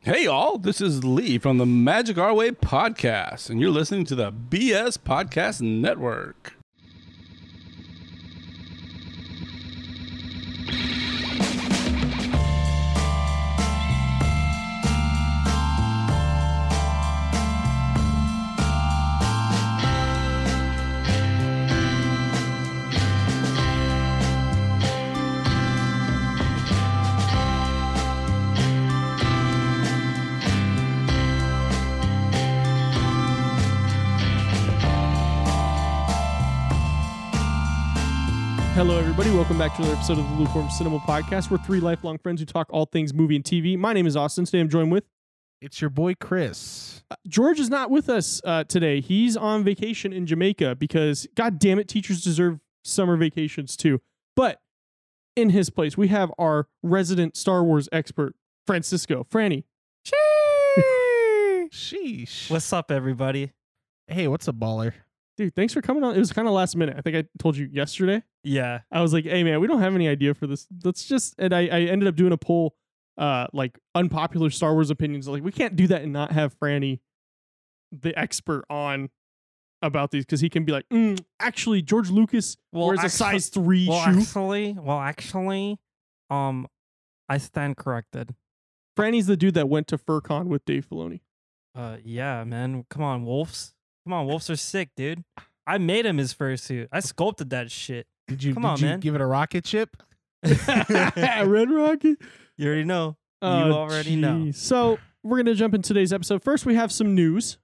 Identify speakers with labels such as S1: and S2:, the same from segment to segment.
S1: Hey, all, this is Lee from the Magic Our Way podcast, and you're listening to the BS Podcast Network.
S2: Hello, everybody. Welcome back to another episode of the Lukewarm Cinema Podcast. We're three lifelong friends who talk all things movie and TV. My name is Austin. Today I'm joined with
S3: It's your boy Chris.
S2: uh, George. Is not with us uh, today. He's on vacation in Jamaica because, god damn it, teachers deserve summer vacations too. But in his place, we have our resident Star Wars expert, Francisco Franny.
S3: Sheesh.
S4: What's up, everybody?
S3: hey, what's a baller?
S2: Dude, thanks for coming on. It was kind of last minute. I think I told you yesterday.
S4: Yeah,
S2: I was like, hey man, we don't have any idea for this. Let's just and I, I ended up doing a poll, uh, like unpopular Star Wars opinions. Like, we can't do that and not have Franny the expert on about these because he can be like, mm, actually, George Lucas
S4: Well,
S2: wears a
S4: actu-
S2: size three
S4: well,
S2: shoe.
S4: actually, well, actually, um, I stand corrected.
S2: Franny's the dude that went to FurCon with Dave Filoni.
S4: Uh, yeah, man, come on, wolves, come on, wolves are sick, dude. I made him his fursuit. I sculpted that shit.
S3: Did you,
S4: Come
S3: did
S4: on,
S3: you
S4: man.
S3: give it a rocket ship?
S2: Red Rocket.
S4: You already know. You
S2: Oh,
S4: already know.
S2: geez. So we're gonna jump in today's episode. First, we have some news.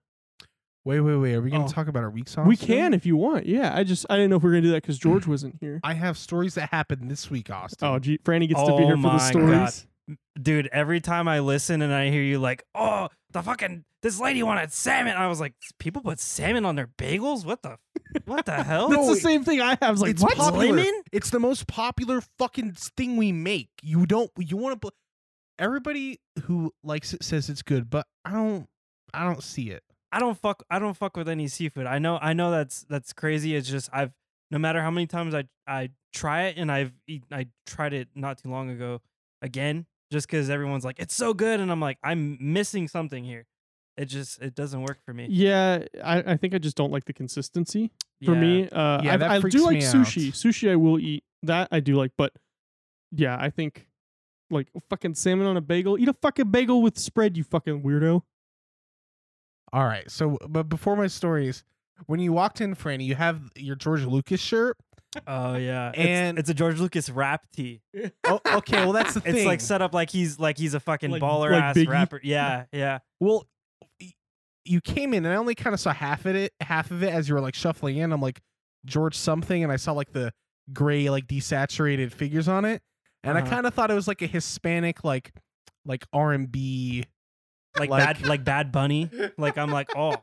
S3: Wait, wait, wait. Are we going
S2: Oh.
S3: to talk about our weeks off?
S2: We
S3: soon?
S2: can if you want. Yeah, I just I didn't know if we were gonna do that because George wasn't here.
S3: I have stories that happened this week, Austin.
S2: Oh, gee, Franny gets to be
S4: Oh
S2: here for the
S4: my
S2: stories.
S4: God. Dude, every time I listen and I hear you like, oh, the fucking this lady wanted salmon, I was like, people put salmon on their bagels? What the, what the hell?
S2: That's
S3: No,
S2: the
S3: it-
S2: same thing I have. I was like,
S3: Oh, it's
S2: what?
S3: popular.
S4: Lemon?
S3: It's the most popular fucking thing we make. You don't. You want to. Bl- Everybody who likes it says it's good, but I don't. I don't see it.
S4: I don't fuck I don't fuck with any seafood. I know I know that's that's crazy. It's just I've no matter how many times I I try it and I've eat, I tried it not too long ago again just cuz everyone's like it's so good and I'm like I'm missing something here. It just it doesn't work for me.
S2: Yeah, I, I think I just don't like the consistency for me. Uh,
S3: Yeah,
S2: I-
S3: that
S2: I,
S3: freaks
S2: do like
S3: me out.
S2: sushi. Sushi I will eat. That I do like, but yeah, I think like fucking salmon on a bagel. Eat a fucking bagel with spread, you fucking weirdo.
S3: All right. So, but before my stories, when you walked in, Franny, you have your George Lucas shirt.
S4: Oh yeah.
S3: And-
S4: And it's, a George Lucas rap tee.
S3: oh, okay. Well, that's the thing.
S4: It's like set up like he's like he's a fucking
S2: Like-
S4: baller
S2: like
S4: ass
S2: Biggie?
S4: rapper. Yeah, yeah.
S3: Well, y- you came in and I only kind of saw half of it, half of it as you were like shuffling in. I'm like George something, and I saw like the gray, like desaturated figures on it, and I
S4: Uh-huh.
S3: kind of thought it was like a Hispanic, like like R and B.
S4: Like,
S3: Like-
S4: bad like Bad Bunny. Like I'm like, "Oh,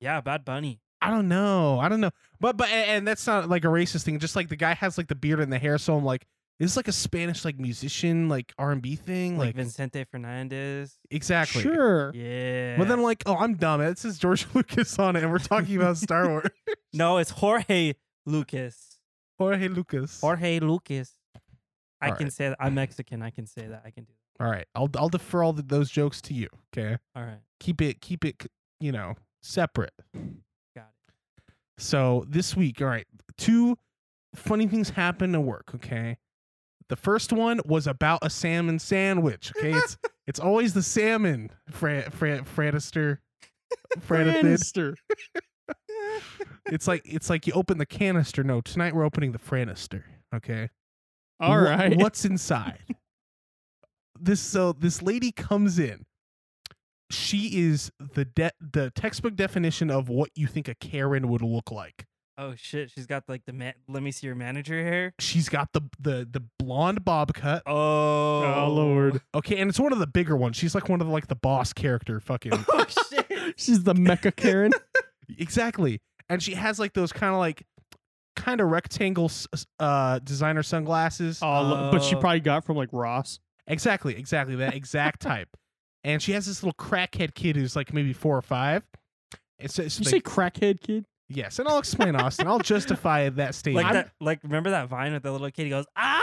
S4: yeah, Bad Bunny."
S3: I don't know, I don't know, but but a- and that's not like a racist thing. Just like the guy has like the beard and the hair, so I'm like, this is like a Spanish like musician like R and B thing,
S4: Like
S3: like,
S4: Vicente Fernandez.
S3: exactly.
S2: Sure.
S4: Yeah.
S3: But then I'm like, oh, I'm dumb. It says George Lucas on it, and we're talking about Star Wars.
S4: No, it's Jorge Lucas.
S3: Jorge Lucas.
S4: Jorge Lucas. I
S3: All
S4: can
S3: right.
S4: say that. I'm Mexican. I can say that. I can do that.
S3: All right, I'll I'll defer all th those jokes to you. Okay,
S4: All right.
S3: keep it keep it c- you know separate.
S4: Got
S3: So this week, all right, two funny things happened at work. Okay, the first one was about a salmon sandwich. Okay, it's it's always the salmon, Fran Fran Franister. Franathan.
S2: Franister.
S3: It's like it's like you open the canister. No, tonight we're opening the Franister. Okay.
S2: All
S3: Wha-
S2: right.
S3: What's inside? this so this lady comes in. She is the de- the textbook definition of what you think a Karen would look like.
S4: it. Oh shit, she's got like the ma- let me see your manager hair.
S3: She's got the the the blonde bob cut.
S4: Oh,
S2: Oh lord.
S3: Okay, and it's one of the bigger ones. She's like one of the, like the boss character fucking
S4: Oh shit.
S2: She's the mecha Karen.
S3: Exactly. And she has like those kind of like kind of rectangle s- s- uh designer sunglasses.
S2: Oh, lo- but
S3: Uh,
S2: she
S4: Oh.
S2: probably got from like Ross.
S3: Exactly, exactly. That exact type. And she has this little crackhead kid who's like maybe four or five. And so,
S2: Did
S3: so
S2: you
S3: they-
S2: say crackhead kid?
S3: yes, and I'll explain, Austin. I'll justify that statement.
S4: Like
S3: I'm-
S4: that. Like remember that vine with the little kid? He goes ah.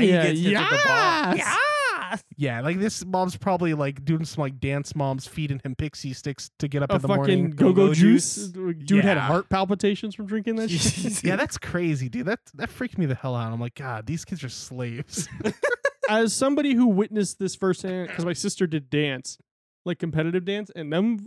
S2: Yeah,
S4: He gets hit with the
S2: yes.
S4: ball. Yeah.
S3: Yeah, like this mom's probably like doing some like dance moms feeding him pixie sticks to get up
S2: a
S3: in the
S2: fucking
S3: morning.
S2: go go
S4: Go-Go
S2: juice.
S4: juice.
S2: Dude had
S3: Yeah.
S2: heart palpitations from drinking that shit.
S3: Yeah, that's crazy, dude. That that freaked me the hell out. I'm like, God, these kids are slaves.
S2: As somebody who witnessed this firsthand, because my sister did dance, like competitive dance, and them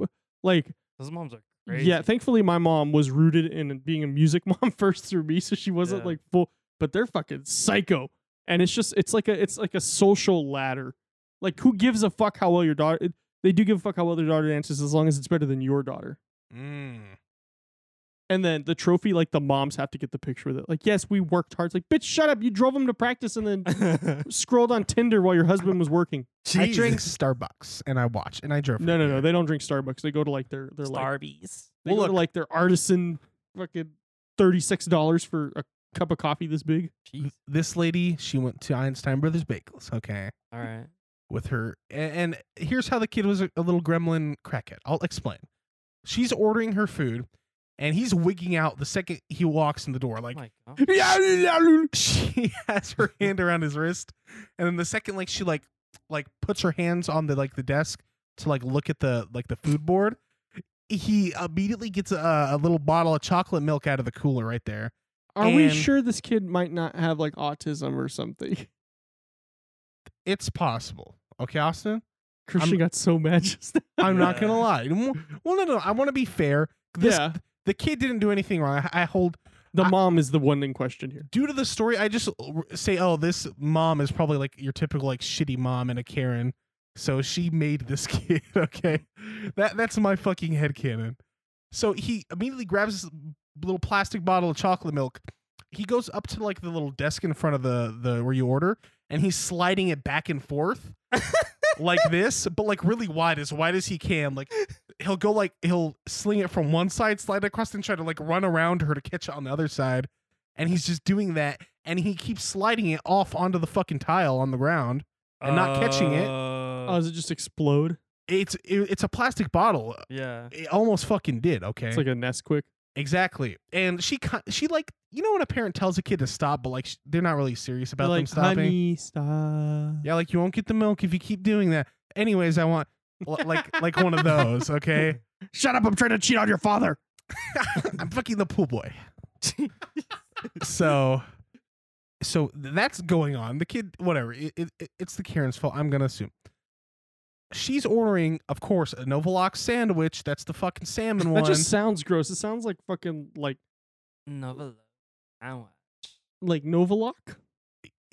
S2: like
S4: Those moms are crazy.
S2: Yeah, thankfully my mom was rooted in being a music mom first through me, so she wasn't
S4: Yeah.
S2: like full. But they're fucking psycho, and it's just it's like a it's like a social ladder. Like who gives a fuck how well your daughter? it- they do give a fuck how well their daughter dances as long as it's better than your daughter. Mm. And then the trophy, like the moms have to get the picture with it. Like yes, we worked hard. It's like bitch, shut up. You drove him to practice and then scrolled on Tinder while your husband was working.
S3: I drank Starbucks and I watched and I drove.
S2: No,
S3: from
S2: no,
S3: here.
S2: no. They don't drink Starbucks. They go to like their their like
S4: Starbies.
S2: They
S1: Well,
S2: go to
S1: look-
S2: like their artisan fucking thirty six dollars for a cup of coffee this big.
S4: Jeez.
S3: This lady, she went to Einstein Brothers Bagels. Okay.
S4: All right.
S3: with her. a- And, and here's how the kid was a, a little gremlin crackhead. I'll explain. She's ordering her food, and he's wigging out the second he walks in the door. Like
S4: Oh my God.
S3: she has her hand around his wrist, and then the second like she like like puts her hands on the like the desk to like look at the like the food board, he immediately gets a, a little bottle of chocolate milk out of the cooler right there.
S2: Are we
S3: And-
S2: sure this kid might not have like autism or something?
S3: It's possible. Okay, Austin.
S2: Christian got so mad just now.
S3: I'm not gonna
S4: Yeah.
S3: lie. Well, no, no. I want to be fair. This
S2: yeah,
S3: the kid didn't do anything wrong. I, I hold
S2: the
S3: I-
S2: mom is the one in question here.
S3: due to the story. I just r- say, oh, this mom is probably like your typical like shitty mom and a Karen, so she made this kid. Okay, that that's my fucking headcanon. So he immediately grabs this little plastic bottle of chocolate milk. He goes up to like the little desk in front of the the where you order, and he's sliding it back and forth like this, but like really wide, as wide as he can. Like he'll go like he'll sling it from one side, slide across, and try to like run around her to catch it on the other side. And he's just doing that, and he keeps sliding it off onto the fucking tile on the ground. And not catching it.
S2: Oh,
S4: Uh,
S2: does it just explode?
S3: It's it, it's a plastic bottle.
S4: yeah.
S3: It almost fucking did. Okay,
S2: It's like a Nesquik.
S3: exactly. And she ki- she like you know when a parent tells a kid to stop, but like sh- they're not really serious about them
S2: like
S3: stopping.
S2: honey, stop.
S3: Yeah, like you won't get the milk if you keep doing that. Anyways, I want l- like like one of those. Okay.
S2: Shut up! I'm trying to cheat on your father.
S3: I'm fucking the pool boy. so, so that's going on. The kid, whatever. It, it, it- it's the Karen's fault. I'm gonna assume. She's ordering, of course, a Novalox sandwich. That's the fucking salmon
S2: That
S3: one.
S2: just sounds gross. It sounds like fucking like
S4: Novella. Ow.
S2: like Novaloc.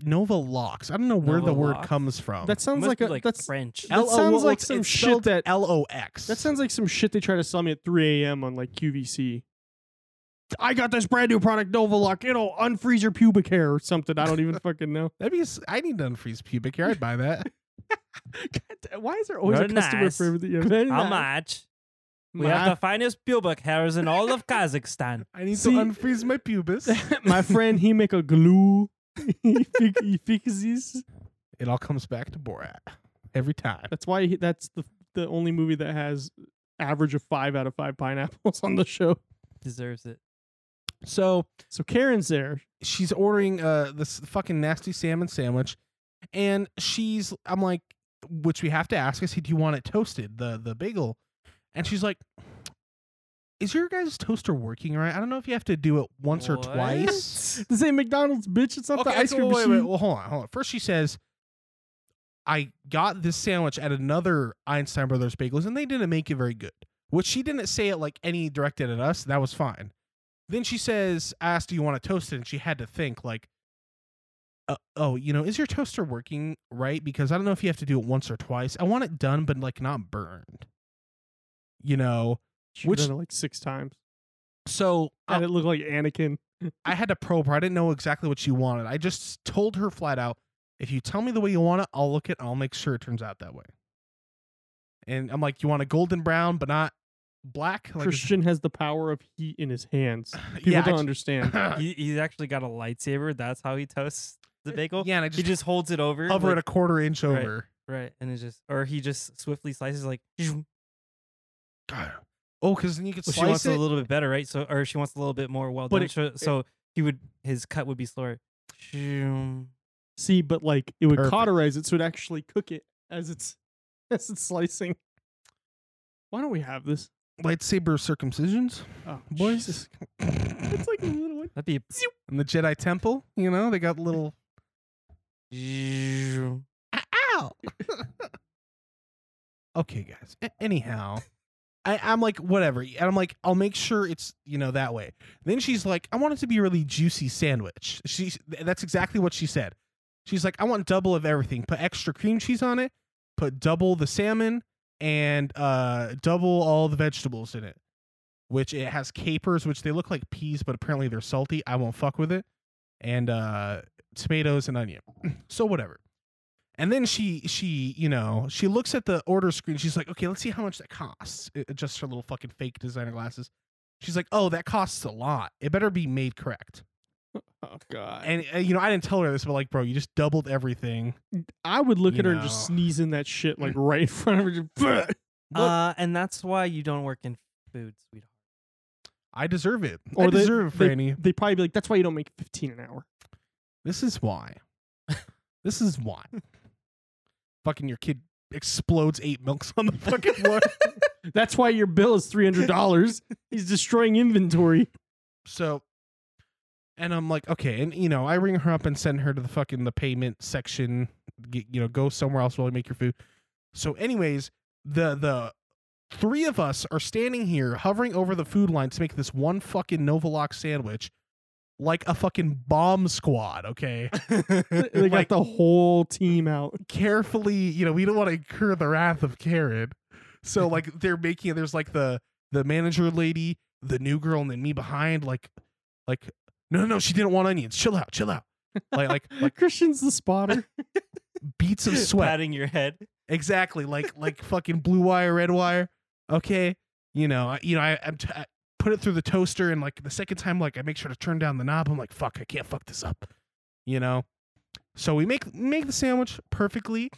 S3: Novalox. I don't know where the word
S4: Novalox?
S3: comes from.
S2: That sounds
S4: Must
S2: like
S4: be
S2: a
S4: like
S2: that's
S4: French.
S2: that sounds like some shit that-
S3: L O X.
S2: That sounds like some shit they try to sell me at 3 a.m. on like QVC. I got this brand new product, Novalock. It'll unfreeze your pubic hair or something. I don't even fucking know.
S3: That'd be. s- I need to unfreeze pubic hair. I'd buy that.
S2: God damn, why is there always
S4: Very
S2: a customer
S4: nice.
S2: for everything? Yeah, very
S4: How
S2: nice.
S4: much? We
S2: My-
S4: have the finest pubic hairs in all of Kazakhstan.
S3: I need
S2: See-
S3: to unfreeze my pubis.
S2: My friend, he make a glue. he, fix, he fixes.
S3: it all comes back to Borat every time.
S2: That's why he, that's the the only movie that has average of five out of five pineapples on the show.
S4: Deserves it.
S3: So.
S2: So Karen's there.
S3: she's ordering uh this fucking nasty salmon sandwich and she's i'm like which we have to ask i said do you want it toasted the the bagel and she's like is your guys toaster working right i don't know if you have to do it once
S4: What?
S3: or twice
S2: This ain't McDonald's, bitch. It's not the ice
S3: so
S2: cream
S3: wait, wait,
S2: machine.
S3: well hold on hold on first she says i got this sandwich at another einstein brothers bagels and they didn't make it very good which she didn't say it like any directed at us that was fine then she says I asked do you want to toast it and she had to think like uh, oh you know is your toaster working right because i don't know if you have to do it once or twice i want it done but like not burned you know
S2: She'd
S3: which- Uh,
S2: done it like six times,
S3: so I-
S2: and it looked like Anakin.
S3: I had to probe her. I didn't know exactly what she wanted. I just told her flat out, if you tell me the way you want it, I'll look it. I'll make sure it turns out that way. And I'm like, you want a golden brown, but not black. Like, is-
S2: Christian has the power of heat in his hands. People
S3: yeah,
S2: don't
S3: I
S2: understand.
S3: ju-
S4: He, he's actually got a lightsaber. That's how he toasts the bagel.
S3: yeah, and I
S4: He
S3: just,
S4: just holds it over.
S3: hover it a
S4: like-
S3: quarter inch
S4: Right.
S3: over.
S4: right. And it just, or he just swiftly slices like, well,
S3: God. Oh, because then you could
S4: she
S3: slice
S4: wants
S3: it.
S4: a little bit better, right? So, or she wants a little bit more well
S2: But
S4: done.
S2: it-
S4: so, so he would, his cut would be slower. Shoom.
S2: See, but like it would
S3: Perfect.
S2: cauterize it, so it actually cook it as it's as it's slicing. Why don't we have this?
S3: Lightsaber circumcisions,
S2: Oh,
S3: boys.
S2: Jesus. It's like a little one.
S4: That'd be.
S3: In the Jedi Temple, you know, they got little. Ow! okay, guys. A- anyhow, I- I'm like, whatever. And I'm like, I'll make sure it's, you know, that way. Then she's like, I want it to be a really juicy sandwich. She, that's exactly what she said. She's like, I want double of everything. Put extra cream cheese on it, put double the salmon, and uh, double all the vegetables in it. Which it has capers, which they look like peas, but apparently they're salty. I won't fuck with it. And uh, tomatoes and onion. so whatever. And then she she you know she looks at the order screen. She's like, okay, let's see how much that costs. It adjusts her little fucking fake designer glasses. She's like, oh, that costs a lot. It better be made correct.
S2: Oh god.
S3: And uh, you know, I didn't tell her this, but like, bro, you just doubled everything.
S2: I would look
S3: You
S2: at her and just
S3: know.
S2: sneeze in that shit like right in front of her. Just,
S4: Uh, and that's why you don't work in food, sweetheart.
S3: I deserve it. Or
S2: Or
S3: I
S2: they-
S3: deserve it, Franny.
S2: They'd probably be like, "That's why you don't make fifteen an hour."
S3: This is why. this is why. fucking your kid explodes eight milks on the fucking floor.
S2: That's why your bill is three hundred dollars. He's destroying inventory.
S3: So, and I'm like, okay, and you know, I ring her up and send her to the fucking the payment section. Get, you know, go somewhere else while I make your food. So, anyways, the the three of us are standing here hovering over the food line to make this one fucking Novalox sandwich, like a fucking bomb squad. Okay,
S2: They got
S3: Like-
S2: the whole team out.
S3: carefully, you know, we don't want to incur the wrath of Karen. So like they're making there's like the the manager lady, the new girl, and then me behind, like like no no no, she didn't want onions. Chill out, chill out. Like like like
S2: Christian's the spotter.
S3: beats of sweat.
S4: Patting your head.
S3: Exactly. Like like fucking blue wire, red wire. Okay, you know, I, you know, I, I'm t- I put it through the toaster, and like the second time, like I make sure to turn down the knob. I'm like, fuck, I can't fuck this up, you know. So we make make the sandwich perfectly.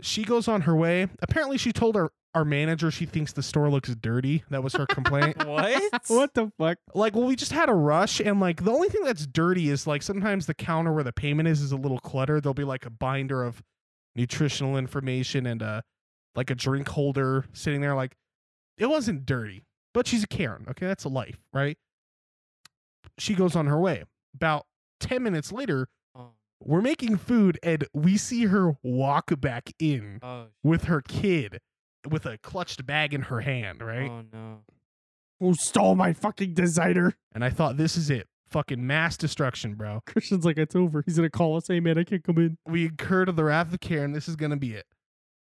S3: She goes on her way. Apparently, she told our our manager she thinks the store looks dirty. That was her complaint.
S4: What?
S2: what the fuck?
S3: like, well, we just had a rush, and like the only thing that's dirty is like sometimes the counter where the payment is is a little cluttered. There'll be like a binder of nutritional information and a like a drink holder sitting there. Like, it wasn't dirty, but she's a Karen. Okay, that's a life, right? She goes on her way. About ten minutes later,
S4: Oh,
S3: we're making food, and we see her walk back in
S4: oh,
S3: with her kid with a clutched bag in her hand, right?
S4: oh no.
S2: Who stole my fucking designer?
S3: And I thought, this is it. Fucking mass destruction, bro.
S2: Christian's like, it's over. He's gonna call us. Hey man, I can't come in.
S3: we incurred the wrath of Karen. This is gonna be it.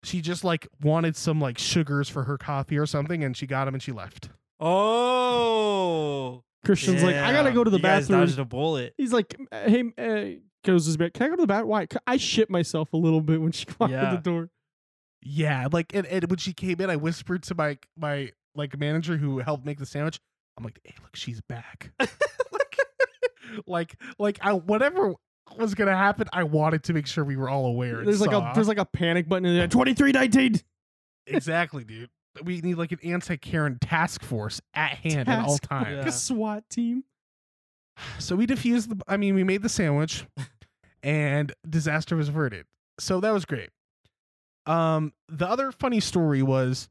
S3: She just like wanted some like sugars for her coffee or something, and she got them and she left.
S4: Oh.
S2: Christian's like, I gotta
S4: yeah.
S2: go to the
S4: you guys
S2: bathroom.
S4: dodged a bullet.
S2: He's like, uh, hey, uh, goes to his bed. Can I go to the bathroom? Why? "C- I shit myself a little bit when she walked in
S4: Yeah.
S2: the door.
S3: Yeah, like and, and when she came in, I whispered to my my like manager who helped make the sandwich. I'm like, hey, look, she's back. like, like, like I whatever was gonna happen, I wanted to make sure we were all aware. and
S2: There's like
S3: saw.
S2: a there's like a panic button in there. Twenty three nineteen.
S3: exactly, dude. We need like an anti Karen task force at hand at all
S2: Task force.
S3: times.
S4: Yeah.
S2: Like a SWAT team.
S3: So we diffused the. I mean, we made the sandwich, and disaster was averted. So that was great. Um, the other funny story was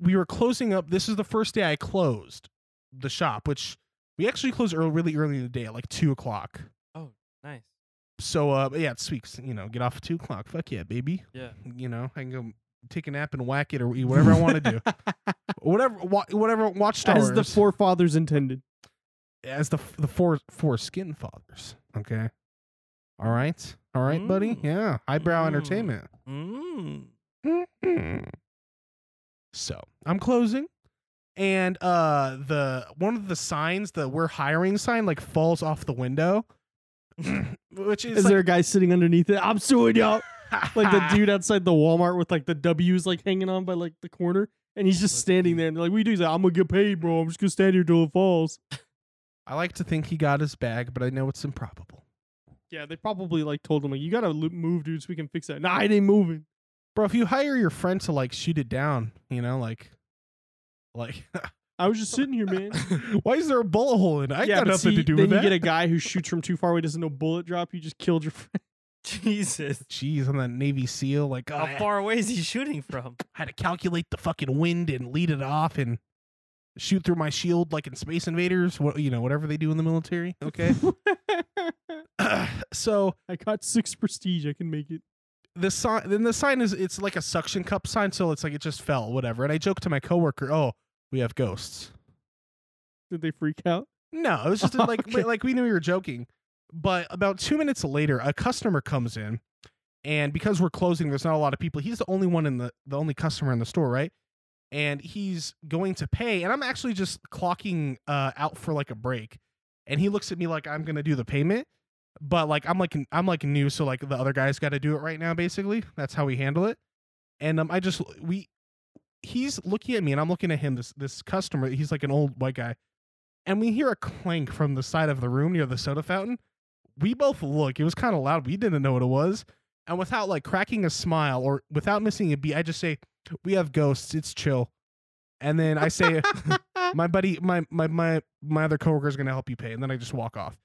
S3: we were closing up. This is the first day I closed the shop, which we actually closed early, really early in the day, at like two o'clock.
S4: Nice.
S3: So uh, but yeah, it's weeks. You know, get off at two o'clock. Fuck yeah, baby.
S4: Yeah.
S3: You know, I can go take a nap and whack it or eat whatever I want to do. whatever, wa- whatever. Watch Star
S2: As the
S3: Wars.
S2: forefathers intended.
S3: as the the four four skin fathers. Okay. All right. All right, buddy.
S4: Mm.
S3: Yeah. Highbrow
S4: Mm.
S3: entertainment. Mm-hmm.
S4: Mm.
S3: so I'm closing, and uh, the one of the signs, the we're hiring sign, like falls off the window, which is,
S2: Is there a guy sitting underneath it? I'm suing y'all.
S3: like,
S2: Like the dude outside the Walmart with like the W's like hanging on by like the corner. And he's just
S4: Look,
S2: standing
S4: dude.
S2: there and they're like, we do that. I'm gonna get paid, bro. I'm just gonna stand here till it falls.
S3: I like to think he got his bag, but I know it's improbable.
S2: Yeah, they probably like told him like, you gotta lo- move, dude, so we can fix that. Nah, it ain't moving.
S3: Bro, if you hire your friend to like shoot it down, you know, like, like
S2: I was just sitting here, man.
S3: Why is there a bullet hole in it? I
S2: yeah,
S3: got
S2: but
S3: nothing
S2: see,
S3: to do
S2: then
S3: with
S2: you
S3: that.
S2: get a guy who shoots from too far away, doesn't know bullet drop. You just killed your friend.
S4: Jesus.
S3: Jeez, I'm that Navy SEAL. Like, oh,
S4: How
S3: I
S4: far away is he shooting from?
S3: had to calculate the fucking wind and lead it off and shoot through my shield like in Space Invaders. What you know, whatever they do in the military. Okay. so
S2: I got six prestige. I can make it.
S3: the sign, then the sign is it's like a suction cup sign, so it's like it just fell, whatever. And I joked to my coworker, "Oh, we have ghosts."
S2: Did they freak out?
S3: No, it was just like
S2: Okay.
S3: like we knew we were joking. But about two minutes later, a customer comes in, and because we're closing, there's not a lot of people. He's the only one in the the only customer in the store, right? And he's going to pay, and I'm actually just clocking uh, out for like a break, and he looks at me like I'm gonna do the payment, but like I'm like I'm like new, so like the other guy's got to do it right now. Basically, that's how we handle it. And um, I just we he's looking at me, and I'm looking at him. This this customer, he's like an old white guy and we hear a clank from the side of the room near the soda fountain. We both look. It was kind of loud. We didn't know what it was. And without like cracking a smile or without missing a beat, I just say, "We have ghosts. It's chill." And then I say, "My buddy, my my my my other coworker is gonna help you pay." And then I just walk off.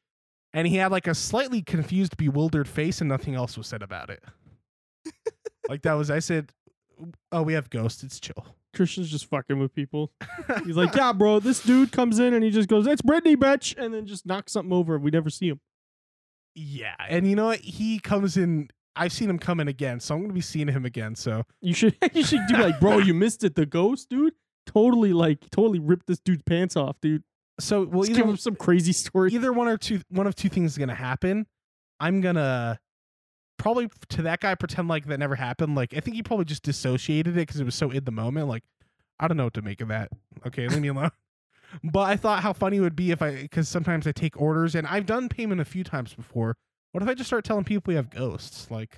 S3: And he had like a slightly confused, bewildered face, and nothing else was said about it. like that was. I said, "Oh, we have ghosts. It's chill."
S2: Christian's just fucking with people. He's like, yeah, bro. This dude comes in and he just goes, "It's Brittany, bitch," and then just knocks something over. We never see him.
S3: Yeah, and you know what? He comes in. I've seen him come in again, so I'm gonna be seeing him again. So
S2: You should you should do like, bro, you missed it. The ghost, dude, totally like totally ripped this dude's pants off, dude.
S3: so well,
S2: Let's give
S3: either
S2: him some crazy story.
S3: either one or two one of two things is gonna happen. I'm gonna probably to that guy pretend like that never happened. Like I think he probably just dissociated it because it was so in the moment. Like I don't know what to make of that. Okay, leave me alone. But I thought how funny it would be if I because sometimes I take orders and I've done payment a few times before. What if I just start telling people we have ghosts? Like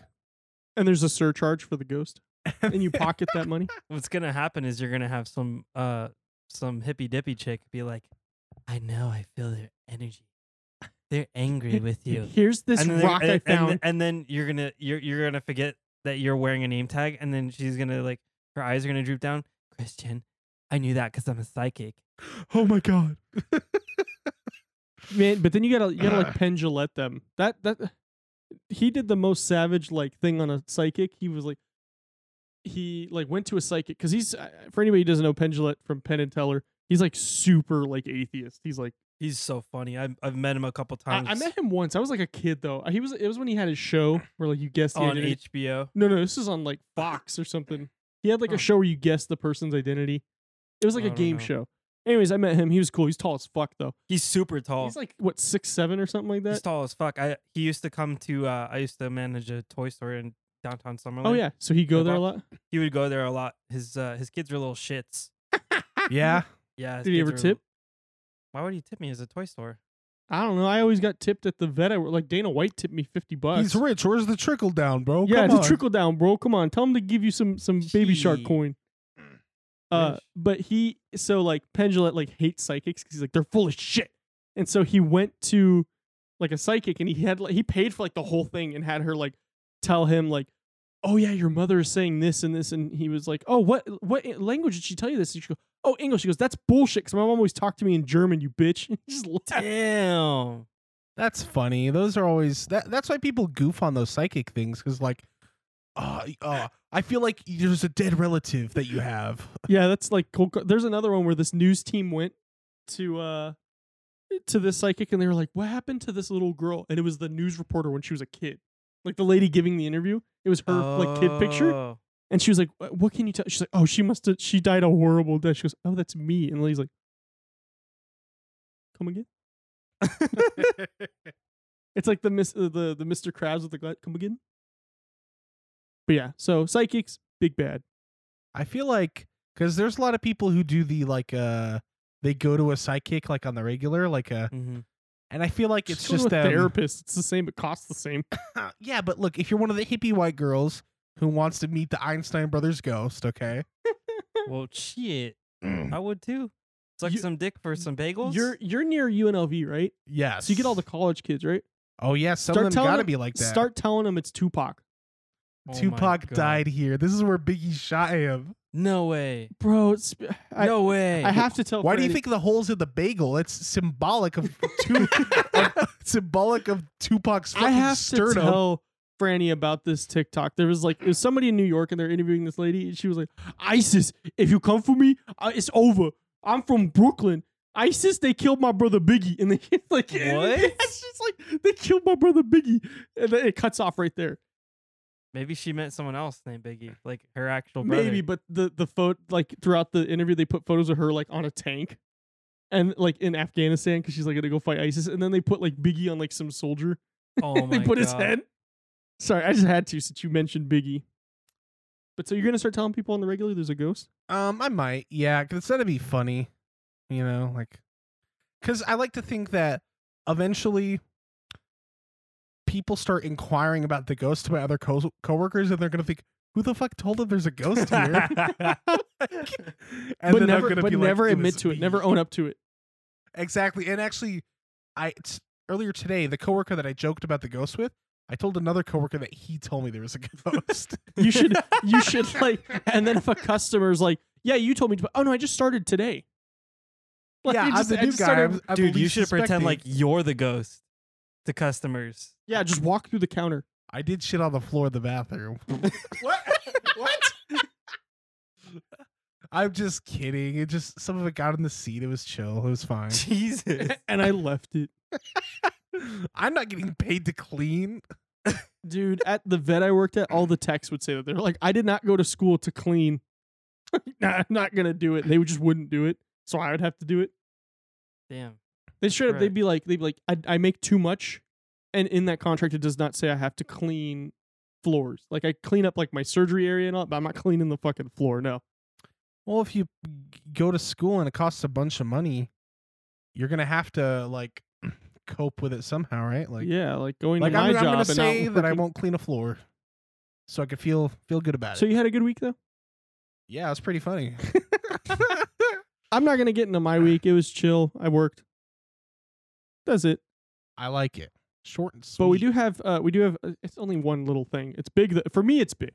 S2: And there's a surcharge for the ghost, and you pocket that money.
S4: What's gonna happen is you're gonna have some uh some hippy dippy chick be like, I know, I feel their energy. They're angry with you.
S2: Here's this
S4: and then,
S2: rock
S4: and,
S2: I
S4: and th-
S2: found.
S4: And, then you're gonna you're you're gonna forget that you're wearing a name tag, and then she's gonna like her eyes are gonna droop down. Christian, I knew that because I'm a psychic.
S3: oh my god.
S2: Man, but then you gotta you gotta like pen Gillette them. That that he did the most savage like thing on a psychic. He was like he like went to a psychic because he's uh, for anybody who doesn't know Penn Gillette from Penn and Teller, he's like super like atheist. He's like
S4: He's so funny. I've I've met him a couple
S2: I,
S4: times
S2: I met him once. I was like a kid though. He was it was when he had his show where like you guessed the
S4: on
S2: identity.
S4: HBO.
S2: no, no, this is on like Fox or something. He had like
S4: Huh.
S2: a show where you guessed the person's identity. It was like
S4: I
S2: a
S4: don't
S2: game
S4: know.
S2: show. Anyways, I met him. He was cool. He's tall as fuck though.
S4: He's super tall.
S2: He's like what six seven or something like that.
S4: He's tall as fuck. I he used to come to uh, I used to manage a toy store in downtown Summerlin.
S2: Oh yeah, so he go
S4: No
S2: there a
S4: problem.
S2: lot.
S4: he would go there a lot. His uh, his kids were little shits.
S3: Yeah.
S4: Yeah. his
S2: Did he
S4: kids
S2: ever
S4: were-
S2: tip?
S4: Why would he tip me as a toy store?
S2: I don't know. I always got tipped at the vet. I- Like Dana White tipped me fifty bucks.
S3: He's rich. Where's the trickle down, bro?
S2: yeah,
S3: Come
S2: it's
S3: on.
S2: a trickle down, bro. Come on, tell him to give you some some baby shark
S4: Gee.
S2: coin. Uh,
S4: Rich.
S2: but he so like Pendulette like hates psychics because he's like they're full of shit, and so he went to like a psychic and he had like he paid for like the whole thing and had her like tell him like, oh yeah, your mother is saying this and this, and he was like, oh what what language did she tell you this? And she goes, oh English. She goes, that's bullshit. Because my mom always talked to me in German. You bitch. And he just laughed.
S4: Damn.
S3: That's funny. Those are always that. That's why people goof on those psychic things because, like, oh, oh, I feel like there's a dead relative that you have.
S2: Yeah, that's like cold. co- There's another one where this news team went to uh to this psychic and they were like, "What happened to this little girl?" And it was the news reporter when she was a kid, like the lady giving the interview. It was her like kid picture,
S4: Oh.
S2: and she was like, "Wha- "What can you tell?" She's like, "Oh, she must have. She died a horrible death." She goes, "Oh, that's me." And the lady's like, "Come again." It's like the mis- uh, the the Mr. Krabs with the gla- come again. But yeah, so psychics, big bad.
S3: I feel like because there's a lot of people who do the like, uh, they go to a psychic like on the regular, like uh
S4: Mhm.
S3: and I feel like it's
S2: go to
S3: just
S2: a
S3: um,
S2: therapist. It's the same. It costs the same.
S3: yeah, but look, if you're one of the hippie white girls who wants to meet the Einstein brothers ghost, okay,
S4: Well, shit.
S3: Mm.
S4: I would too. Suck
S2: You-
S4: some dick for some bagels.
S2: You're you're near UNLV, right?
S3: yes,
S2: So you get all the college kids, right?
S3: oh yeah, some
S2: Start
S3: of them
S2: telling
S3: gotta
S2: them-
S3: be like that.
S2: Start telling them it's Tupac.
S4: Oh my
S3: Tupac
S4: God.
S3: died here. This is where Biggie shot him.
S4: No way.
S2: bro. It's, I,
S4: no way.
S2: I have to tell.
S3: Why do you
S2: Franny-
S3: think the holes in the bagel? That's symbolic of two, of- symbolic of Tupac's fucking
S2: I have
S3: sternum.
S2: to tell Franny about this TikTok? There was like, it was somebody in New York, and they're interviewing this lady, and she was like, "ISIS, if you come for me, uh, it's over. I'm from Brooklyn. ISIS, they killed my brother Biggie, and they like,
S4: What?
S2: It's just like they killed my brother Biggie, and then it cuts off right there.
S4: Maybe she meant someone else named Biggie, like her
S3: Oh,
S4: actual brother.
S2: Maybe, but the the photo like throughout the interview, they put photos of her like on a tank, and like in Afghanistan because she's like gonna go fight ISIS, and then they put like Biggie on like some soldier.
S4: oh
S2: they
S4: my
S2: put his
S4: God.
S2: head. Sorry, I just had to since you mentioned Biggie. But so you're gonna start telling people on the regular there's a ghost?
S3: Um, I might, yeah, because that'd be funny, you know, like, because I like to think that eventually people start inquiring about the ghost to my other co- coworkers, and they're gonna think, "Who the fuck told them there's a ghost here?" and
S2: but
S3: then I'm
S2: never,
S3: gonna
S2: but
S3: be like,
S2: never
S3: was
S2: admit to it.
S3: me."
S2: Never own up to it.
S3: Exactly. And actually, I t- earlier today, the coworker that I joked about the ghost with, I told another coworker that he told me there was a ghost.
S2: You should, you should like. And then if a customer's like, "Yeah, you told me to," oh no, I just started today. Like,
S3: yeah,
S2: I just,
S3: I'm the
S2: I
S3: new
S2: just
S3: guy.
S2: started-
S3: I'm- I'm the
S4: Dude, you
S3: least
S4: should pretend
S3: suspecting.
S4: like you're the ghost to customers.
S2: yeah, just walk through the counter.
S3: I did shit on the floor of the bathroom. what? what? I'm just kidding. It just some of it got in the seat. It was chill. It was fine.
S4: Jesus.
S2: and I left it.
S3: I'm not getting paid to clean.
S2: Dude, at the vet I worked at, all the techs would say that. They're like, I did not go to school to clean. nah, I'm not going to do it. They would just wouldn't do it. So I would have to do it.
S4: Damn.
S2: They straight up,
S4: Right.
S2: they'd be like, they'd be like, I, I make too much. And in that contract, it does not say I have to clean floors. Like I clean up like my surgery area and all, but I'm not cleaning the fucking floor. No.
S3: Well, if you g- go to school and it costs a bunch of money, you're gonna have to like cope with it somehow, right? Like
S2: yeah. Like going
S3: like
S2: to my
S3: I'm,
S2: job
S3: I'm gonna
S2: and
S3: say
S2: not
S3: that I
S2: working-
S3: won't clean a floor, so I can feel feel good about
S2: So
S3: it.
S2: you had a good week though?
S3: Yeah, it's pretty funny.
S2: I'm not going to get into my week. It was chill. I worked. That's it.
S3: I like it, short and sweet.
S2: But we do have uh, we do have uh, it's only one little thing. It's big th- for me. It's big.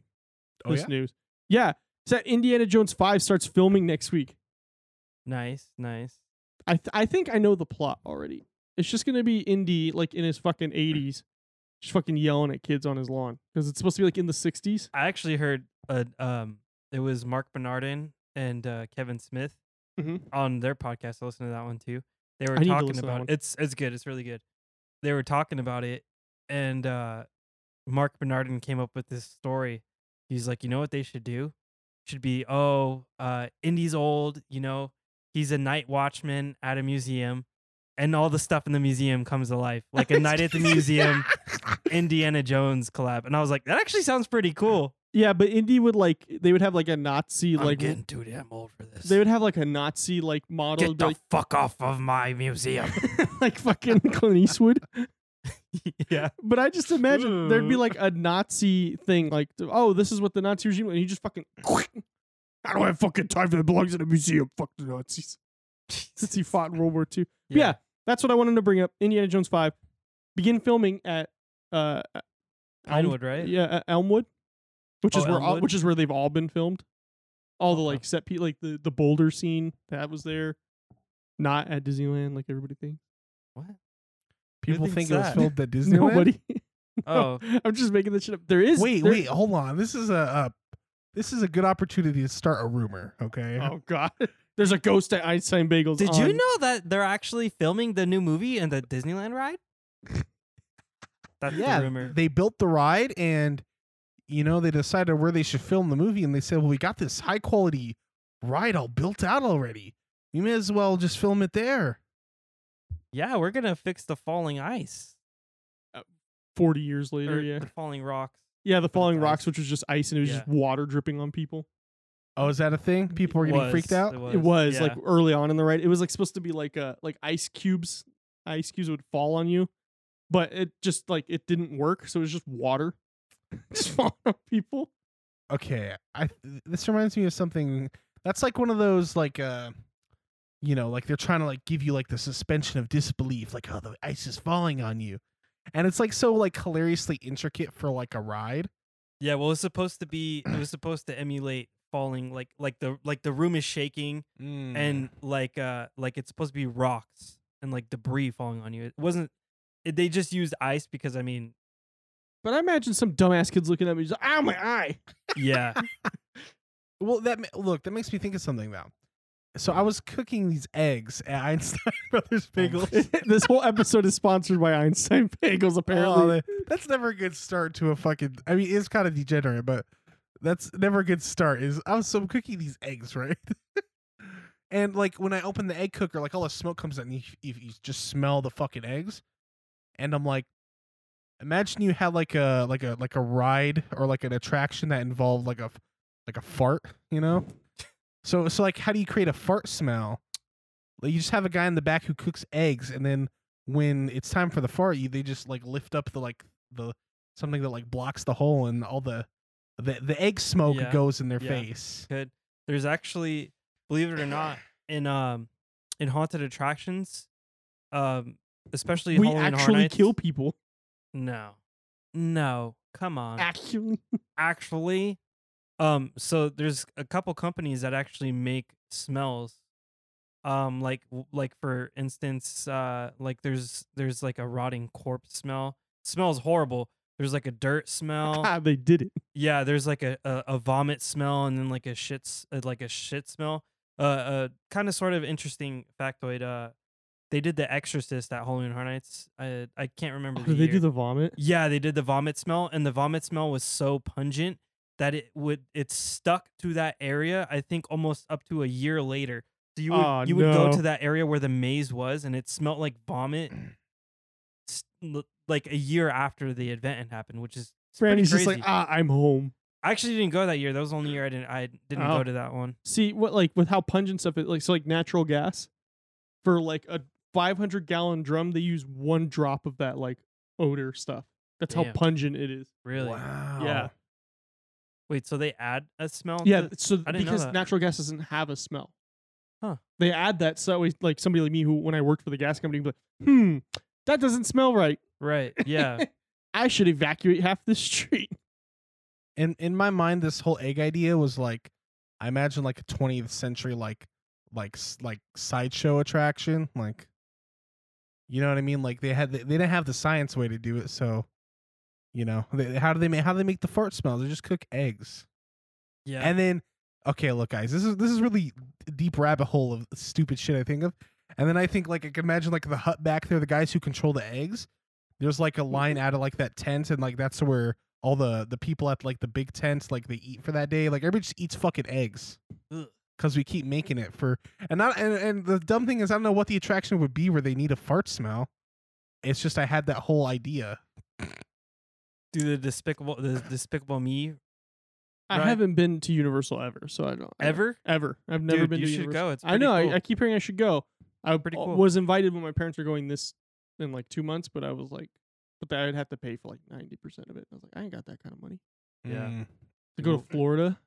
S3: Oh,
S2: this
S3: yeah?
S2: news. Yeah, it's that Indiana Jones Five starts filming next week.
S4: Nice, nice.
S2: I th- I think I know the plot already. It's just gonna be Indy like in his fucking eighties, just fucking yelling at kids on his lawn because it's supposed to be like in the sixties.
S4: I actually heard a um it was Mark Bernardin and uh, Kevin Smith
S2: Mhm.
S3: Mm-hmm.
S4: on their podcast. I listened to that one too. They were
S2: I need to
S4: talking
S2: listen to that
S4: about
S2: one.
S4: it. It's it's good. It's really good. They were talking about it and uh Mark Bernardin came up with this story. He's like, "You know what they should do? Should be oh, uh Indy's old, you know, he's a night watchman at a museum." And all the stuff in the museum comes to life, like a night at the museum, Indiana Jones collab. And I was like, that actually sounds pretty cool.
S2: Yeah, but Indy would like they would have like a Nazi like
S4: too damn old for this.
S2: they would have like a Nazi like model
S4: get
S2: be
S4: the
S2: like
S4: fuck off of my museum.
S2: like fucking Clint Eastwood.
S4: yeah,
S2: But I just imagine there'd be
S4: Ooh.
S2: like a Nazi thing, like, oh, this is what the Nazi regime, and you just fucking. I don't have fucking time that belongs in a museum. Fuck the Nazis. Since he fought in World War II. Yeah. that's what I wanted to bring up. Indiana Jones Five, begin filming at uh
S4: Pinewood, right?
S2: yeah at Elmwood, which
S4: Eh. Oh,
S2: is where all,
S4: Elmwood?
S2: which is where they've all been filmed. All the
S4: Okay.
S2: like set piece, like the the boulder scene that was there, not at Disneyland like everybody thinks.
S4: What?
S3: People
S4: thinks
S3: think it was
S4: that?
S3: filmed at Disneyland.
S2: Nobody.
S4: Oh,
S2: I'm just making this shit up. There is
S3: Wait,
S2: there-
S3: wait, hold on. This is a, a this is a good opportunity to start a rumor. Okay.
S2: Oh God, there's a ghost at Einstein Bagels.
S4: did
S2: on-
S4: you know that they're actually filming the new movie in the Disneyland ride? That's
S3: yeah,
S4: the rumor.
S3: they built the ride and you know they decided where they should film the movie and they said, "Well, we got this high quality ride all built out already. You may as well just film it there."
S4: yeah, we're gonna fix the falling ice.
S2: Forty years
S4: Or
S2: later, yeah,
S4: The falling rocks.
S2: yeah, the falling
S4: ice.
S2: rocks, which was just ice and it was just water dripping on people.
S3: Oh, is that a thing? People were getting
S4: Was,
S3: freaked out.
S4: It
S2: It
S4: was,
S2: was, like
S4: yeah.
S2: early on in the ride. It was like supposed to be like uh like ice cubes, ice cubes would fall on you, but it just like it didn't work, so it was just water just falling on people.
S3: okay i th- this reminds me of something that's like one of those like uh you know like they're trying to like give you like the suspension of disbelief like oh the ice is falling on you and it's like so like hilariously intricate for like a ride
S4: yeah. Well, it was supposed to be. It was supposed to emulate falling like like the like the room is shaking
S3: Mm.
S4: and like uh like it's supposed to be rocks and like debris falling on you. It wasn't it, they just used ice because I mean,
S2: But I imagine some dumbass kids looking at me, just like, ow, my eye.
S4: yeah.
S3: Well, that ma- look that makes me think of something though. So I was cooking these eggs at Einstein Brothers Bagels.
S2: this whole episode is sponsored by Einstein Bagels,
S3: Oh,
S2: apparently.
S3: that- that's never a good start to a fucking. I mean, it's kind of degenerate, but that's never a good start. Is I was so I'm cooking these eggs right, and like when I open the egg cooker, like all the smoke comes out, and you, you, you just smell the fucking eggs, and I'm like, imagine you had like a like a like a ride or like an attraction that involved like a f- like a fart, you know? So so like, how do you create a fart smell? Like you just have a guy in the back who cooks eggs, and then when it's time for the fart, you they just like lift up the like the something that like blocks the hole, and all the the the egg smoke
S4: Yeah.
S3: goes in their
S4: Yeah.
S3: face.
S4: good. There's actually, believe it or not, in um in haunted attractions, um especially
S2: we
S4: Halloween Horror
S2: actually
S4: Nights-
S2: kill people.
S4: No, no, come on.
S2: Actually.
S4: actually, um, so there's a couple companies that actually make smells. Um, like w- like for instance, uh, like there's there's like a rotting corpse smell. smells horrible. There's like a dirt smell.
S2: Ah, they did it.
S4: Yeah, there's like a, a, a vomit smell and then like a shit s- uh, like a shit smell. Uh, uh kind of sort of interesting factoid. Uh, they did The Exorcist at Halloween Horror Nights. I I can't remember.
S2: Oh,
S4: the
S2: did they
S4: year.
S2: do the vomit?
S4: Yeah, they did the vomit smell, and the vomit smell was so pungent that it would it stuck to that area. I think almost up to a year later. So you would
S2: Aw,
S4: you would go
S2: no.
S4: to that area where the maze was, and it smelled like vomit. s- l- Like a year after the event had happened, which is it's pretty
S2: Franny's just
S4: crazy.
S2: like, ah, I'm home.
S4: I actually didn't go that year. That was the only year I didn't I didn't
S2: Oh.
S4: go to that one.
S2: See what like with how pungent stuff it like so like natural gas for like a 500 gallon drum they use one drop of that like odor stuff. That's how
S4: Damn. Oh.
S2: pungent it is.
S4: Really?
S3: Wow.
S2: Yeah.
S4: Wait, so they add a smell?
S2: Yeah,
S4: to-
S2: so
S4: I didn't know
S2: because
S4: that.
S2: natural gas doesn't have a smell.
S4: Huh.
S2: They add that so that way like somebody like me who when I worked for the gas company would be like, "Hmm, that doesn't smell right.
S4: right. Yeah.
S2: I should evacuate half the street."
S3: And in my mind, this whole egg idea was like, I imagine like a 20th century like like s- like sideshow attraction, like. You know what I mean? Like they had, they didn't have the science way to do it, so, you know, they, how do they make how do they make the fart smell? They just cook eggs.
S4: Yeah.
S3: And then, okay, look, guys, this is this is really d- deep rabbit hole of stupid shit I think of. And then I think like I can imagine like the hut back there, the guys who control the eggs. There's like a
S4: Mm-hmm.
S3: line out of like that tent, and like that's where all the the people at like the big tent, like they eat for that day. Like everybody just eats fucking eggs
S4: Ugh.
S3: because we keep making it for. And not and, and the dumb thing is I don't know what the attraction would be where they need a fart smell. It's just I had that whole idea.
S4: do the despicable the despicable me
S2: I
S4: Right.
S2: haven't been to Universal ever, so I don't I don't-
S4: ever?
S2: ever. I've never
S4: Dude,
S2: been
S4: you
S2: to
S4: should
S2: Universal.
S4: go. It's
S2: I
S4: pretty
S2: know.
S4: cool.
S2: I, I keep hearing I should go. I
S4: Pretty
S2: pretty
S4: cool.
S2: was invited when my parents were going this in like two months, but I was like, but that I'd have to pay for like ninety percent of it. I was like, I ain't got that kind of money
S4: Yeah.
S3: Mm.
S2: to go
S4: Ooh.
S2: to Florida.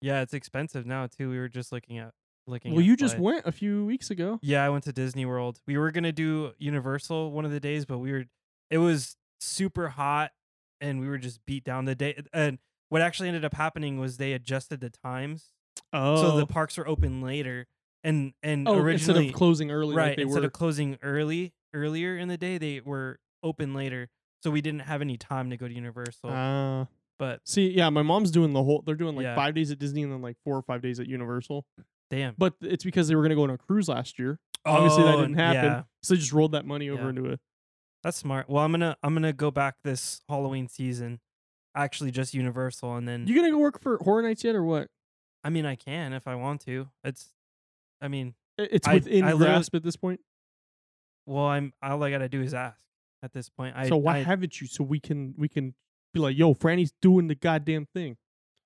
S4: Yeah, it's expensive now too. We were just looking at looking.
S2: Well,
S4: at
S2: you just
S4: flights.
S2: went a few weeks ago.
S4: Yeah, I went to Disney World. We were gonna do Universal one of the days, but we were. It was super hot, and we were just beat down the day. And what actually ended up happening was they adjusted the times,
S2: Oh,
S4: so the parks were open later. And and
S2: oh,
S4: originally,
S2: instead of closing early,
S4: right?
S2: like they
S4: instead
S2: were.
S4: of closing early earlier in the day, they were open later, so we didn't have any time to go to Universal.
S2: Ah.
S4: but
S2: see, yeah, my mom's doing the whole. They're doing like
S4: Yeah.
S2: five days at Disney and then like four or five days at Universal.
S4: damn,
S2: But it's because they were going to go on a cruise last year. Obviously, that
S4: Oh,
S2: didn't happen.
S4: yeah.
S2: So they just rolled that money over
S4: Yeah.
S2: into a
S4: That's smart. Well, I'm gonna I'm gonna go back this Halloween season, actually just Universal, and then
S2: You gonna go work for Horror Nights yet or what?
S4: I mean I can if I want to. It's, I mean,
S2: I- It's
S4: I-
S2: within
S4: I literally-
S2: grasp at this point.
S4: well I'm all I gotta do is ask at this point. I
S2: so why
S4: I-
S2: haven't you? So we can we can be like, yo, Franny's doing the goddamn thing.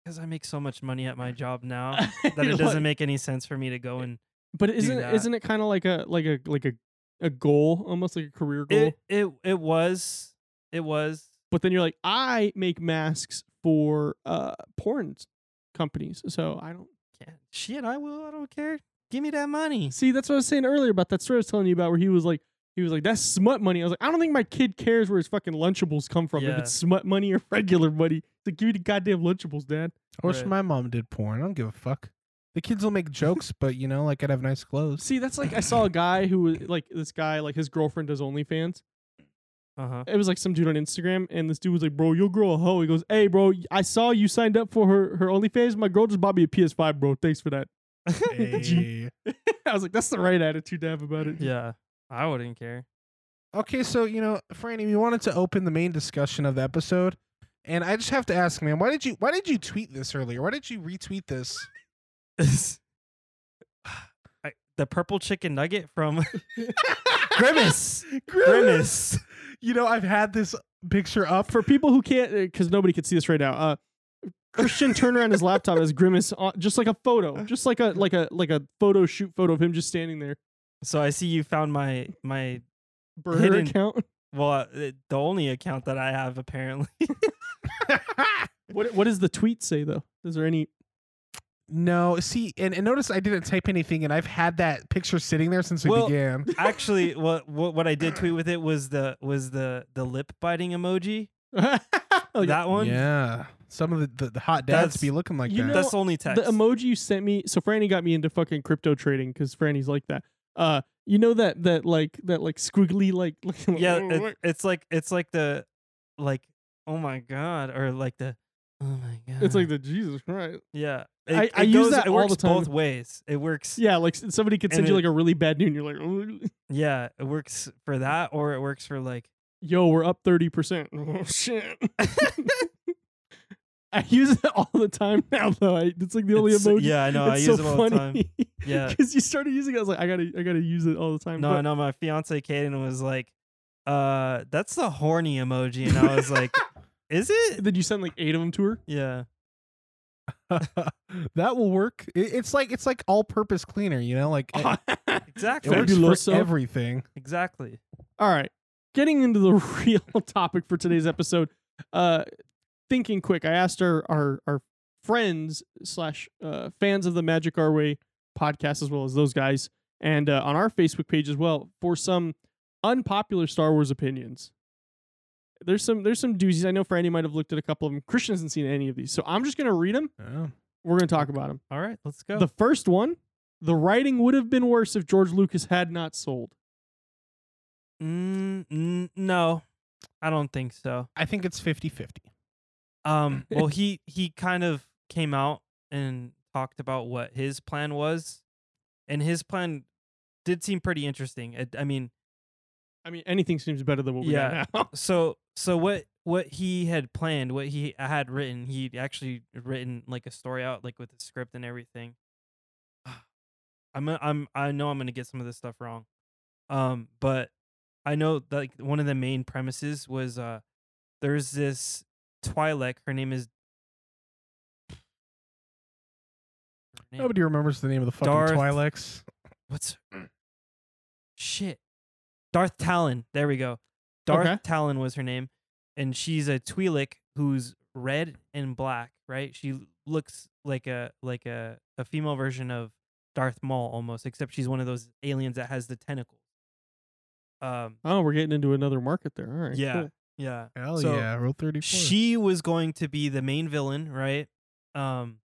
S4: 'cause I make so much money at my job now that it doesn't make any sense for me to go and
S2: But isn't
S4: that.
S2: isn't it kind of like a like a like a a goal, almost like a career goal?
S4: it it it was it was
S2: but then you're like, I make masks for uh porn s- companies, so I don't
S4: can't shit I will I don't care. Give me that money.
S2: see. That's what I was saying earlier about that story I was telling you about, where he was like. He was like, "That's smut money." I was like, "I don't think my kid cares where his fucking Lunchables come from.
S4: Yeah.
S2: If it's smut money or regular money, Like, give me the goddamn Lunchables, Dad.
S3: I wish
S4: Right.
S3: my mom did porn. I don't give a fuck. The kids will make jokes, but you know, like I'd have nice clothes.
S2: See, that's like I saw a guy who was like this guy, like his girlfriend does OnlyFans.
S4: Uh huh.
S2: It was like some dude on Instagram, and this dude was like, "Bro, your girl a hoe." He goes, "Hey, bro, I saw you signed up for her her OnlyFans. My girl just bought me a PS5, bro. Thanks for that."
S3: Hey.
S2: I was like, "That's the right attitude to have about it."
S4: Yeah. I wouldn't care.
S3: Okay, so you know, Franny, we wanted to open the main discussion of the episode, and I just have to ask, man, why did you why did you tweet this earlier? Why did you retweet this?
S4: I, the purple chicken nugget from Grimace.
S3: Grimace. You know, I've had this picture up
S2: For
S3: for
S2: people who can't, because nobody can see this right now, uh, Christian turned around his laptop as grimace, on, just like a photo, just like a like a like a photo shoot photo of him just standing there.
S4: So I see you found my my
S2: Burner
S4: Hidden.
S2: account.
S4: well uh, the only account that I have apparently.
S2: What what does the tweet say though? Is there any?
S3: no. See, and, and notice I didn't type anything, and I've had that picture sitting there since we
S4: Well-
S3: began.
S4: Actually, what, what what I did tweet with it was the was the the lip biting emoji.
S2: Oh, Like,
S4: that one.
S3: Yeah, some of the the, the hot dads
S4: That's-
S3: be looking like
S2: you
S3: that.
S2: know-
S4: That's the only text.
S2: The emoji you sent me. So Franny got me into fucking crypto trading because Franny's like that. Uh, you know that that like that like squiggly like, like
S4: yeah, it, it's like it's like the like oh my god or like the oh my god.
S2: it's like the Jesus Christ.
S4: yeah.
S2: I- I use that
S4: it
S2: all the
S4: works both
S2: time.
S4: ways. It works
S2: Yeah, like s- somebody could send
S4: And
S2: you
S4: it-
S2: like a really bad news. And you're like, "Ooh,
S4: yeah, it works for that or it works for like
S2: yo, we're up thirty percent. Oh shit. I use it all the time now though. I, it's like the only
S4: It's-
S2: emoji.
S4: Yeah, I know. I
S2: it's
S4: use
S2: so
S4: it all the time.
S2: funny.
S4: Yeah.
S2: because you started using it. I was like, I gotta, I gotta use it all the time.
S4: No,
S2: but-
S4: I know. My fiance Kaden was like, uh, that's the horny emoji. And I was like, is it?
S2: Did you send like eight of them to her?
S4: Yeah.
S3: that will work. It, it's like it's like all-purpose cleaner. You know, like it,
S2: Oh.
S3: it
S4: Exactly.
S3: works for
S2: Ah, Fabuloso.
S3: everything.
S4: Exactly.
S2: All right. Getting into the real topic for today's episode. Uh thinking quick, I asked our our, our friends slash uh, fans of the Magic Our Way podcast as well as those guys and uh, on our Facebook page as well for some unpopular Star Wars opinions. There's some there's some doozies. I know Franny might have looked at a couple of them. Christian hasn't seen any of these, so I'm just gonna read them.
S3: Oh.
S2: We're gonna talk about them.
S4: All right, let's go.
S2: The first one, the writing would have been worse if George Lucas had not sold.
S4: mm, n- no, I don't think so.
S3: I think it's 50-50.
S4: Um, well, he he kind of came out and talked about what his plan was, and his plan did seem pretty interesting. It, I mean,
S2: I mean, anything seems better than what we got
S4: Yeah.
S2: now.
S4: so so what what he had planned what he had written he actually written like a story out like with the script and everything i'm gonna- i'm i know i'm gonna get some of this stuff wrong um but i know that, like one of the main premises was uh there's this Twi'lek. her name is her name-
S3: Nobody remembers the name of the fucking
S4: Darth-
S3: Twi'leks.
S4: what's shit darth talon there we go darth
S2: Okay.
S4: talon was her name and she's a twi'lek who's red and black right she l- looks like a like a, a female version of darth maul almost except she's one of those aliens that has the tentacles um
S2: Oh, we're getting into another market there. All right.
S4: yeah
S2: cool.
S4: yeah
S3: Hell
S4: So,
S3: yeah, Rule 34.
S4: she was going to be the main villain, right? Um,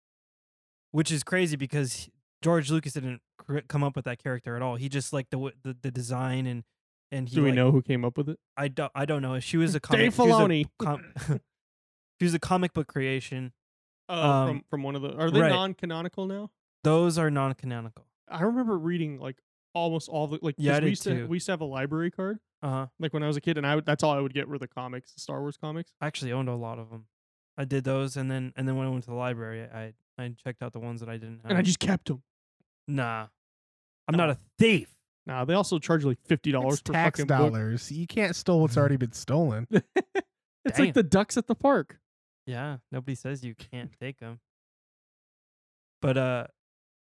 S4: which is crazy because George Lucas didn't cr- come up with that character at all. He just liked the w- the, the design and and he.
S2: Do we
S4: like-
S2: know who came up with it?
S4: I don't. I don't know. She was a comic.
S2: Dave
S4: she was a
S2: Filoni.
S4: com- she was a comic book creation.
S2: Oh,
S4: Um,
S2: from from one of the. Are they
S4: right.
S2: non-canonical now?
S4: Those are non-canonical.
S2: I remember reading like almost all the like. 'cause
S4: Yeah, I
S2: we
S4: did
S2: used to
S4: too.
S2: we used to have a library card
S4: Uh huh.
S2: like when I was a kid, and I would, that's all I would get were the comics, the Star Wars comics.
S4: I actually owned a lot of them. I did those, and then and then when I went to the library, I I checked out the ones that I didn't have.
S2: And I just kept them.
S4: nah. I'm not a thief.
S2: Nah, they also charge like fifty dollars
S3: It's
S2: per
S3: tax
S2: fucking book.
S3: dollars. You can't steal what's already been stolen.
S2: It's
S4: Damn.
S2: like the ducks at the park.
S4: Yeah, nobody says you can't take them. But uh,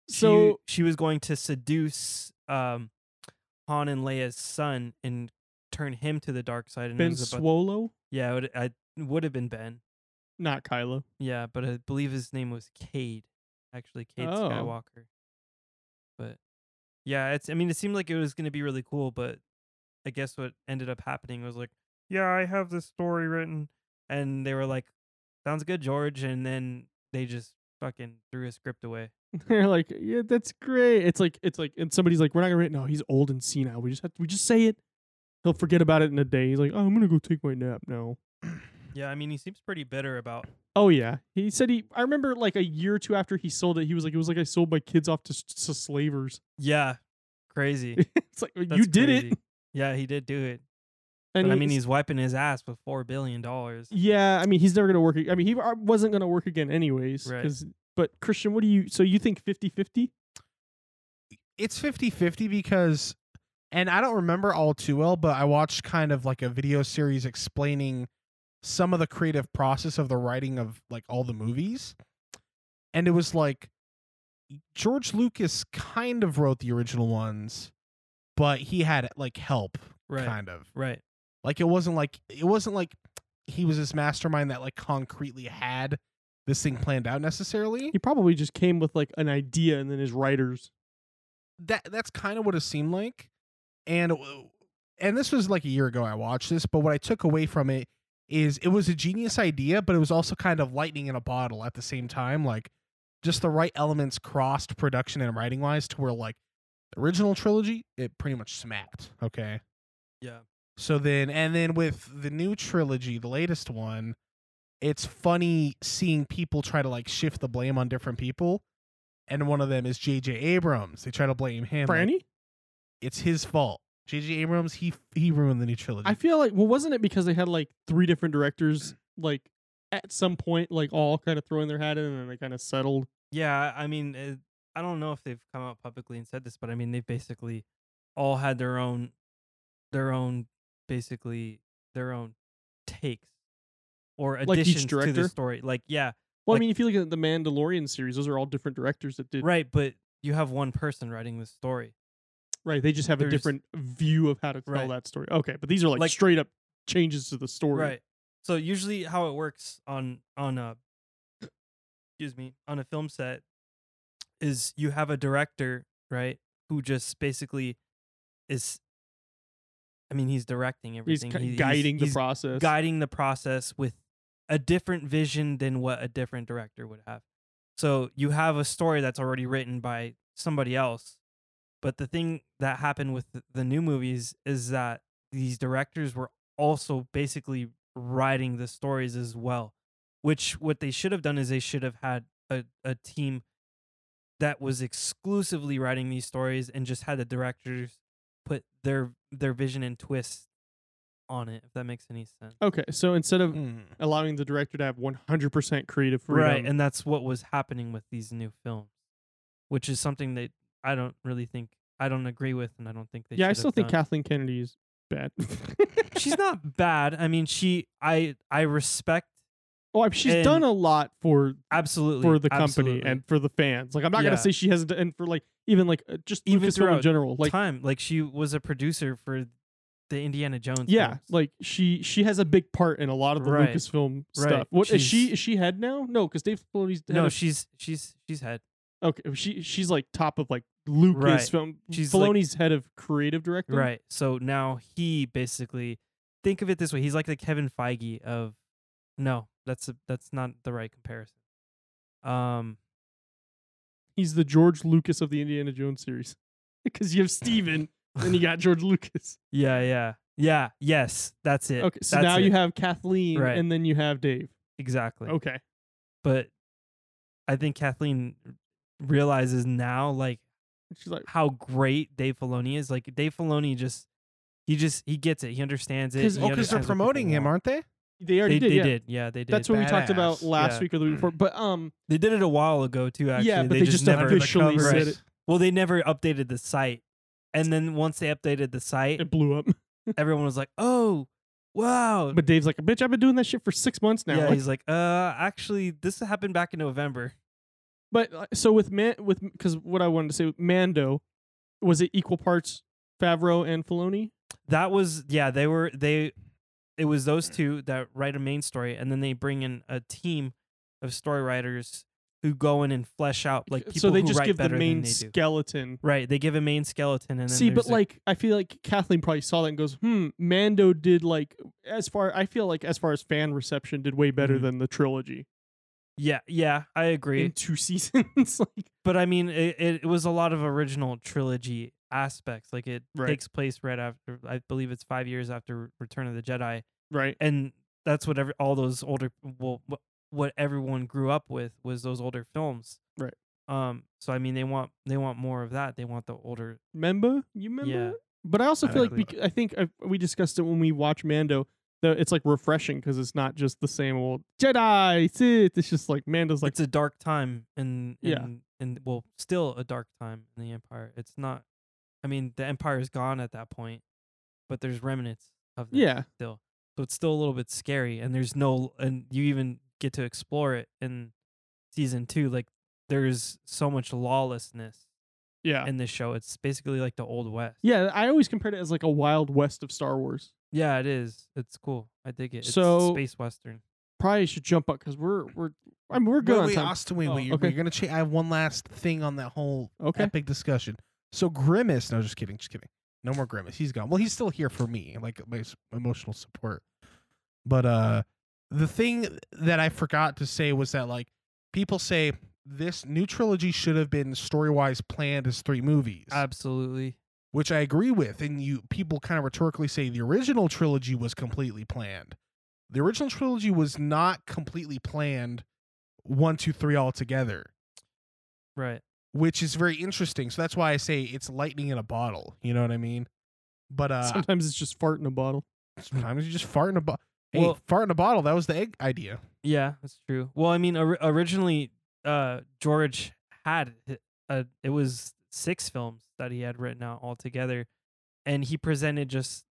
S2: So-
S4: so she, was going to seduce um Han and Leia's son and turn him to the dark side. And it
S2: Ben
S4: was about-
S2: Swolo,
S4: yeah, it would, I would have been Ben.
S2: not Kylo.
S4: Yeah, but I believe his name was Cade, actually Cade
S2: Oh.
S4: Skywalker. But yeah, it's. I mean, it seemed like it was going to be really cool, but I guess what ended up happening was like, yeah, I have this story written, and they were like, sounds good, George. And then they just fucking threw his script away.
S2: They're like, yeah, that's great. It's like it's like, and somebody's like, we're not gonna. Write. No, he's old and senile. We just have we just say it. He'll forget about it in a day. He's like, oh, I'm gonna go take my nap now.
S4: Yeah, I mean, he seems pretty bitter about.
S2: Oh yeah, he said he. I remember like a year or two after he sold it, he was like, it was like I sold my kids off to, s- to slavers.
S4: Yeah, crazy.
S2: it's like well, you
S4: That's
S2: did it.
S4: crazy. Yeah, he did do it.
S2: And
S4: But I
S2: he-
S4: mean, he's wiping his ass with four billion dollars.
S2: yeah. I mean, he's never gonna work. ag- I mean, he uh, wasn't gonna work again anyways.
S4: Right.
S2: 'cause- But Christian, what do you? So you think 50-50?
S3: it's 50-50 because and I don't remember all too well, but I watched kind of like a video series explaining some of the creative process of the writing of like all the movies. And it was like George Lucas kind of wrote the original ones, but he had like help
S4: Right.
S3: kind of.
S4: Right.
S3: Like it wasn't like it wasn't like he was this mastermind that like concretely had this thing planned out necessarily.
S2: He probably just came with like an idea, and then his writers.
S3: that that's kind of what it seemed like and and this was like a year ago i watched this but what i took away from it is it was a genius idea but it was also kind of lightning in a bottle at the same time like just the right elements crossed production and writing wise to where like the original trilogy it pretty much smacked okay
S4: Yeah.
S3: so then and then with the new trilogy the latest one it's funny seeing people try to like shift the blame on different people and one of them is jj abrams they try to blame him like,
S2: Franny.
S3: it's his fault. J.J. Abrams, he he ruined the new trilogy.
S2: I feel like well, wasn't it because they had like three different directors like at some point like all kind of throwing their hat in and then they kind of settled.
S4: Yeah. I mean, uh, I don't know if they've come out publicly and said this, but I mean, they've basically all had their own, their own, basically their own takes or
S2: Like each
S4: additions to
S2: director?
S4: the story. Like, yeah,
S2: Well, I
S4: Like-
S2: mean, if you look at the Mandalorian series, those are all different directors that did
S4: right. But you have one person writing the story.
S2: right, They just have a
S4: There's-
S2: different view of how to tell
S4: Right.
S2: that story. Okay, but these are like,
S4: Like-
S2: straight up changes to the story.
S4: Right. So usually how it works on on a excuse me, on a film set is you have a director, right, who just basically is I mean, he's directing
S2: He's
S4: everything.
S2: kind
S4: He-
S2: of guiding the
S4: he's
S2: process.
S4: guiding the process with a different vision than what a different director would have. So you have a story that's already written by somebody else. But the thing that happened with th- the new movies is that these directors were also basically writing the stories as well, which what they should have done is they should have had a, a team that was exclusively writing these stories and just had the directors put their their vision and twist on it if that makes any sense.
S2: Okay, so instead of
S3: Mm.
S2: allowing the director to have 100% creative freedom,
S4: right and that's what was happening with these new films which is something that i don't really think i don't agree with and i don't think they
S2: yeah, I
S4: should have
S2: still think
S4: done.
S2: Kathleen Kennedy is bad.
S4: she's not bad i mean she i i respect
S2: oh, I- she's
S4: and-
S2: done a lot for
S4: absolutely
S2: for the company
S4: absolutely.
S2: and for the fans. Like I'm not gonna
S4: Yeah.
S2: say she hasn't, done- and for like even like uh, just
S4: Even
S2: Lucasfilm in
S4: throughout
S2: general. Like
S4: time like she was a producer for the indiana jones
S2: yeah,
S4: films.
S2: like she she has a big part in a lot of the
S4: Right.
S2: Lucasfilm
S4: Right.
S2: stuff. What is she?
S4: She's-
S2: Is she head now? No, because Dave Filoni's head
S4: no
S2: of-
S4: she's she's she's head
S2: okay. She she's like top of like Lucasfilm.
S4: She's, like-
S2: Filoni's head of creative director.
S4: right so now he basically think of it this way he's like the kevin feige of no that's a, that's not the right comparison um
S2: He's the George Lucas of the Indiana Jones series. Because you have Steven, then you got George Lucas.
S4: Yeah, yeah, yeah. Yes, that's it.
S2: Okay, so
S4: That's
S2: now you
S4: it.
S2: have Kathleen,
S4: Right.
S2: and then you have Dave.
S4: exactly.
S2: Okay,
S4: But I think Kathleen r- realizes now, like
S2: she's like
S4: how great Dave Filoni is. Like Dave Filoni just, he just he gets it. He understands it.
S2: 'Cause-
S4: he
S3: Oh, because they're
S4: understands what people
S3: promoting him,
S4: want.
S3: aren't they?
S2: they
S4: they?
S2: already
S4: They
S2: did.
S4: did.
S2: yeah.
S4: Yeah, they did.
S2: That's what we talked about
S3: Badass.
S2: last
S4: Yeah. Mm.
S2: week or the week before. But um,
S4: they did it a while ago too. Actually,
S2: yeah, but they, just,
S4: never.
S2: officially
S4: covers.
S2: said
S4: Right.
S2: it.
S4: well, they never updated the site, and then once they updated the site,
S2: It blew up.
S4: everyone was like, "Oh, wow!"
S2: But Dave's like, "Bitch, I've been doing that shit for six months now."
S4: yeah, he's like, "Uh, actually, this happened back in November."
S2: but uh, so with Man, with because what I wanted to say with Mando, was it equal parts Favreau and Filoni?
S4: That was yeah, they were they it
S2: Mm.
S4: was those two that write a main story and then they bring in a team of story writers who go in and flesh out like people
S2: so they
S4: who
S2: just
S4: write
S2: give the
S4: better than
S2: main
S4: they do.
S2: skeleton.
S4: Right, they give a main skeleton and then
S2: See, but
S4: there's a-
S2: like I feel like Kathleen probably saw that and goes, "Hmm, Mando did like as far I feel like as far as fan reception did way better
S4: Mhm.
S2: than the trilogy
S4: yeah, yeah, I agree.
S2: in two seasons." like
S4: but I mean, it, it, it was a lot of original trilogy aspects. Like it
S2: Right.
S4: takes place right after, I believe it's five years after Return of the Jedi,
S2: right.
S4: and that's what every all those older well, wh- what everyone grew up with was those older films.
S2: Right.
S4: Um. So I mean, they want they want more of that. They want the older.
S2: Remember? You remember?
S4: Yeah.
S2: But I also
S3: I
S2: feel
S3: don't
S2: like bec- I think i we discussed it when we watch Mando. That it's like refreshing because it's not just the same old Jedi. Sith. It's just like Mando's like
S4: it's a dark time, and
S2: Yeah.
S4: and, and well, still a dark time in the Empire. It's not. I mean, the Empire is gone at that point, but there's remnants of that.
S2: yeah,
S4: still. So it's still a little bit scary and there's no and you even get to explore it in season 2 like there's so much lawlessness
S2: yeah,
S4: in this show. It's basically like the old west.
S2: yeah. I always compared it as like a Wild West of Star Wars.
S4: Yeah, it is. It's cool. I dig it. It's
S2: So-
S4: space western.
S2: Probably should jump up because we're we're I mean, we're good
S3: wait,
S2: on
S3: wait,
S2: time.
S3: Austin, wait,
S2: Oh,
S3: wait. You're,
S2: okay.
S3: you're gonna change. I have one last thing on that whole
S2: Okay.
S3: epic discussion. So grimace. No, just kidding. Just kidding. No more grimace. He's gone. Well, he's still here for me, like my s- emotional support. But uh, the thing that I forgot to say was that like people say this new trilogy should have been story wise planned as three movies
S4: Absolutely.
S3: which I agree with. And you people kind of rhetorically say the original trilogy was completely planned. The original trilogy was not completely planned one, two, three all together,
S4: Right.
S3: which is very interesting. So that's why I say it's lightning in a bottle. You know what I mean? But uh
S2: Sometimes it's just fart in a bottle.
S3: sometimes you just fart in a bottle. Hey,
S4: Well-
S3: fart in a bottle. That was the egg idea.
S4: Yeah, that's true. Well, I mean or- originally uh George had hi- uh it was six films that he had written out altogether and he presented just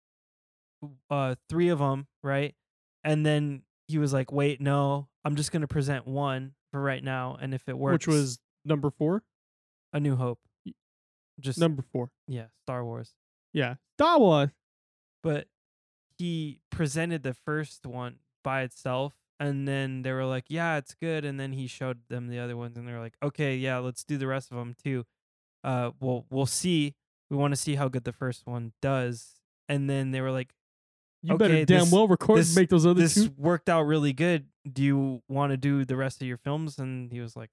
S4: uh three of them, right? And then he was like, "Wait, no. I'm just going to present one for right now and if it
S2: Which
S4: works
S2: was number four.
S4: A New Hope." Just
S2: Number four.
S4: yeah, Star Wars.
S2: Yeah. Star Wars.
S4: but he presented the first one by itself and then they were like yeah it's good and then he showed them the other ones and they're like okay yeah let's do the rest of them too uh we'll we'll see we want to see how good the first one does and then they were like
S2: You
S4: Okay,
S2: better damn
S4: this-
S2: well record
S4: this-
S2: and make those other
S4: this
S2: two.
S4: worked out really good do you want to do the rest of your films and he was like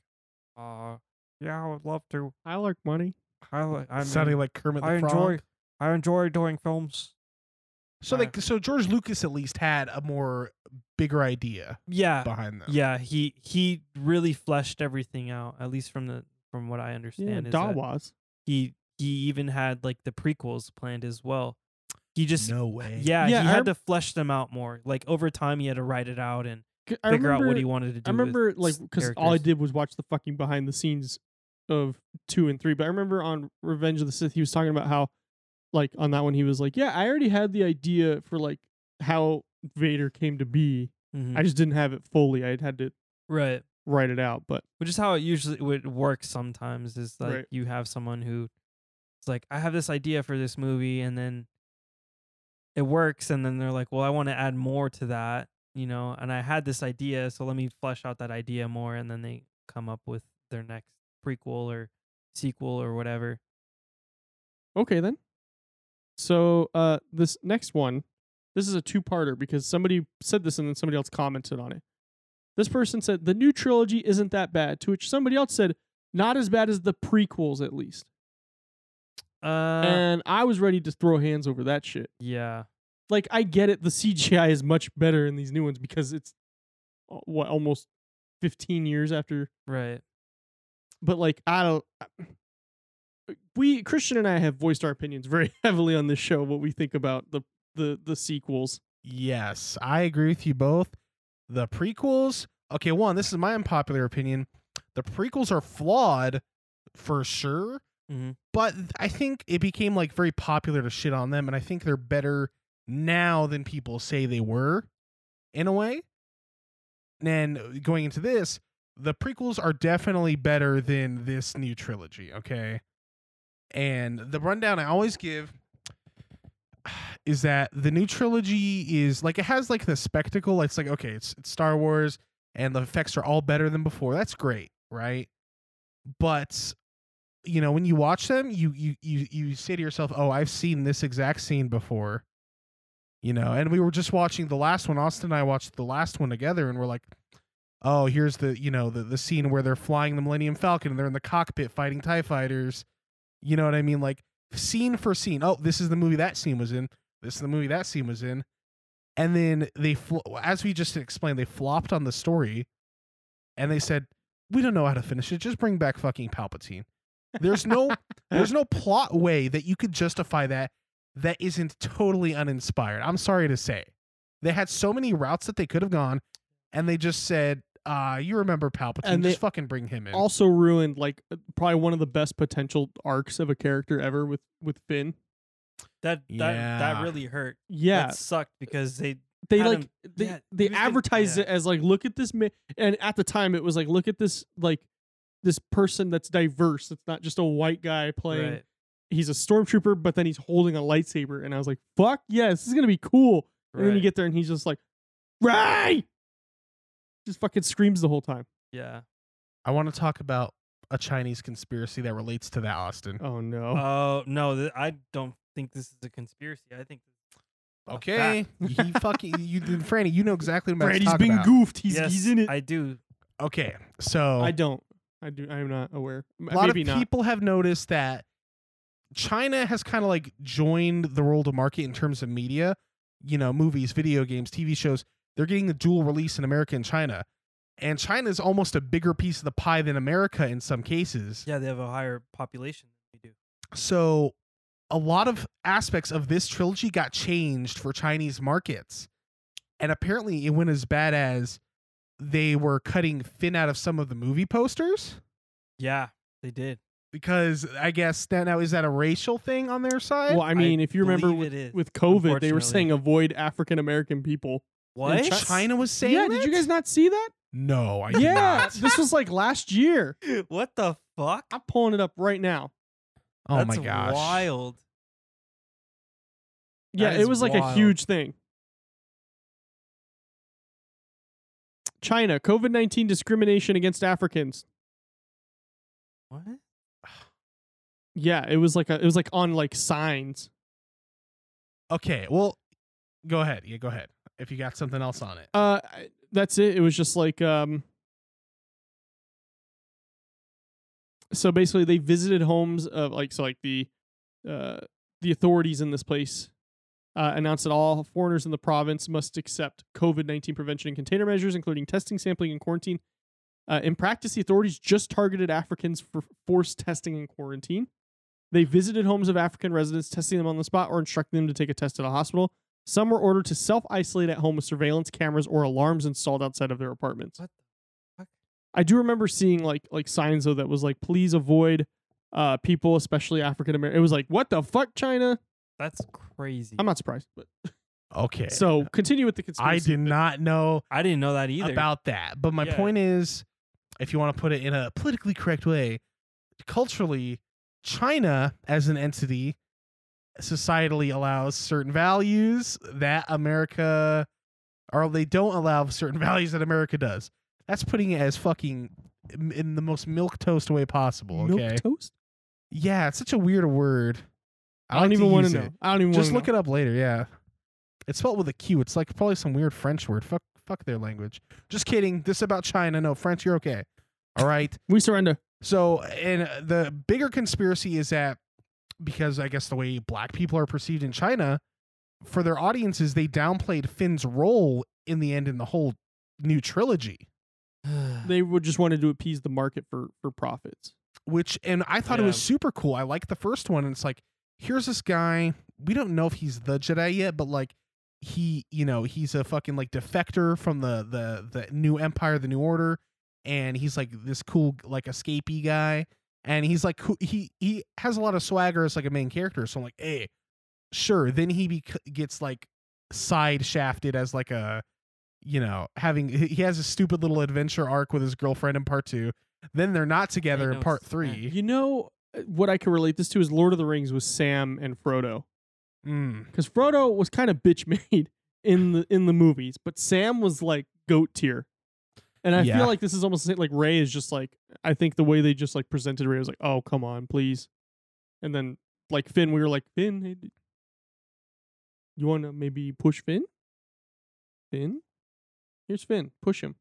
S4: uh yeah i would love to
S2: I like money.
S4: i like i,
S3: Sounding
S4: mean,
S3: like Kermit
S4: I
S3: the Frog.
S4: enjoy i enjoy doing films
S3: so
S4: uh,
S3: like so George Lucas at least had a more bigger idea
S4: yeah
S3: behind them.
S4: Yeah, he he really fleshed everything out. At least from the from what I
S2: Yeah,
S4: understand, is that
S2: Dawas.
S4: he he even had like the prequels planned as well. He just
S3: No way.
S4: yeah,
S2: Yeah,
S4: he
S2: I
S4: had
S2: rem-
S4: to flesh them out more. Like over time, he had to write it out and
S2: C- I
S4: figure out what
S2: remember-
S4: he wanted to
S2: I
S4: do.
S2: remember
S4: with
S2: like
S4: s-
S2: because all I
S4: characters.
S2: did was watch the fucking behind the scenes of two and three. But I remember on Revenge of the Sith, he was talking about how, like, on that one, he was like, "Yeah, I already had the idea for like how Vader came to be.
S4: Mhm.
S2: I just didn't have it fully. I had to
S4: right,
S2: write it out." But
S4: which is how it usually would work. Sometimes is like
S2: Right.
S4: you have someone who it's like I have this idea for this movie, and then it works, and then they're like, well, I want to add more to that, you know, and I had this idea, so let me flesh out that idea more, and then they come up with their next prequel or sequel or whatever.
S2: Okay then. So uh this next one, this is a two-parter because somebody said this and then somebody else commented on it. This person said the new trilogy isn't that bad, to which somebody else said not as bad as the prequels at least.
S4: Uh,
S2: and I was ready to throw hands over that shit.
S4: yeah,
S2: Like I get it, the CGI is much better in these new ones because it's uh, what almost 15 years after
S4: right.
S2: but like I don't. uh, We Christian and I have voiced our opinions very heavily on this show. What we think about the the the sequels.
S3: Yes, I agree with you both. The prequels, okay, one, this is my unpopular opinion. The prequels are flawed for sure,
S4: Mhm.
S3: but th- I think it became like very popular to shit on them, and I think they're better now than people say they were in a way. And uh, going into this, the prequels are definitely better than this new trilogy, okay? And the rundown I always give is that the new trilogy is like it has like the spectacle. It's like okay, it's, it's Star Wars, and the effects are all better than before. That's great. right? But you know, when you watch them, you you you you say to yourself, "Oh, I've seen this exact scene before." You know, and we were just watching the last one. Austin and I watched the last one together, and we're like, "Oh, here's the you know the the scene where they're flying the Millennium Falcon and they're in the cockpit fighting Tie fighters." You know what I mean? Like scene for scene. Oh, this is the movie that scene was in. This is the movie that scene was in. And then they, flo- as we just explained, they flopped on the story, and they said, "We don't know how to finish it. Just bring back fucking Palpatine." There's no, there's no plot way that you could justify that. That isn't totally uninspired. I'm sorry to say, they had so many routes that they could have gone, and they just said, "Ah, you remember Palpatine?
S2: And
S3: just
S2: they
S3: fucking bring him in."
S2: also ruined like uh, probably one of the best potential arcs of a character ever with with Finn.
S4: That that
S3: Yeah.
S4: that really hurt.
S2: Yeah,
S4: That sucked because they
S2: they
S4: had
S2: like
S4: him-
S2: they
S4: yeah,
S2: they
S4: he was gonna-
S2: advertised
S4: yeah.
S2: it as like look at this ma-, and at the time it was like look at this like this person that's diverse. It's not just a white guy playing.
S4: right,
S2: He's a stormtrooper, but then he's holding a lightsaber, and I was like, "Fuck yeah, this is gonna be cool." And then you
S4: right.
S2: get there, and he's just like, "Ray!" Just fucking screams the whole time.
S4: yeah.
S3: I want to talk about a Chinese conspiracy that relates to that, Austin.
S2: Oh no.
S4: Oh no, th- I don't think this is a conspiracy. I think
S2: Oh,
S3: Okay, he fucking you, Franny. You know exactly what I'm about to
S2: Brady's
S3: talk
S2: being
S3: about.
S2: goofed. He's,
S4: yes,
S2: he's in it.
S4: I do.
S3: Okay, so
S2: I don't. I do. I am not aware. M-
S3: a lot
S2: Maybe
S3: of
S2: not.
S3: people have noticed that China has kind of like joined the world market in terms of media, you know, movies, video games, TV shows. They're getting the dual release in America and China, and China is almost a bigger piece of the pie than America in some cases.
S4: Yeah, they have a higher population than we do.
S3: So a lot of aspects of this trilogy got changed for Chinese markets. And apparently it went as bad as they were cutting Finn out of some of the movie posters
S4: Yeah, they did.
S3: because I guess that now is that a racial thing on their side?
S2: Well, I mean, if you remember
S4: believe
S2: with,
S4: it is,
S2: with COVID, they were
S4: unfortunately.
S2: saying avoid African American people.
S4: What?
S2: Chi-
S3: China was saying
S2: yeah, did you guys not see that?
S3: No, I did
S2: Yeah,
S3: not.
S2: this was like last year.
S4: what the fuck?
S2: I'm pulling it up right now.
S3: Oh
S4: That's
S3: my gosh.
S4: Wild.
S2: Yeah,
S4: That
S2: it
S4: is
S2: was like a
S4: wild.
S2: huge thing. China, COVID 19 discrimination against Africans.
S4: What?
S2: Yeah, it was like a, it was like on like signs.
S3: Okay, well go ahead. Yeah, go ahead. If you got something else on it.
S2: Uh, I- that's it. It was just like um. So basically, they visited homes of like so like the, uh, the authorities in this place, uh, announced that all foreigners in the province must accept COVID nineteen prevention and container measures, including testing, sampling, and quarantine. Uh, in practice, the authorities just targeted Africans for forced testing and quarantine. They visited homes of African residents, testing them on the spot or instructing them to take a test at a hospital. Some were ordered to self isolate at home with surveillance cameras or alarms installed outside of their apartments.
S4: What the fuck?
S2: I do remember seeing like like signs though that was like please avoid uh people, especially African American. It was like what the fuck, China?
S4: That's crazy.
S2: I'm not surprised, but
S3: Okay.
S2: so continue with the
S3: I
S2: conspiracy.
S3: did not know
S4: I didn't know that either.
S3: about that. But my
S4: Yeah.
S3: point is, if you want to put it in a politically correct way, culturally, China as an entity societally allows certain values that America, or they don't allow certain values that America does. That's putting it as fucking in- in the most milk toast way possible. Okay.
S2: Milk toast?
S3: yeah, it's such a weird word.
S2: I, don't
S3: like
S2: even want
S3: use
S2: to
S3: it.
S2: know. I don't even want
S3: Just
S2: to
S3: look it up later. Yeah, it's spelled with a Q. It's like probably some weird French word. Fuck, fuck their language. Just kidding. This is about China. No French. You're okay. All right.
S2: We surrender.
S3: So, and uh, the bigger conspiracy is that because I guess the way black people are perceived in China, for their audiences, they downplayed Finn's role in the end in the whole new trilogy.
S2: They would just wanted to appease the market for for profits.
S3: which and I thought it
S4: Yeah.
S3: was super cool. I liked the first one, and it's like, here's this guy. We don't know if he's the Jedi yet, but like he, you know, he's a fucking like defector from the the the new Empire, the New Order, and he's like this cool like escapee guy, and he's like cool- he he has a lot of swagger as like a main character. So I'm like, hey, sure. Then he bec- gets like side shafted as like a you know having he he has a stupid little adventure arc with his girlfriend in part two then they're not together in
S4: no
S3: part
S4: sense.
S3: three
S2: You know uh, what I can relate this to is Lord of the Rings with Sam and Frodo.
S3: Mm.
S2: because Frodo was kind of bitch made in the in the movies, but Sam was like goat tier. And I
S3: Yeah.
S2: feel like this is almost the same- like Ray is just like I think the way they just like presented Ray was like, oh come on, please. And then like Finn, we were like Finn, hey, d- you want to maybe push Finn? Finn, here's Finn, push him.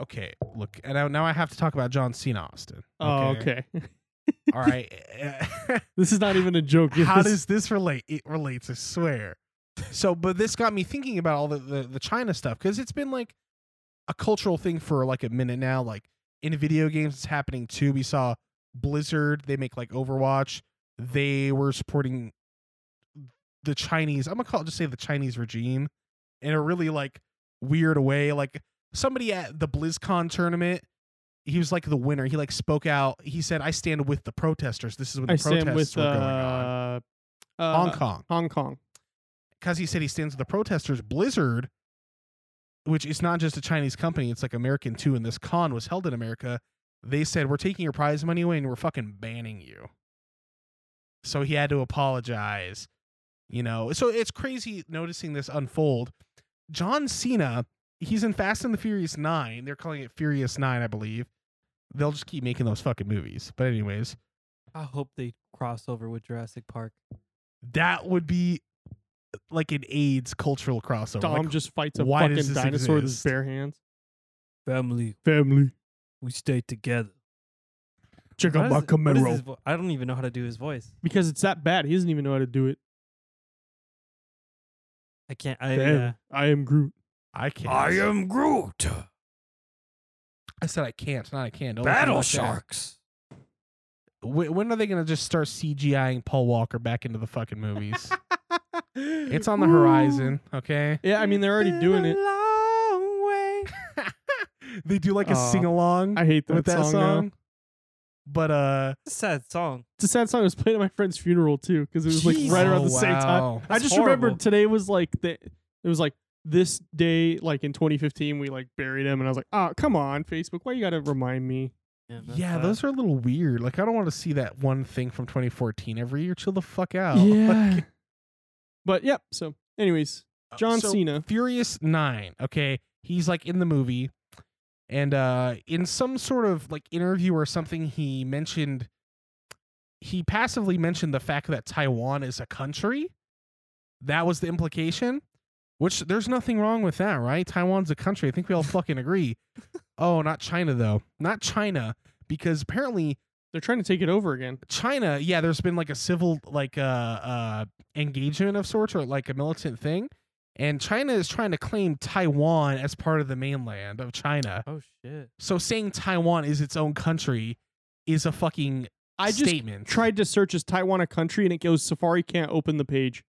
S3: Okay, look, and now- now I have to talk about John Cena Austin.
S2: Oh, okay.
S3: All right. eh,
S2: this is not even a joke.
S3: How
S2: This-
S3: does this relate? It relates, I swear. So, but this got me thinking about all the the, the China stuff because it's been like a cultural thing for like a minute now. Like in video games, it's happening too. We saw Blizzard; they make like Overwatch. They were supporting the Chinese. I'm gonna call it just say the Chinese regime in a really like weird way. Like somebody at the BlizzCon tournament. He was like the winner. He like spoke out. He said, "I stand with the protesters." This is when the
S2: I
S3: protests
S2: stand with
S3: were
S2: uh,
S3: going on.
S2: uh,
S3: Hong Kong.
S2: Hong Kong.
S3: Because he said he stands with the protesters, Blizzard, which is not just a Chinese company, it's like American too, and this con was held in America. They said, We're taking your prize money away and we're fucking banning you. So he had to apologize. You know, so it's crazy noticing this unfold. John Cena, he's in Fast and the Furious 9. They're calling it Furious 9, I believe. They'll just keep making those fucking movies. But, anyways,
S4: I hope they cross over with Jurassic Park.
S3: that would be like an AIDS cultural crossover.
S2: Dom
S3: Like,
S2: just fights a
S3: why does
S2: fucking
S3: this
S2: dinosaur with his
S3: exist?
S2: bare hands.
S4: Family,
S2: Family,
S4: we stay together.
S2: check
S4: How
S2: out my
S4: does- what is
S2: Camaro.
S4: his vo- I don't even know how to do his voice.
S2: because it's that bad. He doesn't even know how to do it.
S4: I can't. I,
S2: Damn,
S4: yeah.
S2: I am Groot.
S3: I can't.
S4: am Groot.
S3: I said I can't, not I can. Don't listen to that. Wh- When are they gonna just start CGIing Paul Walker back into the fucking movies? it's on the horizon, okay?
S2: Yeah, I mean they're already doing it.
S3: Long way. they do like a
S2: Aw,
S3: sing along
S2: I hate that,
S3: with that
S2: song.
S3: song.
S2: now.
S3: But uh,
S4: It's a sad song.
S2: It's a sad song. It was played at my friend's funeral too, because it was like right around
S3: oh,
S2: the same time.
S3: wow.
S2: I
S4: That's
S2: just
S4: horrible.
S2: remembered today was like the, it was like this day like in 2015 we like buried him and I was like, oh come on Facebook, why you gotta remind me?
S4: that's
S3: Yeah,
S4: sad.
S3: those are a little weird. Like I don't want to see that one thing from 2014 every year. Chill the fuck out. Like,
S2: but yep. So, anyways, John
S3: Uh, so-
S2: Cena.
S3: Furious Nine. Okay, he's like in the movie, and uh, in some sort of like interview or something, he mentioned he passively mentioned the fact that Taiwan is a country. That was the implication. Which there's nothing wrong with that, right? Taiwan's a country. I think we all fucking agree. oh, not China though. Not China because apparently
S2: They're trying to take it over again.
S3: China, yeah, there's been like a civil like uh uh engagement of sorts or like a militant thing. And China is trying to claim Taiwan as part of the mainland of China.
S4: Oh shit.
S3: So saying Taiwan is its own country is a fucking
S2: I just
S3: statement.
S2: tried to search as Taiwan a country and it goes Safari can't open the page.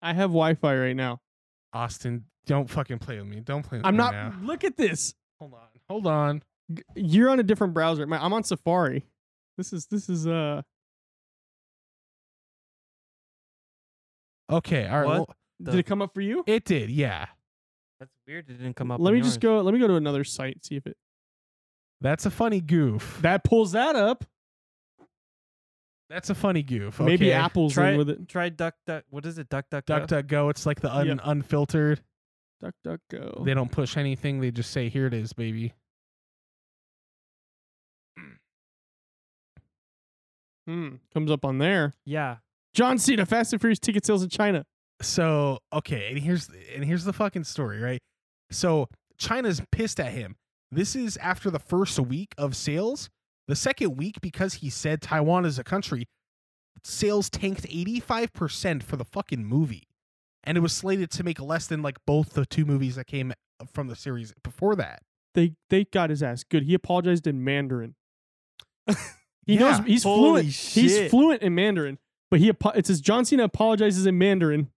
S2: I have Wi-Fi right now.
S3: Austin, don't fucking play with me. Don't play with
S2: I'm
S3: me.
S2: not.
S3: now.
S2: Look at this.
S3: Hold on. Hold on.
S2: G- You're on a different browser. My- I'm on Safari. This is this is uh.
S3: Okay. All right.
S4: What?
S3: well,
S4: The-
S2: Did it come up for you?
S3: it did. Yeah.
S4: That's weird. It didn't come up.
S2: Let
S4: on
S2: me just go.
S4: yours.
S2: Let me go to another site. See if it
S3: That's a funny goof.
S2: that pulls that up.
S3: That's a funny goof.
S2: Maybe
S3: okay.
S2: Apple's
S4: Try
S2: in
S4: it.
S2: with it.
S4: Try duck duck. What is it? Duck duck.
S3: Duck, duck, go. It's like the un-
S2: Yep.
S3: unfiltered.
S2: Duck, duck, go.
S3: They don't push anything. They just say, "Here it is, baby."
S2: Hmm. Comes up on there.
S4: Yeah.
S2: John Cena, Fast and Furious ticket sales in China.
S3: So okay, and here's and here's the fucking story, right? So China's pissed at him. This is after the first week of sales. The second week, because he said Taiwan is a country, sales tanked 85% for the fucking movie. And it was slated to make less than like both the two movies that came from the series before that.
S2: They they got his ass good. He apologized in Mandarin. He knows
S3: Yeah.
S2: he's
S4: Holy
S2: fluent.
S4: shit.
S2: He's fluent in Mandarin, but he apo- it says John Cena apologizes in Mandarin.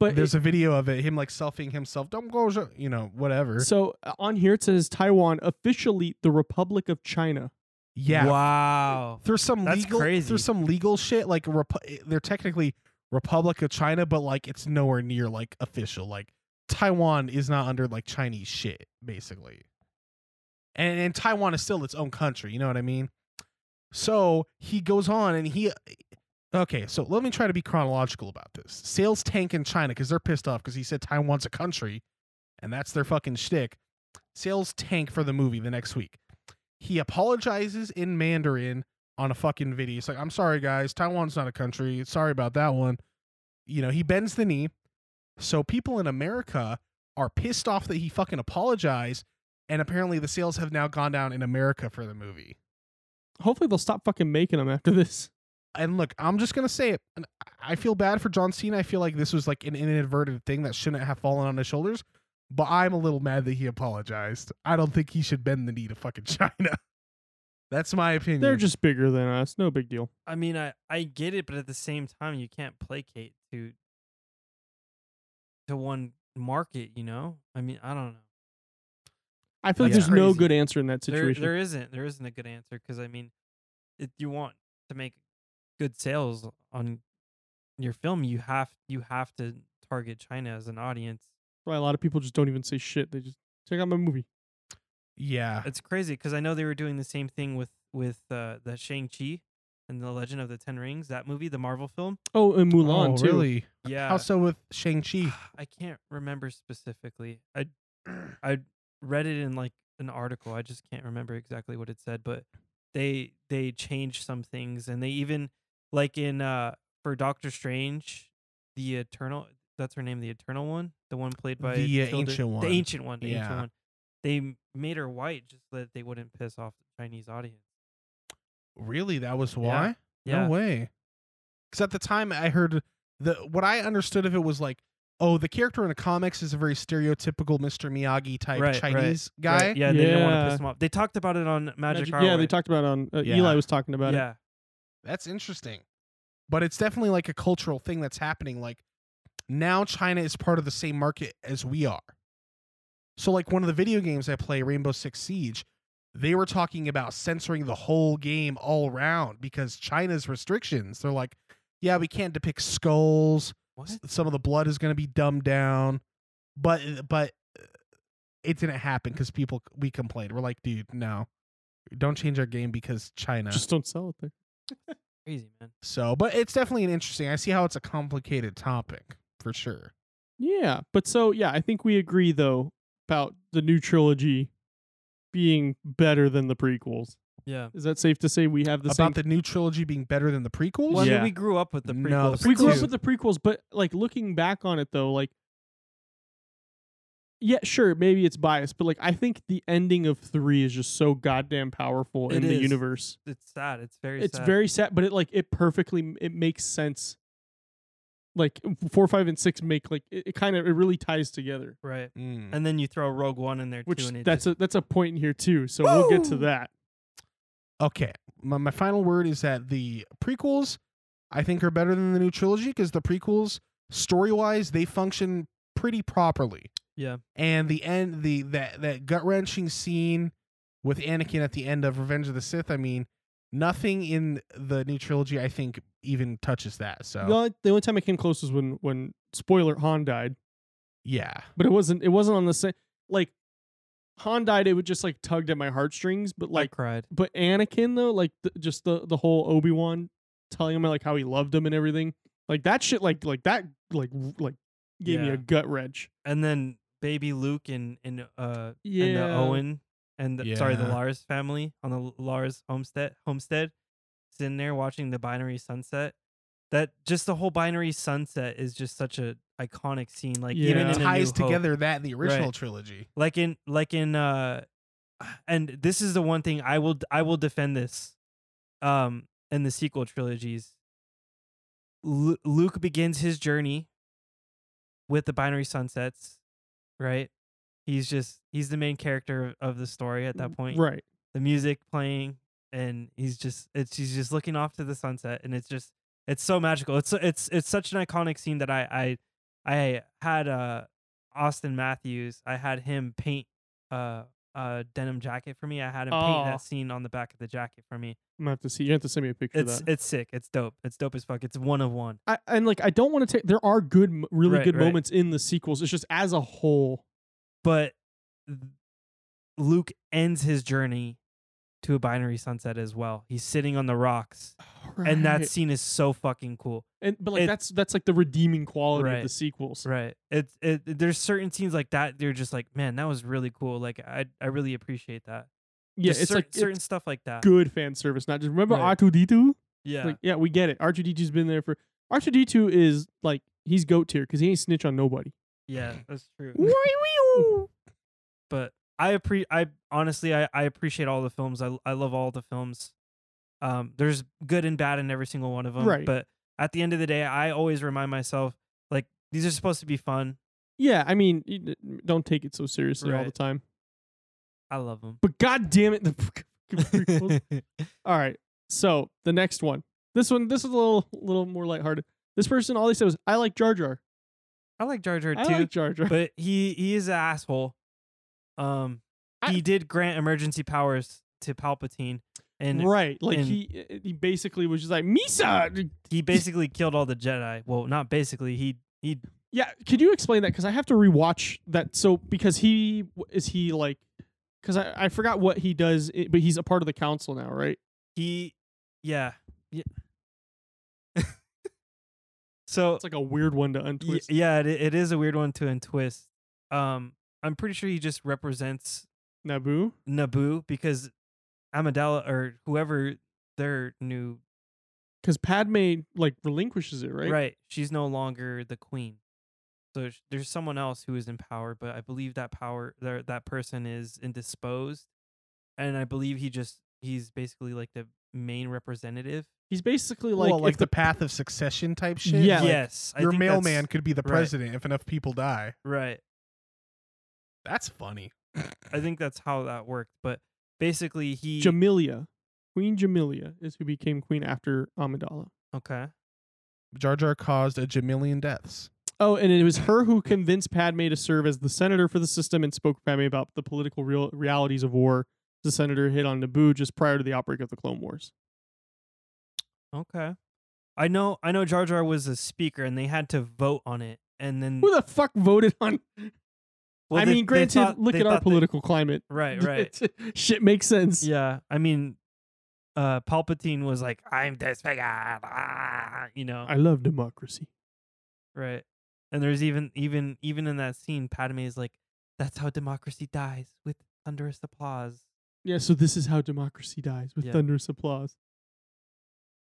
S2: But
S3: There's a video of it, him like selfing himself, don't go, you know, whatever.
S2: so uh, on here it says Taiwan officially the Republic of China.
S3: Yeah.
S4: Wow.
S3: there's some
S4: That's
S3: legal
S4: crazy.
S3: there's some legal shit like Repu- they're technically Republic of China but like it's nowhere near like official like Taiwan is not under like Chinese shit basically and and Taiwan is still its own country you know what I mean so he goes on and he okay so let me try to be chronological about this sales tank in China because they're pissed off because he said Taiwan's a country and that's their fucking shtick Sales tank for the movie the next week. He apologizes in Mandarin on a fucking video. He's like, I'm sorry, guys. Taiwan's not a country. Sorry about that one. You know, he bends the knee. So people in America are pissed off that he fucking apologized. And apparently the sales have now gone down in America for the movie.
S2: Hopefully they'll stop fucking making them after this.
S3: and look, I'm just gonna say it. and I- I feel bad for John Cena. I feel like this was like an inadvertent thing that shouldn't have fallen on his shoulders. But I'm a little mad that he apologized. I don't think he should bend the knee to fucking China. That's my opinion.
S2: They're just bigger than us. No big deal.
S4: I mean, I I get it, but at the same time, you can't placate to to one market. You know, I mean, I don't know.
S2: I feel like
S3: That's
S2: there's no
S4: crazy.
S2: good answer in that
S4: There,
S2: situation.
S4: there isn't there isn't a good answer because I mean, if you want to make good sales on your film, you have you have to target China as an audience.
S2: Why a lot of people just don't even say shit. They just check out my movie.
S3: yeah,
S4: It's crazy because I know they were doing the same thing with with uh, the Shang Chi and the Legend of the Ten Rings that movie, the Marvel film.
S2: Oh, and Mulan
S3: oh,
S2: too.
S3: really?
S4: Yeah,
S3: How so with Shang Chi?
S4: I can't remember specifically. I I read it in like an article. I just can't remember exactly what it said, but they they changed some things and they even like in uh for Doctor Strange, the Eternal that's her name, the Eternal one, the one played by
S3: The, uh,
S4: Tilda-
S3: ancient one.
S4: The ancient one, the ancient
S3: Yeah.
S4: one. They m- made her white just so that they wouldn't piss off the Chinese audience.
S3: Really? That was
S4: Yeah.
S3: why?
S4: Yeah.
S3: No way. Because at the time, I heard the what I understood of it was like, oh, the character in the comics is a very stereotypical Mr. Miyagi type
S4: Right, right,
S3: Chinese guy.
S4: Right, yeah, they didn't want to
S2: Yeah.
S4: piss them off. They talked about it on Magic, Hour.
S2: yeah, they talked about it on. Uh,
S3: Yeah.
S2: Eli was talking about it.
S4: Yeah.
S3: That's interesting. But it's definitely like a cultural thing that's happening. Like now China is part of the same market as we are. So like one of the video games I play, Rainbow Six Siege, they were talking about censoring the whole game all round because China's restrictions. They're like, yeah, we can't depict skulls.
S4: What?
S3: S- Some of the blood is going to be dumbed down. But but uh, it didn't happen because people we complained. We're like, dude, no, don't change our game because China.
S2: Just don't sell it there.
S4: Crazy, man.
S3: So, but it's definitely an interesting. I see how it's a complicated topic for sure.
S2: Yeah, but so yeah, I think we agree though about the new trilogy being better than the prequels.
S4: Yeah.
S2: Is that safe to say we have the same?
S3: About the new trilogy being better than the prequels.
S4: Well, I mean,
S2: Yeah.
S4: we grew up with the prequels.
S3: No, the
S2: we grew up
S3: prequels-
S2: with the prequels, but like looking back on it though, like yeah, sure, maybe it's biased, but like I think the ending of three is just so goddamn powerful
S4: It
S2: in the
S4: is.
S2: universe.
S4: it's sad. It's very
S2: it's
S4: sad.
S2: very sad, but it like it perfectly it makes sense. Like four, five, and six make like it, it kind of it really ties together.
S4: right.
S3: Mm.
S4: And then you throw Rogue One in there
S2: Which
S4: too, and it
S2: that's
S4: just,
S2: a that's a point in here too. So we'll get to
S4: Woo!
S2: that.
S3: Okay, my, my final word is that the prequels, I think, are better than the new trilogy because the prequels, story wise, they function pretty properly.
S4: yeah.
S3: And the end, the that that gut wrenching scene with Anakin at the end of Revenge of the Sith. I mean, nothing in the new trilogy, I think, even touches that. So
S2: The, only, the only time I came close was when when spoiler Han died,
S3: yeah,
S2: but it wasn't it wasn't on the same like Han died. It would just like tugged at my heartstrings, but
S4: I
S2: like
S4: cried.
S2: but Anakin though, like th- just the the whole Obi Wan telling him like how he loved him and everything, like that shit, like like that like w- like gave me
S4: Yeah.
S2: a gut wrench.
S4: And then baby Luke and and uh and the
S2: Yeah.
S4: Owen and the, sorry the
S3: Yeah.
S4: Lars family on the L- Lars homestead homestead sitting there watching the binary sunset. That just the whole binary sunset is just such a iconic scene. Like even
S2: Yeah.
S4: in
S3: it
S4: A New
S3: ties
S4: Hope.
S3: together that and the original
S4: Right.
S3: trilogy.
S4: like in like in uh and this is the one thing i will i will defend this um in the sequel trilogies Lu luke begins his journey with the binary sunsets right he's just he's the main character of the story at that point
S2: Right.
S4: the music playing and he's just it's he's just looking off to the sunset and it's just it's so magical it's so- it's it's such an iconic scene that i i i had uh austin matthews i had him paint uh a denim jacket for me i had him paint
S2: Aw.
S4: that scene on the back of the jacket for me
S2: I'm gonna have to see. You have to send me a picture
S4: it's
S2: of that.
S4: it's sick it's dope it's dope as fuck it's one of one
S2: I, and like, I don't want to take. There are good, m- really
S4: Right,
S2: good
S4: right.
S2: moments in the sequels. It's just as a whole.
S4: but th- luke ends his journey to a binary sunset as well he's sitting on the rocks
S2: Right.
S4: and that scene is so fucking cool.
S2: and but like
S4: it-
S2: that's that's like the redeeming quality of the
S4: Right.
S2: sequels.
S4: Right. It, it there's certain scenes like that they're just like, man, that was really cool. Like I I really appreciate that.
S2: Yeah,
S4: Just
S2: it's
S4: cer-
S2: like
S4: certain
S2: it's
S4: stuff like that.
S2: good fan service, not just remember
S4: Right.
S2: R2 D2.
S4: Yeah.
S2: Like yeah, we get it. R2 D2's been there for R2 D2 is like he's goat tier because he ain't snitch on nobody.
S4: yeah, that's true. but I appre- I honestly I, I appreciate all the films. I I love all the films. Um, there's good and bad in every single one of them.
S2: Right.
S4: But at the end of the day, I always remind myself like these are supposed to be fun.
S2: Yeah, I mean, y- n- don't take it so seriously all the
S4: Right.
S2: time.
S4: I love them.
S2: But god damn it, the fucking prequels. All right. So the next one. This one. This is a little little more lighthearted. This person, all they said was, "I like Jar Jar.
S4: I like Jar Jar
S2: I
S4: too,
S2: like Jar Jar."
S4: but he he is an asshole. Um,
S2: I-
S4: he did grant emergency powers to Palpatine, and
S2: right. Like
S4: and-
S2: he uh, he basically was just like Misa.
S4: he basically killed all the Jedi. Well, not basically. He he
S2: Yeah. Could you explain that? Because I have to rewatch that. So because he is he like. Because I, I forgot what he does, i- but he's a part of the council now, right?
S4: he yeah yeah. so
S2: It's like a weird one to
S4: Y-
S2: untwist.
S4: yeah, it, i- it is a weird one to untwist. Um, I'm pretty sure he just represents
S2: Naboo.
S4: Naboo because Amidala or whoever their new
S2: Because Padme like relinquishes it, right?
S4: right. she's no longer the queen. So sh- there's someone else who is in power, but I believe that power there that person is indisposed, and I believe he just he's basically like the main representative.
S2: He's basically like
S3: Like, well, like
S2: if
S3: the path of succession type shit.
S2: Yeah.
S3: Like,
S4: yes, I
S3: your
S4: think that's-
S3: mailman could be the
S4: right.
S3: president if enough people die.
S4: right.
S3: That's funny.
S4: I think that's how that worked. But basically, he
S2: Jamilia, Queen Jamilia is who became queen after Amidala.
S4: okay.
S3: Jar Jar caused a jamillion deaths.
S2: Oh, and it was her who convinced Padme to serve as the senator for the system and spoke to Padme about the political real- realities of war. The senator hit on Naboo just prior to the outbreak of the Clone Wars.
S4: Okay. I know I know Jar Jar was a speaker and they had to vote on it and then
S2: Who the fuck voted on?
S4: Hmm. well,
S2: I
S4: they-
S2: mean,
S4: they
S2: granted,
S4: thought-
S2: look
S4: they
S2: at our
S4: thought that-
S2: political climate.
S4: right, right.
S2: Shit makes sense.
S4: yeah. I mean uh Palpatine was like, I'm disfigured. Ah, you know.
S2: I love democracy.
S4: right. And there's even even even in that scene, Padme is like, That's how democracy dies with thunderous applause.
S2: Yeah, so this is how democracy dies with
S4: Yeah.
S2: thunderous applause.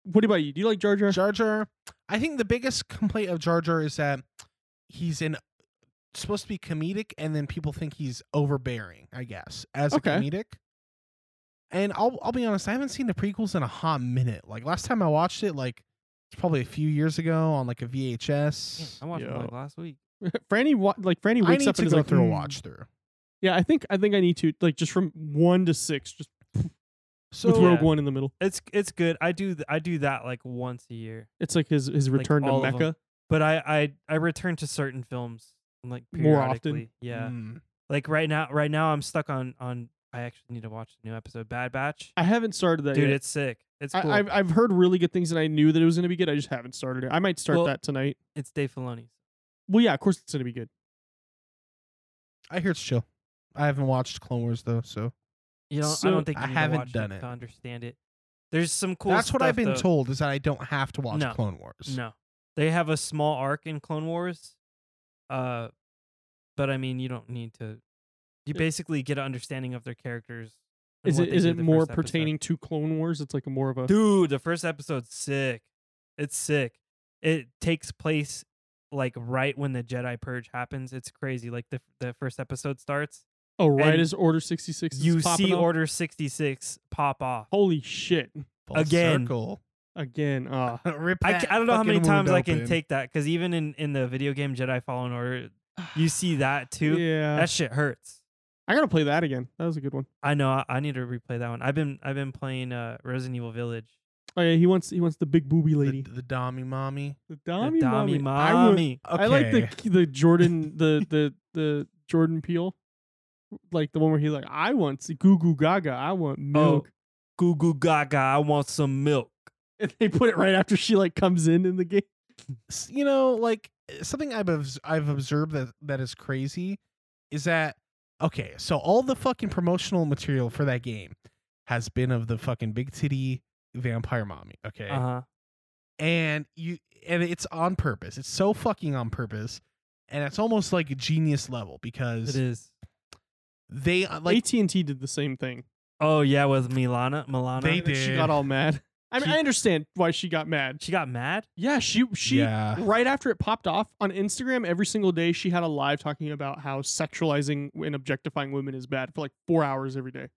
S2: What about you? Do you like Jar Jar?
S3: Jar Jar, I think the biggest complaint of Jar Jar is that he's in supposed to be comedic, and then people think he's overbearing. I guess as
S2: Okay.
S3: a comedic. And I'll I'll be honest, I haven't seen the prequels in a hot minute. Like last time I watched it, like it's probably a few years ago on like a
S4: Man,
S3: VHS.
S4: I watched it like
S2: Yo.
S4: last week.
S2: Franny, wa- like Franny
S3: I
S2: wakes
S3: need
S2: up
S3: to
S2: and is
S3: go
S2: like,
S3: through a
S2: "Hmm."
S3: watch through.
S2: Yeah, I think I think I need to like just from one to six, just
S3: So
S2: with Rogue
S4: Oh, Yeah.
S2: One in the middle.
S4: It's it's good. I do th- I do that like once a year.
S2: It's like his his return
S4: all
S2: to
S4: of 'em.
S2: Mecca.
S4: But I I I return to certain films like
S2: More often.
S4: periodically. Yeah.
S3: Mm.
S4: like right now right now i'm stuck on on i actually need to watch the new episode bad batch
S2: I haven't started that
S4: dude
S2: yet.
S4: it's sick it's
S2: I,
S4: cool
S2: I've I've heard really good things, and I knew that it was going to be good. I just haven't started it. I might start
S4: Well-
S2: that tonight.
S4: it's dave filoni's
S2: Well, yeah, of course it's going to be good.
S3: I hear it's chill. I haven't watched Clone Wars though, so
S4: you know i
S2: So-
S4: don't think you
S3: I
S4: need
S3: haven't
S4: to watch
S3: done
S4: it,
S3: it.
S4: to understand it there's some cool
S3: that's what I've
S4: stuff,
S3: been
S4: though.
S3: told is that I don't have to watch
S4: No.
S3: Clone Wars.
S4: no they have a small arc in clone wars uh but i mean you don't need to you
S2: Yeah.
S4: basically get an understanding of their characters and
S2: Is
S4: what
S2: it
S4: they
S2: is
S4: did
S2: it
S4: the
S2: more
S4: first episode.
S2: pertaining to Clone Wars? It's like a more of a
S4: dude the first episode's sick it's sick it takes place like right when the jedi purge happens it's crazy like the, the first episode starts
S2: oh right
S4: and
S2: as Order sixty six.
S4: you see
S2: off.
S4: order 66 pop off
S2: Holy shit!
S3: Full
S4: Again.
S3: circle.
S2: Again, uh,
S3: Rip
S4: I,
S3: that
S4: ca- I don't know how many
S3: fucking
S4: times
S3: wound
S4: i can
S3: open.
S4: take that because even in, in the video game jedi fallen order you see that too
S2: yeah,
S4: that shit hurts
S2: I gotta play that again. That was a good one.
S4: i know I, I need to replay that one i've been i've been playing uh resident evil village
S2: Oh yeah, he wants he wants the big booby lady,
S3: the, the Dommy Mommy.
S2: the,
S4: The
S2: Dami mommy.
S4: Dami
S2: I would-
S4: Mommy.
S3: Okay.
S2: I like the the Jordan the the the Jordan Peele, like the one where he like I want s- goo goo gaga I
S3: Oh.
S2: want milk,
S4: goo goo gaga i want some milk
S2: and they put it right after she like comes in in the game.
S3: s- you know, like uh, something I've obs- I've observed that that is crazy is that okay, so all the fucking promotional material for that game has been of the fucking big titty vampire mommy. Okay.
S4: Uh huh.
S3: and you and it's on purpose. It's so fucking on purpose, and it's almost like a genius level
S4: It
S3: because
S4: is.
S3: they uh, like
S2: AT and T did the same thing.
S4: Oh yeah, with Milana. Milana.
S3: They
S2: And then She
S3: did.
S2: got all mad. I mean,
S3: She-
S2: I understand why she got mad.
S4: She got mad.
S2: Yeah, she she
S3: Yeah.
S2: right after it popped off on Instagram every single day she had a live talking about how sexualizing and objectifying women is bad for like 4 hours every day.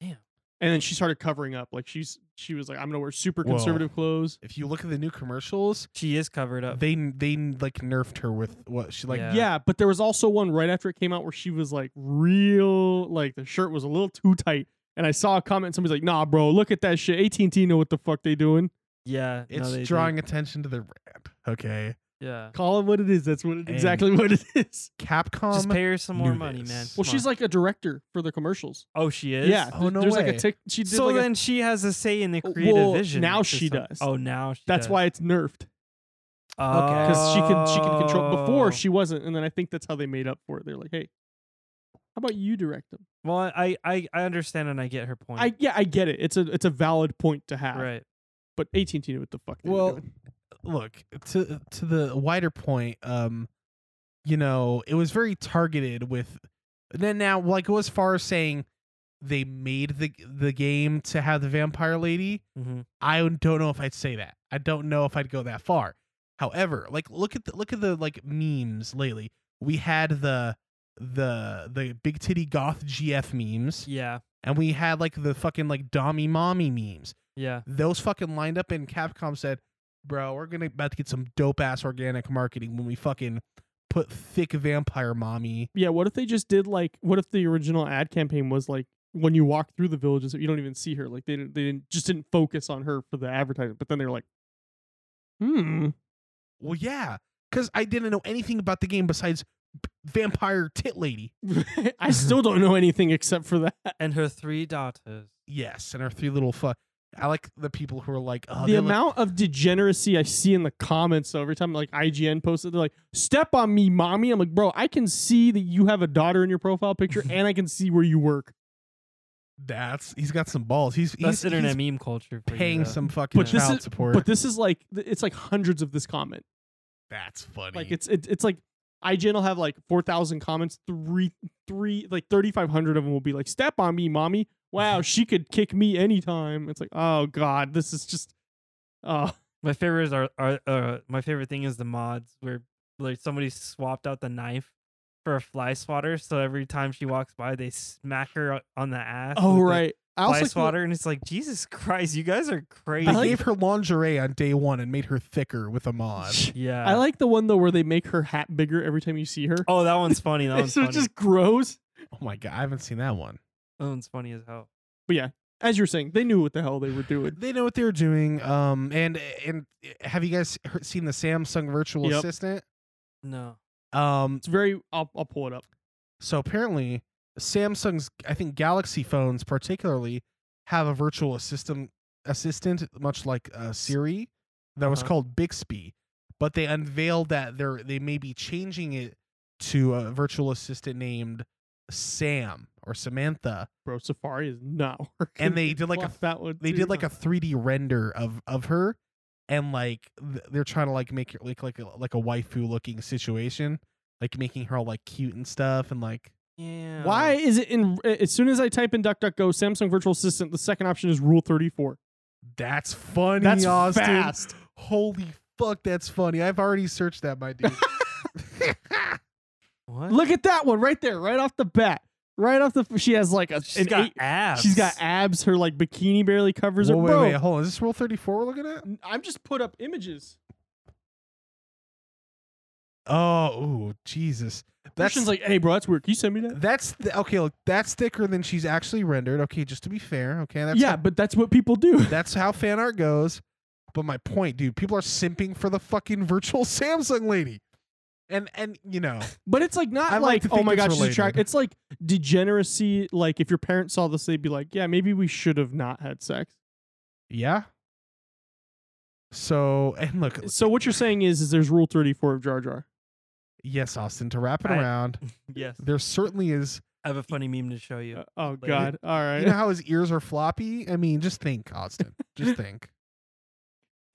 S4: Damn.
S2: And then she started covering up. Like she's she was like I'm going to wear super
S3: Whoa.
S2: conservative clothes.
S3: if you look at the new commercials,
S4: She is covered up.
S3: they they like nerfed her with what she like.
S4: Yeah.
S2: Yeah. but there was also one right after it came out where she was like real like the shirt was a little too tight and I saw a comment somebody's like, "Nah, bro, look at that shit. AT&T know what the fuck they doing.
S4: yeah. no,
S3: It's
S4: they do.
S3: drawing attention to the brand. Okay,
S4: Yeah.
S2: Call it what it is. That's what it,
S3: And-
S2: exactly what it is."
S3: Capcom.
S4: Just pay her some more
S3: knew
S4: money, man.
S3: this.
S2: Well,
S4: Come
S2: she's
S4: on.
S2: like a director for the commercials.
S4: oh, she is.
S2: Yeah,
S3: Oh,
S2: th-
S3: no
S2: there's like
S3: way.
S2: a tick. She did
S4: So
S2: like a-
S4: then she has a say in the
S2: Uh,
S4: creative
S2: well,
S4: vision.
S2: now
S4: for
S2: she
S4: some-
S2: does.
S4: Oh, now she.
S2: that's
S4: does. Oh.
S2: why it's nerfed because she can she can control. Before she wasn't, and then I think that's how they made up for it. They're like, hey, how about you direct them?
S4: Well, I I I understand and I get her point.
S2: I yeah, I get it. It's a it's a valid point to have.
S4: right.
S2: But AT and T knew what the fuck. They
S3: Well,
S2: were doing.
S3: look to to the wider point um you know it was very targeted with then now like it was far as saying they made the the game to have the vampire lady
S4: hmm
S3: i don't know if i'd say that i don't know if i'd go that far however like look at the look at the like memes lately we had the the the big titty goth gf memes
S4: Yeah.
S3: and we had like the fucking like dommy mommy memes
S4: Yeah.
S3: those fucking lined up and Capcom said, "Bro, we're gonna about to get some dope ass organic marketing when we fucking put thick vampire mommy."
S2: yeah. What if they just did like? What if the original ad campaign was like? When you walk through the villages, you don't even see her. Like they didn't, they didn't, just didn't focus on her for the advertisement. But then they were like, "Hmm,
S3: Well, yeah, because I didn't know anything about the game besides b- vampire tit lady.
S2: I still don't know anything except for that."
S4: And her three daughters.
S3: Yes, and her three little fuck. I like the people who are like oh,
S2: the
S3: they look-
S2: amount of degeneracy I see in the comments though, every time like IGN posted, they're like, "Step on me, mommy." I'm like, "Bro, I can see that you have a daughter in your profile picture, and I can see where you work."
S3: that's he's got some balls. He's he's,
S4: That's internet
S3: he's
S4: meme culture. For you,
S3: paying
S4: though.
S3: some fucking
S2: But this
S3: child
S2: is-
S3: support.
S2: But this is like, th- it's like hundreds of this comment.
S3: that's funny.
S2: Like it's it, it's like IGN will have like four thousand comments, three three like thirty five hundred of them will be like, "Step on me, mommy." Wow, she could kick me anytime. It's like, oh god, this is just, oh
S4: My favorites are are uh, my favorite thing is the mods where like somebody swapped out the knife for a fly swatter, so every time she walks by, they smack her o- on the ass.
S2: oh
S4: with the
S2: right. I
S4: fly
S2: also like the-
S4: swatter, and it's like Jesus Christ, you guys are crazy.
S3: they gave her lingerie on day one and made her thicker with a mod.
S4: yeah,
S2: I like the one though where they make her hat bigger every time you see her.
S4: Oh, that one's funny. That one's
S2: so
S4: funny.
S2: it's just gross.
S3: oh my god, I haven't seen that one.
S4: That one's funny as hell.
S2: As you're saying, they knew what the hell they were doing.
S3: They know what they're doing. Um, and and have you guys heard- seen the Samsung virtual
S2: Yep.
S3: assistant?
S4: No,
S3: Um,
S2: It's very. I'll, I'll pull it up.
S3: so apparently Samsung's I think Galaxy phones particularly have a virtual assistant assistant much like uh, Siri that was
S4: Uh-huh.
S3: called Bixby, but they unveiled that they're they may be changing it to a virtual assistant named Sam or Samantha.
S2: Bro, Safari is not working.
S3: And they did like a
S2: Fuck that one.
S3: they
S2: too.
S3: did like a 3D render of of her, and like th- they're trying to like make it like like a, like a waifu looking situation, like making her all like cute and stuff, and like
S4: yeah.
S2: Why
S3: Um,
S2: is it in? eh, As soon as I type in DuckDuckGo, Samsung Virtual Assistant, the second option is Rule 34.
S3: that's funny.
S2: That's
S3: Austin.
S2: fast.
S3: Holy fuck, that's funny. I've already searched that, my dude.
S4: What?
S2: Look at that one right there, right off the bat, right off the. She has like a.
S4: she's
S2: an
S4: got
S2: eight-
S4: abs.
S2: She's got abs. Her like bikini barely covers
S3: Whoa,
S2: her.
S3: wait,
S2: Bro,
S3: wait, hold on. Is this roll thirty four we're looking at?
S2: I'm just put up images.
S3: Oh, ooh, Jesus. That's
S2: Christian's like, hey, bro, that's weird. Can you send me that?
S3: that's th- okay. Look, that's thicker than she's actually rendered. Okay, just to be fair. Okay, that's
S2: yeah, but that's what people do.
S3: That's how fan art goes. But my point, dude, people are simping for the fucking virtual Samsung lady. And and you know,
S2: But it's like not
S3: I like
S2: like,
S3: to
S2: oh
S3: think
S2: my
S3: it's
S2: gosh, she's
S3: related.
S2: attractive. It's like degeneracy. Like if your parents saw this, they'd be like, yeah, maybe we should have not had sex.
S3: yeah. So and look,
S2: So what you're saying is, is there's rule 34 of Jar Jar.
S3: yes, Austin. To wrap it
S4: I-
S3: around,
S4: yes.
S3: there certainly is
S4: I have a funny meme to show you.
S2: Uh, oh
S4: Later.
S2: God! All right.
S3: You know how his ears are floppy? I mean, just think, Austin. just think.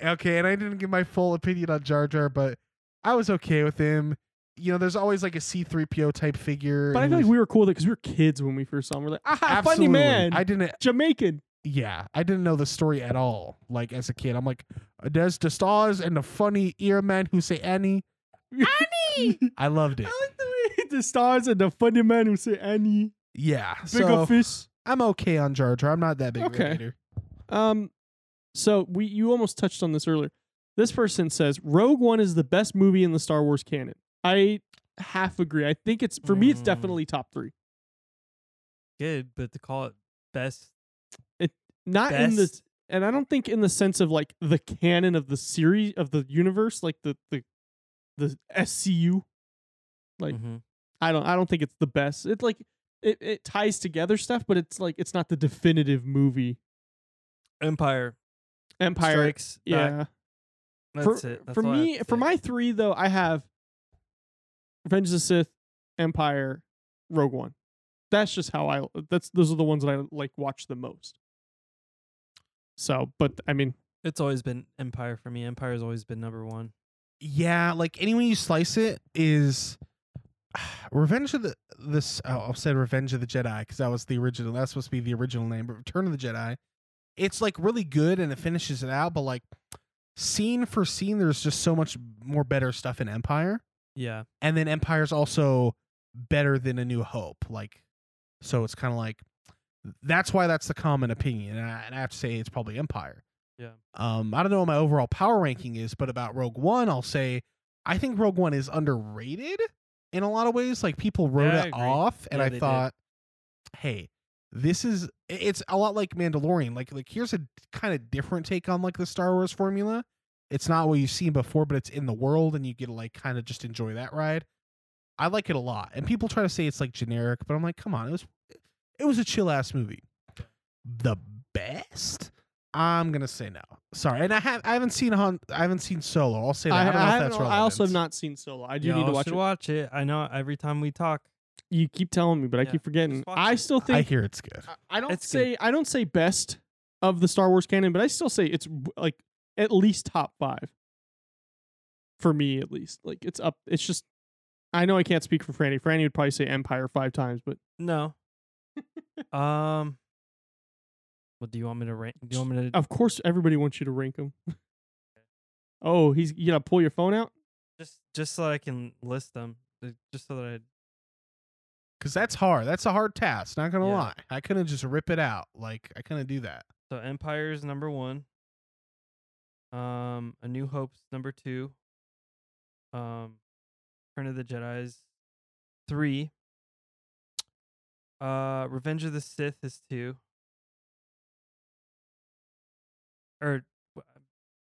S3: Okay, and I didn't give my full opinion on Jar Jar, but I was okay with him. You know, there's always like a C3PO type figure.
S2: but I
S3: and
S2: feel like
S3: he's-
S2: we were cool with it because we were kids when we first saw him. We're like, ah, funny
S3: Absolutely.
S2: man,
S3: I didn't
S2: Jamaican.
S3: yeah, I didn't know the story at all. Like as a kid, I'm like, there's the stars and the funny ear man who say Annie.
S2: Annie.
S3: I loved it.
S2: like the way the stars and the funny man who say Annie.
S3: Yeah,
S2: Bigger
S3: so
S2: fish.
S3: I'm okay on Jar Jar. I'm not that big of
S2: Okay.
S3: a hater.
S2: Um, so we you almost touched on this earlier. This person says Rogue One is the best movie in the Star Wars canon. I half agree. I think it's for me. It's
S4: Mm.
S2: definitely top three.
S4: Good, but to call it best,
S2: Not in the
S4: best.
S2: and I don't think in the sense of like the canon of the series of the universe, like the the the SCU. like-
S4: Mhm.
S2: I don't I don't think it's the best. It's like it, it ties together stuff, but it's like it's not the definitive movie.
S4: Empire
S2: Empire.
S4: Strikes.
S2: yeah.
S4: Back.
S2: For-
S4: that's it. That's
S2: for
S4: all I have
S2: me,
S4: to
S2: for
S4: say.
S2: my three though, I have Revenge of the Sith, Empire, Rogue One. That's just how I. That's those are the ones that I like watch the most. So, but I mean,
S4: it's always been Empire for me. Empire's always been number one.
S3: Yeah, like any way you slice it is Revenge of the this oh, I'll say Revenge of the Jedi because that was the original. That's supposed to be the original name, but Return of the Jedi. It's like really good and it finishes it out, but like scene for scene, there's just so much more better stuff in Empire.
S4: Yeah.
S3: and then empire's also better than a new hope like so it's kind of like that's why that's the common opinion and I, and I have to say it's probably empire
S4: Yeah.
S3: um i don't know what my overall power ranking is but about rogue one i'll say i think rogue one is underrated in a lot of ways like people wrote
S4: Yeah, I
S3: it
S4: agree.
S3: off and
S4: Yeah,
S3: i
S4: they did.
S3: thought hey this is i- it's a lot like mandalorian like like here's a kind of different take on like the star wars formula it's not what you've seen before, but it's in the world, and you get to like kind of just enjoy that ride. I like it a lot, and people try to say it's like generic, but I'm like, come on, it was it was a chill ass movie. The best, I'm gonna say no. Sorry, and I have I haven't seen Han, I haven't seen Solo. I'll say that. I,
S2: I,
S3: don't know
S2: I
S3: if
S2: haven't-
S3: that's
S2: I also have
S3: relevant.
S2: not seen Solo. I do
S4: Y'all
S2: need to watch
S4: should
S2: it.
S4: watch it. I know every time we talk.
S2: You keep telling me, but I
S4: Yeah,
S2: keep forgetting.
S4: just watch
S2: I
S4: it.
S2: still
S3: I
S2: think
S3: hear it's good.
S2: I, I don't
S4: It's good.
S2: say I don't say best of the Star Wars canon, but I still say it's w- like at least top five for me, at least. Like it's up. It's just I know I can't speak for Franny. Franny would probably say Empire five times, but
S4: No. um. Well, do you want me to rank? Do you want me to
S2: of course everybody wants you to rank them. oh, he's you gotta pull your phone out.
S4: just just so I can list them, uh, just so that I
S3: Cause that's hard. That's a hard task. Not gonna
S4: Yeah.
S3: lie. I couldn't just rip it out. Like I couldn't do that.
S4: So Empire's number one. Um, A New Hope's number two. Um, Return of the Jedi's three. Uh, Revenge of the Sith is two. Or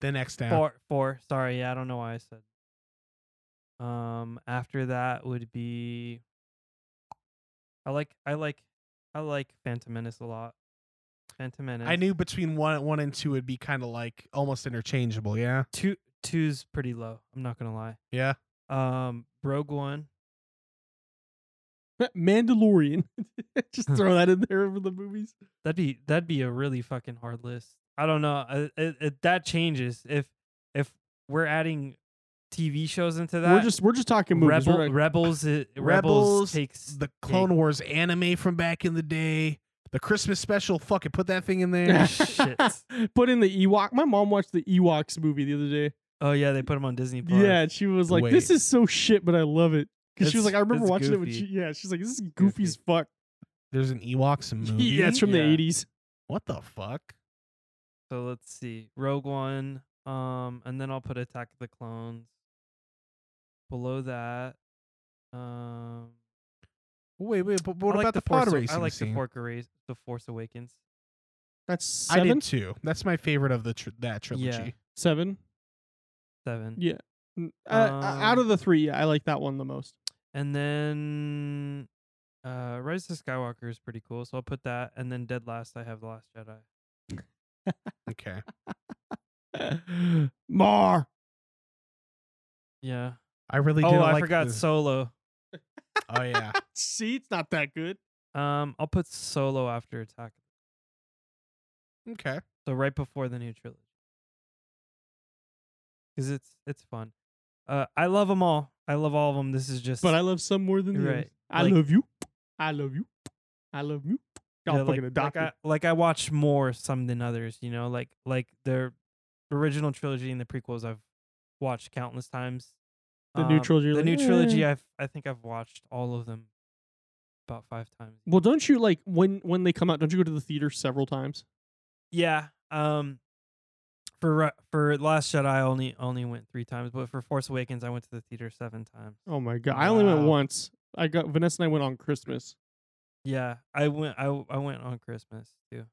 S3: The next down.
S4: Er, four, four. Sorry, yeah, I don't know why I said. Um, after that would be. I like, I like, I like Phantom Menace a lot. Phantom Menace.
S3: I knew between one one and two would be kind of like almost interchangeable. Yeah.
S4: two two's pretty low. I'm not gonna lie.
S3: Yeah.
S4: Um, Rogue One.
S2: Mandalorian. just throw that in there over the movies.
S4: That'd be that'd be a really fucking hard list. I don't know. uh, It, it, that changes if if we're adding TV shows into that.
S2: we're just we're just talking movies. We're
S4: Rebel,
S2: like-
S4: rebels. It, rebels.
S3: Rebels,
S4: takes
S3: the Clone
S4: cake.
S3: Wars anime from back in the day, the Christmas special. Fuck it, put that thing in there.
S4: Shit.
S2: Put in the Ewok. My mom watched the Ewoks movie the other day.
S4: Oh yeah, they put them on Disney Plus.
S2: Yeah, and she was like, "This
S3: Wait.
S2: is so shit, but I love it." Because she was
S4: It's-
S2: like, "I remember
S4: it's
S2: watching it when she."
S4: goofy.
S2: Yeah, she's like, "This is goofy as fuck."
S3: There's an Ewoks movie.
S2: Yeah, it's from the
S4: Yeah.
S2: '80s.
S3: what the fuck?
S4: So let's see. Rogue One. Um, and then I'll put Attack of the Clones. Below that, um,
S3: Wait, wait, but what
S4: I like
S3: about the,
S4: the
S3: pod
S4: Force,
S3: racing
S4: I like
S3: scene?
S4: the Force, Awakens- the Force Awakens.
S2: That's
S3: I
S2: seven.
S3: did too. That's my favorite of the tr- that trilogy.
S2: Seven.
S4: Seven.
S2: Yeah. N- uh, uh, out of
S4: Um,
S2: the three, yeah, I like that one the most.
S4: And then uh Rise of Skywalker is pretty cool, so I'll put that. And then Dead Last, I have The Last Jedi.
S3: Okay,
S2: Mar.
S4: Yeah.
S3: I really
S4: oh,
S3: didn't
S4: I
S3: like
S4: forgot
S3: the-
S4: Solo.
S3: oh yeah,
S2: See, it's not that good.
S4: Um, I'll put Solo after Attack.
S3: Okay.
S4: So right before the new trilogy. Cuz it's it's fun. Uh I love them all. I love all of them. This is just
S2: But I love some more than the
S4: Right.
S2: others. I
S4: Like-
S2: love you. I love you. I love you. Y'all
S4: yeah,
S2: fucking
S4: like, like
S2: adopt
S4: I, like I watch more some than others, you know, like like their original trilogy and the prequels I've watched countless times. Um,
S2: The new trilogy, you're
S4: The
S2: like,
S4: new trilogy
S2: "Eh."
S4: I've I think I've watched all of them about 5 times.
S2: Well, don't you like when when they come out? Don't you go to the theater several times?
S4: Yeah. Um for Ru- for Last Jedi I only only went 3 times, but for Force Awakens I went to the theater 7 times.
S2: Oh my god! I only went
S4: Wow.
S2: once. I got Vanessa and I went on Christmas.
S4: Yeah, I went. I w- I went on Christmas too.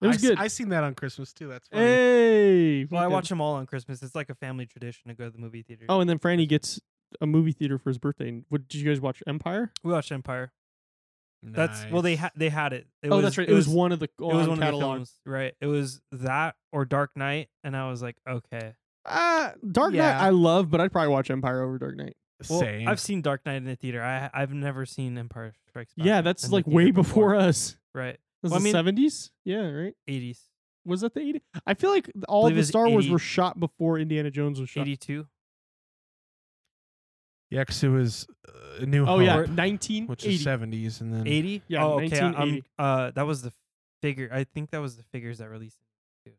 S2: It was
S3: I,
S2: good.
S3: I seen that on Christmas too. That's funny.
S2: hey,
S4: Well, I
S2: fucking-
S4: watch them all on Christmas. It's like a family tradition to go to the movie theater.
S2: Oh, and then Franny gets a movie theater for his birthday. And what did you guys watch? Empire?
S4: we watched Empire. That's well, they ha-
S3: Nice.
S4: they had it. it
S2: oh,
S4: was,
S2: that's right. It, was, one of the
S4: It was
S2: on
S4: one of the
S2: catalog.
S4: films, right? It was that or Dark Knight, and I was like, okay.
S2: Ah, Dark
S4: Yeah.
S2: Knight. I love, but I'd probably watch Empire over Dark Knight.
S4: Well,
S3: Same.
S4: I've seen Dark Knight in the theater. I I've never seen Empire Strikes Back.
S2: yeah,
S4: in-
S2: that's
S4: in the
S2: like
S4: theater
S2: way before us.
S4: right?
S2: Was
S4: Well, I
S2: the
S4: mean-
S2: seventies? Yeah, right.
S4: Eighties,
S2: Was that the eighties? I feel like all
S4: believe
S2: the
S4: it's
S2: Star Wars
S4: 80
S2: were shot before Indiana Jones was shot.
S4: eighty two.
S3: yeah, 'cause it was uh, New
S2: Oh
S3: Hope,
S2: yeah, nineteen
S3: which is
S2: eighty.
S3: seventies, and then
S4: 80?
S2: Mm. Yeah,
S4: oh, okay. I- I'm,
S2: 1980.
S4: uh, that was the figure. I think that was the figures that released it too.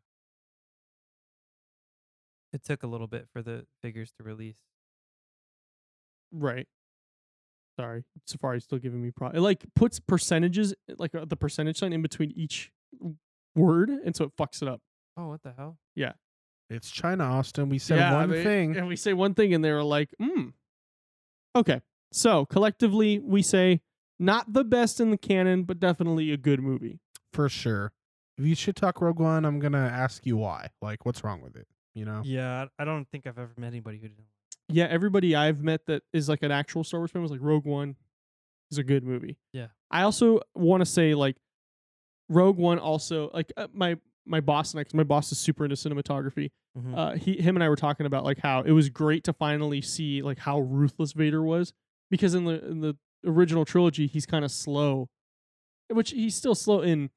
S4: It took a little bit for the figures to release.
S2: Right. Sorry, Safari's still giving me pro. It like puts percentages, like uh, the percentage sign in between each w- word, and so it fucks it up.
S4: Oh, what the hell?
S3: it's China Austin. We said
S2: I
S3: one
S2: mean,
S3: thing.
S2: and we say one thing, and they were like, "Hmm." Okay, so collectively we say not the best in the canon, but definitely a good movie.
S3: for sure. If you should talk Rogue One, I'm gonna ask you why. Like, what's wrong with it? You
S2: Oh.
S3: know?
S4: Yeah, I I don't think I've ever met anybody who didn't.
S2: Yeah, everybody I've met that is like an actual Star Wars fan was like Rogue One is a good movie.
S4: Yeah.
S2: I also want to say like Rogue One also like uh, my my boss next my boss is super into cinematography.
S4: Mhm.
S2: Uh he him and I were talking about like how it was great to finally see like how ruthless Vader was because in the in the original trilogy he's kind of slow which he's still slow in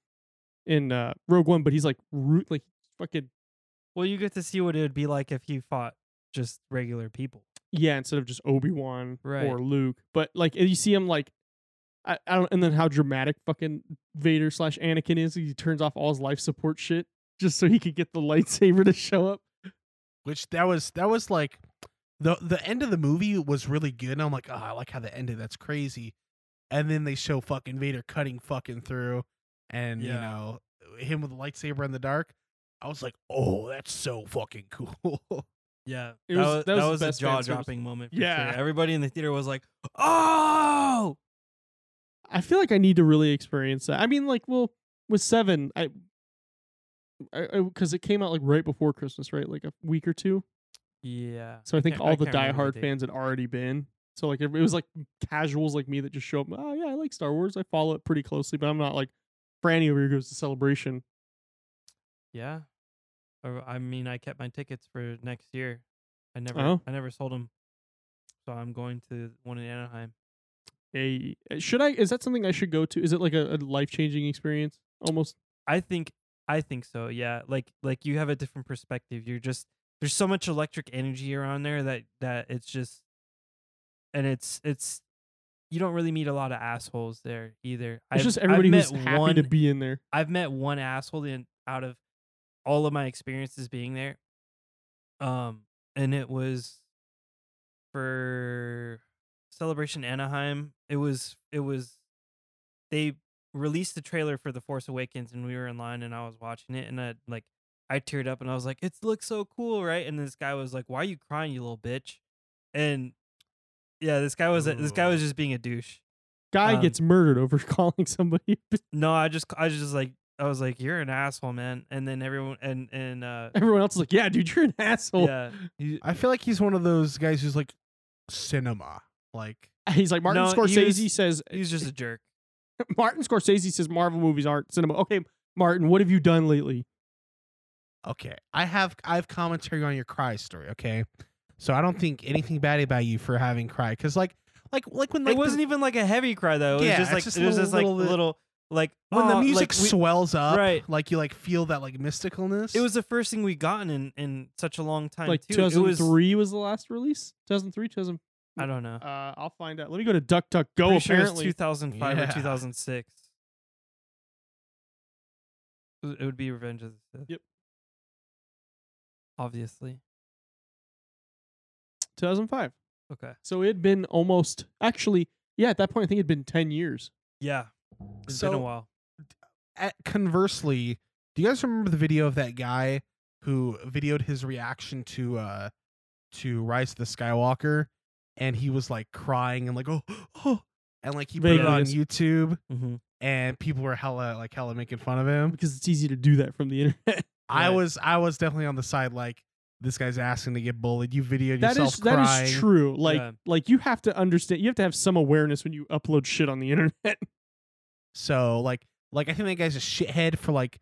S2: in uh Rogue One but he's like root like fucking
S4: Well, you get to see what it would be like if he fought just regular people.
S2: yeah, instead of just Obi Wan
S4: Right.
S2: or Luke. But like you see him like I, I don't and then how dramatic fucking Vader slash Anakin is. He turns off all his life support shit just so he could get the lightsaber to show up.
S3: Which that was that was like the the end of the movie was really good. And I'm like, oh, I like how the ended. That's crazy. And then they show fucking Vader cutting fucking through, and you
S4: Yeah.
S3: know him with the lightsaber in the dark. I was like, oh, that's so fucking cool.
S4: Yeah,
S2: It
S4: that
S2: was-
S4: was,
S2: that was the
S4: a
S2: best fan
S4: jaw
S2: service.
S4: dropping moment. For
S2: Yeah.
S4: sure. everybody in the theater was like, "Oh!"
S2: I feel like I need to really experience that. I mean, like, well, with seven, I because it came out like right before Christmas, right? Like a week or two.
S4: Yeah.
S2: So I think
S4: can't-
S2: all the
S4: can't remember
S2: diehard
S4: date.
S2: fans had already been. So like it it was like casuals like me that just show up. Oh yeah, I like Star Wars. I follow it pretty closely, but I'm not like Franny over here goes to celebration.
S4: Yeah. Or I mean, I kept my tickets for next year. I never,
S2: Oh.
S4: I never sold them. So I'm going to one in Anaheim.
S2: Hey, should I? Is that something I should go to? Is it like a, a life changing experience? Almost.
S4: I think, I think so. Yeah. Like, like you have a different perspective. You're just there's so much electric energy around there that that it's just, and it's it's, you don't really meet a lot of assholes there either.
S2: It's
S4: I've-
S2: just
S4: I've
S2: everybody who's
S4: met
S2: happy
S4: one,
S2: to be in there.
S4: I've met one asshole in out of all of my experiences being there. Um, and it was for Celebration Anaheim. It was it was they released the trailer for The Force Awakens and we were in line and I was watching it and I like I teared up and I was like, "It looks so cool, right?" And this guy was like, "Why are you crying, you little bitch?" And yeah, this guy was this guy
S3: Ooh.
S4: was just being a douche.
S2: Guy
S4: Um,
S2: gets murdered over calling somebody.
S4: No, I just I was just like I was like, You're an asshole, man. And then everyone and and uh
S2: Everyone else is like, "Yeah, dude, you're an
S3: Oh,
S2: asshole."
S4: yeah. you-
S3: I feel like he's one of those guys who's like cinema. Like,
S2: He's like Martin
S4: No, he was-
S2: Scorsese says.
S4: He's just a jerk.
S2: Martin Scorsese says Marvel movies aren't cinema. Okay, Martin, what have you done lately?
S3: okay, I have I have commentary on your cry story. Okay, so I don't think anything bad about you for having cry because like like like when like
S4: it wasn't e- even like a heavy cry though. It was just
S3: Yeah, it's
S4: like
S3: just
S4: it was
S3: little-
S4: just like
S3: little bit- uh,
S4: little like
S3: the, when
S4: "Aw,"
S3: the
S4: like,
S3: music
S4: we-
S3: swells up,
S4: right.
S3: Like you like feel that like mysticalness.
S4: It was the first thing we gotten in in such a long time.
S2: like
S4: too. It was
S2: 2003 was, the last release. 2003, 2000.
S4: I don't know.
S2: Uh, I'll find out. Let me go to DuckDuckGo.
S4: Pretty sure it's
S2: apparently,
S4: 2005
S3: Yeah.
S4: or 2006. It was- it would be Revenge of the Sith.
S2: Yep.
S4: Obviously.
S2: 2005.
S4: Okay.
S2: So it had been almost actually, yeah. At that point, I think it'd been 10 years.
S4: Yeah. It's been
S3: So-
S4: a while.
S3: at, conversely, do you guys remember the video of that guy who videoed his reaction to uh to Rise of the Skywalker and he was like crying and like oh oh and like he put it
S2: Vaguely,
S3: on
S2: yes.
S3: YouTube
S4: Mm-hmm.
S3: and people were hella like hella making fun of him.
S2: because it's easy to do that from the internet.
S3: I
S4: Right.
S3: was I was definitely on the side like this guy's asking to get bullied. You videoed
S2: that
S3: yourself
S2: is
S3: crying.
S2: that is true. Like
S4: Yeah.
S2: like you have to understand. You have to have some awareness when you upload shit on the internet.
S3: So like like I think that guy's a shithead for like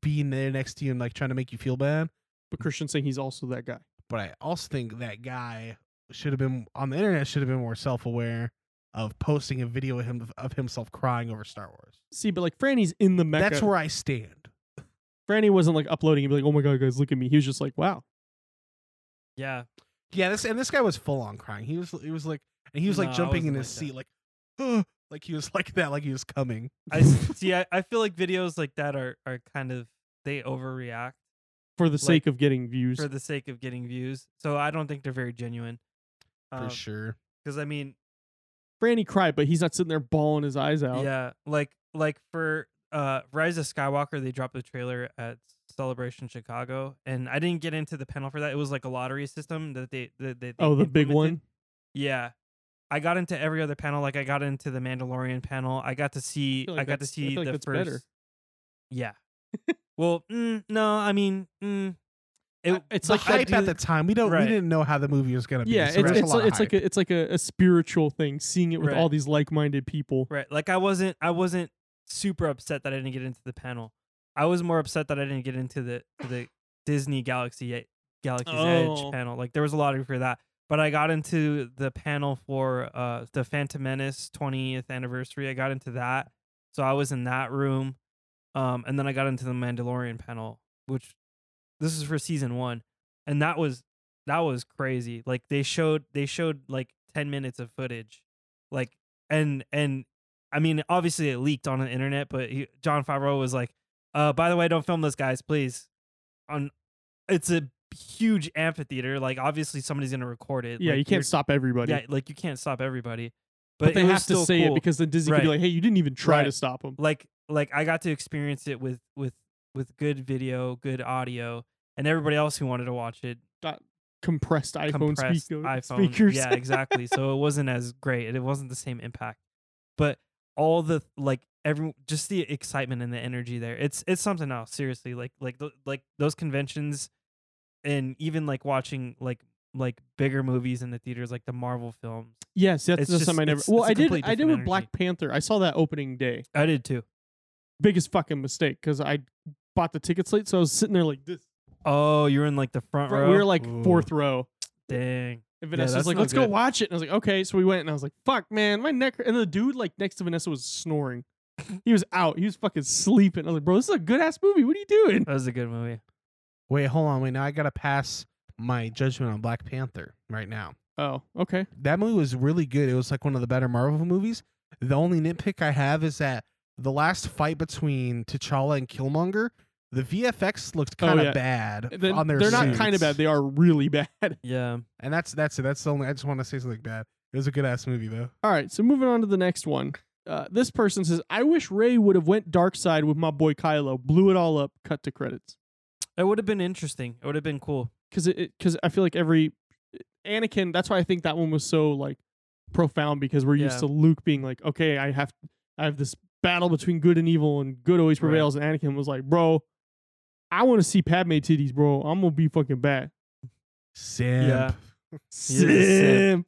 S3: being there next to you and like trying to make you feel bad.
S2: but Christian's saying he's also that guy.
S3: But I also think that guy should have been on the internet should have been more self aware of posting a video of him of, himself crying over Star Wars.
S2: See, but like Franny's in the mecca.
S3: That's where I stand.
S2: Franny wasn't like uploading and be like, "Oh my god, guys, look at me." He was just like, "Wow."
S4: Yeah.
S3: Yeah, this and this guy was full on crying. He was he was like and he was
S4: No,
S3: like
S4: I
S3: jumping in
S4: wasn't
S3: his
S4: like that.
S3: seat like "Ugh," like he was like that, like he was coming.
S4: I s- see. I, I feel like videos like that are are kind of they overreact
S2: For the sake of getting views,
S4: for the sake of getting views. So I don't think they're very genuine.
S3: For sure.
S4: Because I mean,
S2: Franny cried, but he's not sitting there bawling his eyes out.
S4: yeah, like like for uh Rise of Skywalker, they dropped the trailer at Celebration Chicago, and I didn't get into the panel for that. It was like a lottery system that they that they, they
S2: Oh, the big one.
S4: implemented. Yeah. I got into every other panel. Like I got into the Mandalorian panel. I got to see.
S2: feel
S4: I,
S2: like
S4: got to
S2: that's- I feel
S4: see
S2: like
S4: the
S2: that's
S4: first.
S2: better.
S4: Yeah. well, mm, no, I mean, mm,
S2: I-
S4: it,
S2: it's
S3: It's like
S2: like I
S3: hype
S2: do-
S3: at the time. We don't
S4: Right.
S3: we didn't know how the movie was gonna be.
S2: Yeah,
S3: so
S2: it's
S3: there's a
S2: it's,
S3: lot of
S2: it's like
S3: hype.
S2: a, it's like a, a spiritual thing, seeing it with
S4: Right.
S2: all these like-minded people.
S4: right. Like I wasn't. I wasn't super upset that I didn't get into the panel. I was more upset that I didn't get into the to the Disney Galaxy E- Galaxy's
S2: Oh.
S4: Edge panel. Like there was a lottery for that, but I got into the panel for uh the Phantom Menace 20th anniversary. I got into that, so I was in that room, um, and then I got into the Mandalorian panel, which this is for season one, and that was that was crazy. Like they showed they showed like 10 minutes of footage, like and and. I mean, obviously it leaked on the internet, but he, John Favreau was like, uh, by the way, don't film this, guys, please. On, it's a huge amphitheater. Like, obviously, somebody's gonna record it.
S2: Yeah, you
S4: like, you're-
S2: can't stop everybody.
S4: Yeah, like you can't stop everybody.
S2: but,
S4: But,
S2: they
S4: it was
S2: have to
S4: still
S2: say it
S4: cool.
S2: because then Disney could be
S4: Right.
S2: like, "Hey, you didn't even try to
S4: Right.
S2: stop them."
S4: like, like I got to experience it with with with good video, good audio, and everybody else who wanted to watch it
S2: Compressed iPhone
S4: compressed
S2: speaker,
S4: iPhone.
S2: speakers.
S4: Yeah, exactly. so it wasn't as great. and It wasn't the same impact. But all the like every just the excitement and the energy there. It's it's something else. Seriously, like like tho- like those conventions, and even like watching like like bigger movies in the theaters, like the Marvel films.
S2: yes, that's
S4: It's
S2: just, something I
S4: just-
S2: never.
S4: it's-
S2: Well,
S4: it's a
S2: I did.
S4: complete
S2: I did
S4: different
S2: with Black Panther. I saw that opening day.
S4: I did too.
S2: Biggest fucking mistake because I bought the tickets late, so I was sitting there like this.
S4: Oh, you're in like the front row.
S2: We were like
S3: Ooh.
S2: fourth row.
S4: dang.
S2: And Vanessa was
S4: that's
S2: like,
S4: not
S2: let's go
S4: good.
S2: watch it. And I was like, okay. So we went and I was like, fuck, man, my neck. And the dude like next to Vanessa was snoring. He was out. He was fucking sleeping. I was like, bro, this is a good ass movie. What are you doing?
S4: That was a good movie.
S3: Wait, hold on, wait, now I gotta pass my judgment on Black Panther right now.
S2: Oh, okay.
S3: that movie was really good. It was like one of the better Marvel movies. The only nitpick I have is that the last fight between T'Challa and Killmonger, the VFX looked
S2: Oh,
S3: kind of
S2: yeah.
S3: bad
S2: They-
S3: on their
S2: they're not
S3: suits.
S2: kind of bad. They are really bad.
S4: Yeah.
S3: and that's that's it. That's the only. I just want to say something bad. It was a good ass movie though.
S2: All right. So moving on to the next one. Uh, this person says, I wish Ray would have went dark side with my boy Kylo, blew it all up, cut to credits.
S4: It would have been interesting. It would have been cool.
S2: Because it, because I feel like every Anakin, that's why I think that one was so like profound because we're used
S4: Yeah.
S2: to Luke being like, okay, I have I have this battle between good and evil, and good always
S4: Right.
S2: prevails. And Anakin was like, bro, I want to see Padme titties, bro. I'm gonna be fucking bad.
S3: Simp.
S4: Yeah. He is a
S2: Simp.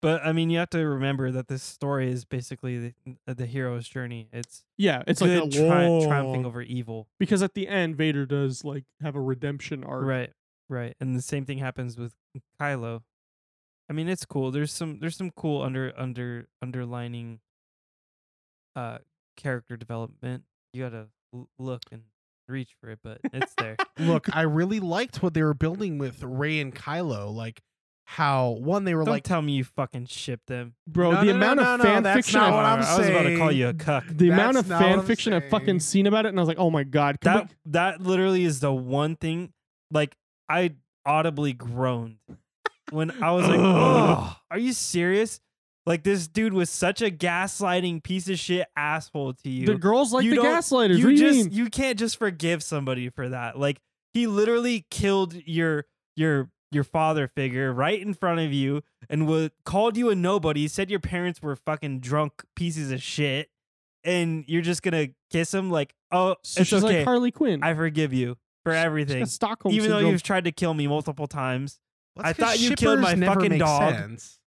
S4: But I mean, you have to remember that this story is basically the, the hero's journey. It's
S2: Yeah, it's
S4: good
S2: like a
S4: tri-
S2: long-
S4: triumphing over evil.
S2: because at the end Vader does like have a redemption arc.
S4: Right, right. And the same thing happens with Kylo. I mean, it's cool. There's some there's some cool under under underlining uh character development. You gotta l- look and reach for it, but it's there.
S3: Look, I really liked what they were building with Ray and Kylo. Like how one they were
S4: Don't
S3: like
S4: tell me you fucking ship them.
S2: Bro,
S3: No,
S2: the
S3: no, no,
S2: amount
S3: no,
S2: of
S3: no,
S2: fan
S3: that's
S2: fiction
S3: not
S2: I've-
S3: what I'm
S4: I was about to call you a
S3: saying.
S4: cuck.
S2: the amount
S3: That's
S2: of
S3: not what
S2: fan
S3: I'm
S2: fiction I've fucking
S3: saying.
S2: seen about it, and I was like, oh my god, come
S4: That that literally is the one thing. Like I audibly groaned when I was like, "Ugh, "Are you serious?" Like this dude was such a gaslighting piece of shit asshole to you.
S2: the girls like
S4: you
S2: the
S4: don't-
S2: gaslighters.
S4: you
S2: what do you
S4: just
S2: mean?
S4: you can't just forgive somebody for that. Like he literally killed your your your father figure right in front of you and was called you a nobody, said your parents were fucking drunk pieces of shit, and you're just gonna kiss him like, oh,
S2: So
S4: it's
S2: she's
S4: okay.
S2: like Harley Quinn.
S4: I forgive you for
S2: She's got
S4: everything.
S2: Stockholm
S4: Even though
S2: syndrome.
S4: you've tried to kill me multiple times.
S3: That's
S4: I
S3: 'cause
S4: thought you killed
S3: shippers
S4: my
S3: never
S4: fucking
S3: make
S4: dog.
S3: sense.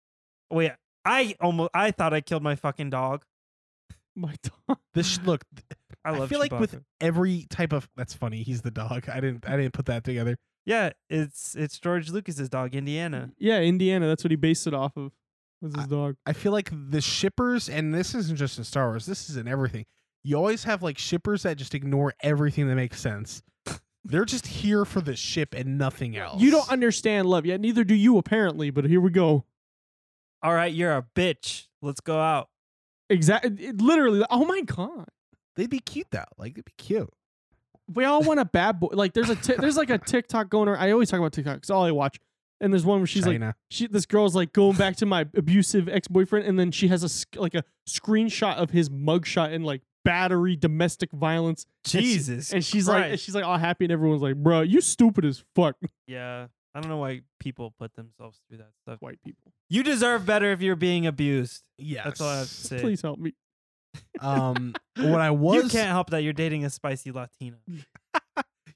S4: Wait, I almost I thought I killed my fucking dog.
S2: my dog.
S3: This sh- look, th-
S4: I
S3: I
S4: love
S3: feel like with-
S4: Chewbacca.
S3: every type of that's funny. He's the dog. I didn't I didn't put that together.
S4: Yeah, it's it's George Lucas's dog,
S3: Mm.
S4: Indiana.
S2: Yeah, Indiana. That's what he based it off of. Was his
S3: I-
S2: dog?
S3: I feel like the shippers, and this isn't just in Star Wars, this is in everything. You always have like shippers that just ignore everything that makes sense. They're just here for the ship and nothing
S4: oh,
S3: else.
S2: You don't understand love yet. Neither do you, apparently. But here we go.
S4: All right, you're a bitch. Let's go out.
S2: Exactly. Literally. Oh my god.
S3: they'd be cute though. Like they'd be cute.
S2: We all want a bad boy. Like there's a ti- there's like a TikTok going around. I always talk about TikTok because all I watch. And there's one where she's like,
S3: China.
S2: she this girl's like going back to my abusive ex-boyfriend and then she has a sc- like a screenshot of his mugshot and like battery domestic violence And she-
S4: Jesus.
S2: and she's like
S4: Christ.
S2: and she's like all happy and everyone's like bro you stupid as fuck
S4: yeah. I don't know why people put themselves through that stuff.
S2: white people
S4: You deserve better if you're being abused.
S3: yeah.
S4: That's all I have to say.
S2: please help me
S3: Um, what I was
S4: You can't help that you're dating a spicy Latina.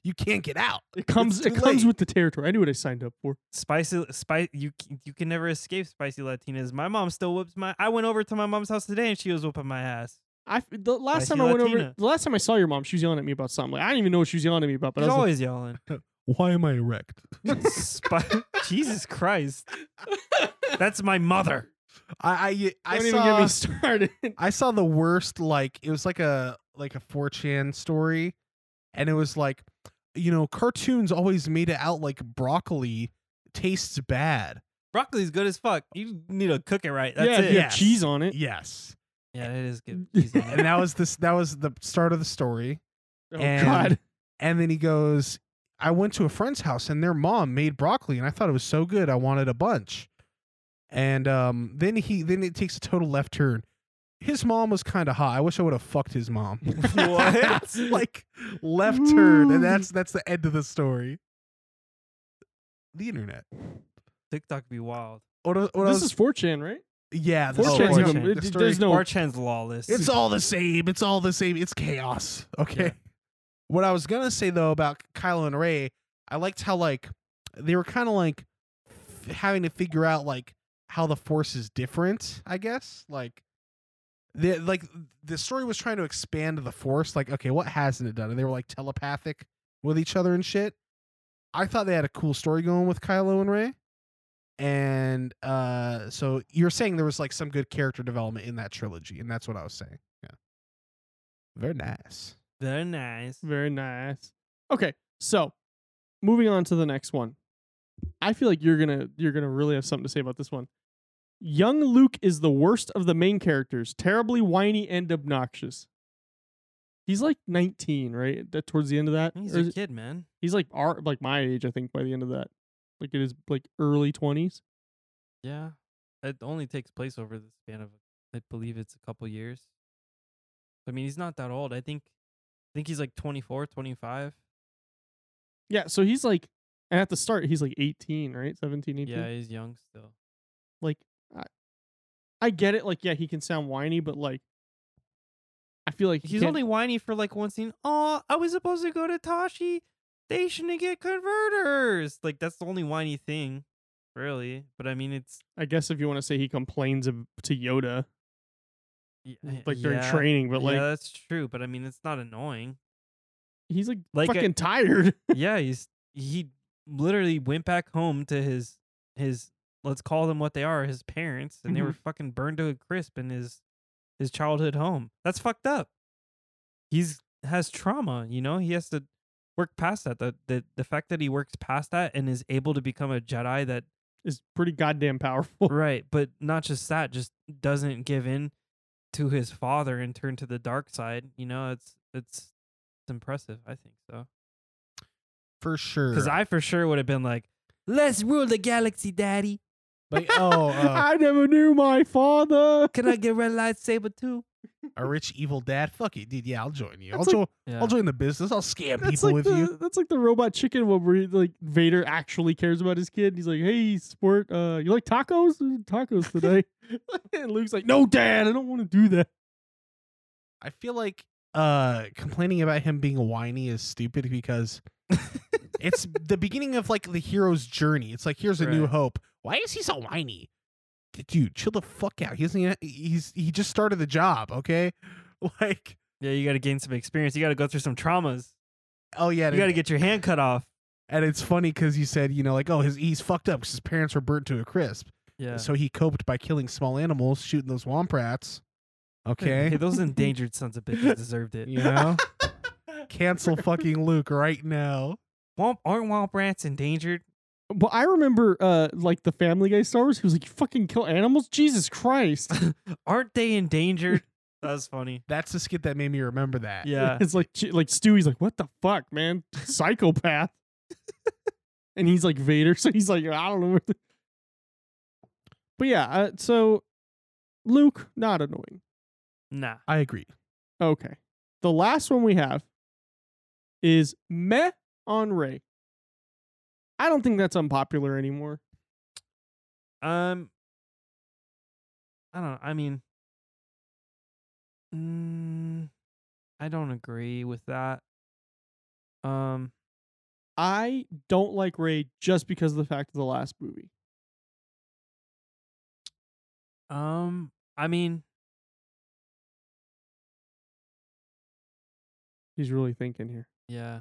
S3: you can't get out.
S2: it comes
S3: too
S2: it comes
S3: late.
S2: with the territory i knew what i signed up for
S4: Spicy, spice. You c- you can never escape spicy Latinas. My mom still whips my. I went over to my mom's house today and she was whooping my ass.
S2: i the last
S4: Spicy
S2: time i went over
S4: Latina.
S2: the last time i saw your mom she was yelling at me about something like i didn't even know what she was yelling at me about but i
S4: She's
S2: was like,
S4: always yelling.
S3: Why am I erect?
S4: Spi- Jesus Christ, that's my mother.
S3: I I, I
S2: don't
S3: saw
S2: even get me started
S3: I saw the worst like it was like a like a 4chan story and it was like you know cartoons always made it out like broccoli tastes bad.
S4: Broccoli's good as fuck. You need to cook it right. That's
S2: yeah,
S4: it.
S2: if you
S3: yeah.
S2: have cheese on it
S3: Yes.
S4: yeah, it is good.
S3: And that was this that was the start of the story
S2: oh
S3: And-
S2: god
S3: and then he goes I went to a friend's house and their mom made broccoli and I thought it was so good I wanted a bunch. And um then he then it takes a total left turn. His mom was kind of hot. I wish I would have fucked his mom.
S4: what?
S3: It's like left turn,
S2: Ooh.
S3: and that's that's the end of the story. The internet.
S4: TikTok be wild.
S3: What, I- what I
S2: this
S3: was-
S2: is 4chan right
S3: yeah, the
S2: 4chan's
S3: story,
S4: even-
S3: the
S2: it-
S3: story-
S2: there's no-
S4: Barchan's lawless.
S3: It's all the same. It's all the same. It's chaos. Okay.
S4: Yeah.
S3: What I was gonna say though about Kylo and Ray, I liked how like they were kind of like f- having to figure out like how the Force is different. I guess like the like the story was trying to expand the Force. Like okay, what hasn't it done? And they were like telepathic with each other and shit. I thought they had a cool story going with Kylo and Ray. And uh so you're saying there was like some good character development in that trilogy, and that's what I was saying. Yeah. Very nice.
S4: very nice.
S2: Very nice. Okay, so moving on to the next one. I feel like you're gonna you're gonna really have something to say about this one. Young Luke is the worst of the main characters, terribly whiny and obnoxious. He's like 19, right? That towards the end of that,
S4: He's
S2: Or is
S4: a
S2: it-
S4: kid, man.
S2: he's like our like my age, I think, by the end of that. Like it is like early 20s.
S4: Yeah, it only takes place over the span of, I believe it's a couple years. I mean, he's not that old. I think, I think he's like 24, 25.
S2: Yeah, so he's like, and at the start he's like 18, right? 17, 18.
S4: Yeah, he's young still.
S2: like I, I get it like yeah he can sound whiny but like i feel like he
S4: He's
S2: can't-
S4: only whiny for like one scene. Oh, I was supposed to go to Tashi Station to get converters. Like that's the only whiny thing, really. But I mean, it's
S2: i guess if you want to say he complains of, to yoda
S4: y-
S2: like during
S4: Eh, yeah,
S2: training but like
S4: yeah, that's true. But I mean, it's not annoying.
S2: he's like,
S4: Like, uh,
S2: fucking tired
S4: yeah, he's he literally went back home to his his let's call them what they are, his parents, and they were fucking burned to a crisp in his his childhood home. That's fucked up. He's has trauma, you know? He has to work past that. The the, the fact that he works past that and is able to become a Jedi that
S2: It's pretty goddamn powerful.
S4: right, but not just that, just doesn't give in to his father and turn to the dark side, you know? It's it's, it's impressive, I think so.
S3: for sure.
S4: Because I for sure would have been like, let's rule the galaxy, daddy.
S3: But- oh, uh,
S2: I never knew my father.
S4: Can I get red lightsaber too?
S3: a rich evil dad. Fuck it, dude. Yeah, I'll join you. I'll
S2: That's like-
S3: join.
S4: Yeah.
S3: I'll join the business. I'll scam
S2: That's
S3: people
S2: like
S3: with
S2: the
S3: you.
S2: that's like the robot chicken where we, like Vader actually cares about his kid. He's like, "Hey, sport, uh, you like tacos? Uh, Tacos today?" and Luke's like, "No, Dad, I don't want to do that."
S3: I feel like uh complaining about him being whiny is stupid because it's the beginning of like the hero's journey. It's like here's a new
S4: Right.
S3: hope. Why is he so whiny? D- Dude, chill the fuck out. He doesn't. even- He's he just started the job. Okay, like
S4: yeah, you got to gain some experience. You got to go through some traumas.
S3: oh yeah,
S4: You got to
S3: and-
S4: get your hand cut off.
S3: And it's funny because you said you know like oh his he's fucked up because his parents were burnt to a crisp.
S4: Yeah.
S3: So he coped by killing small animals, shooting those womp rats. Okay,
S4: Hey, those endangered sons of bitches deserved it.
S3: you know, cancel fucking Luke right now.
S4: Womp, aren't womp rats endangered?
S2: Well, I remember uh, like the Family Guy Star Wars. He was like, "You fucking kill animals, Jesus Christ!"
S4: Aren't they endangered? that was funny.
S3: That's the skit that made me remember that.
S4: Yeah.
S2: it's like chi- like Stewie's like, "What the fuck, man? Psychopath." and he's like Vader, so he's like, "I don't know." what the-" But yeah, uh, so Luke not annoying.
S4: Nah.
S3: I agree.
S2: Okay. The last one we have is Meh on Ray. I don't think that's unpopular anymore.
S4: Um, I don't know. I mean, mm, I don't agree with that. Um,
S2: I don't like Ray just because of the fact of the last movie.
S4: Um, I mean,
S2: He's really thinking here.
S4: yeah,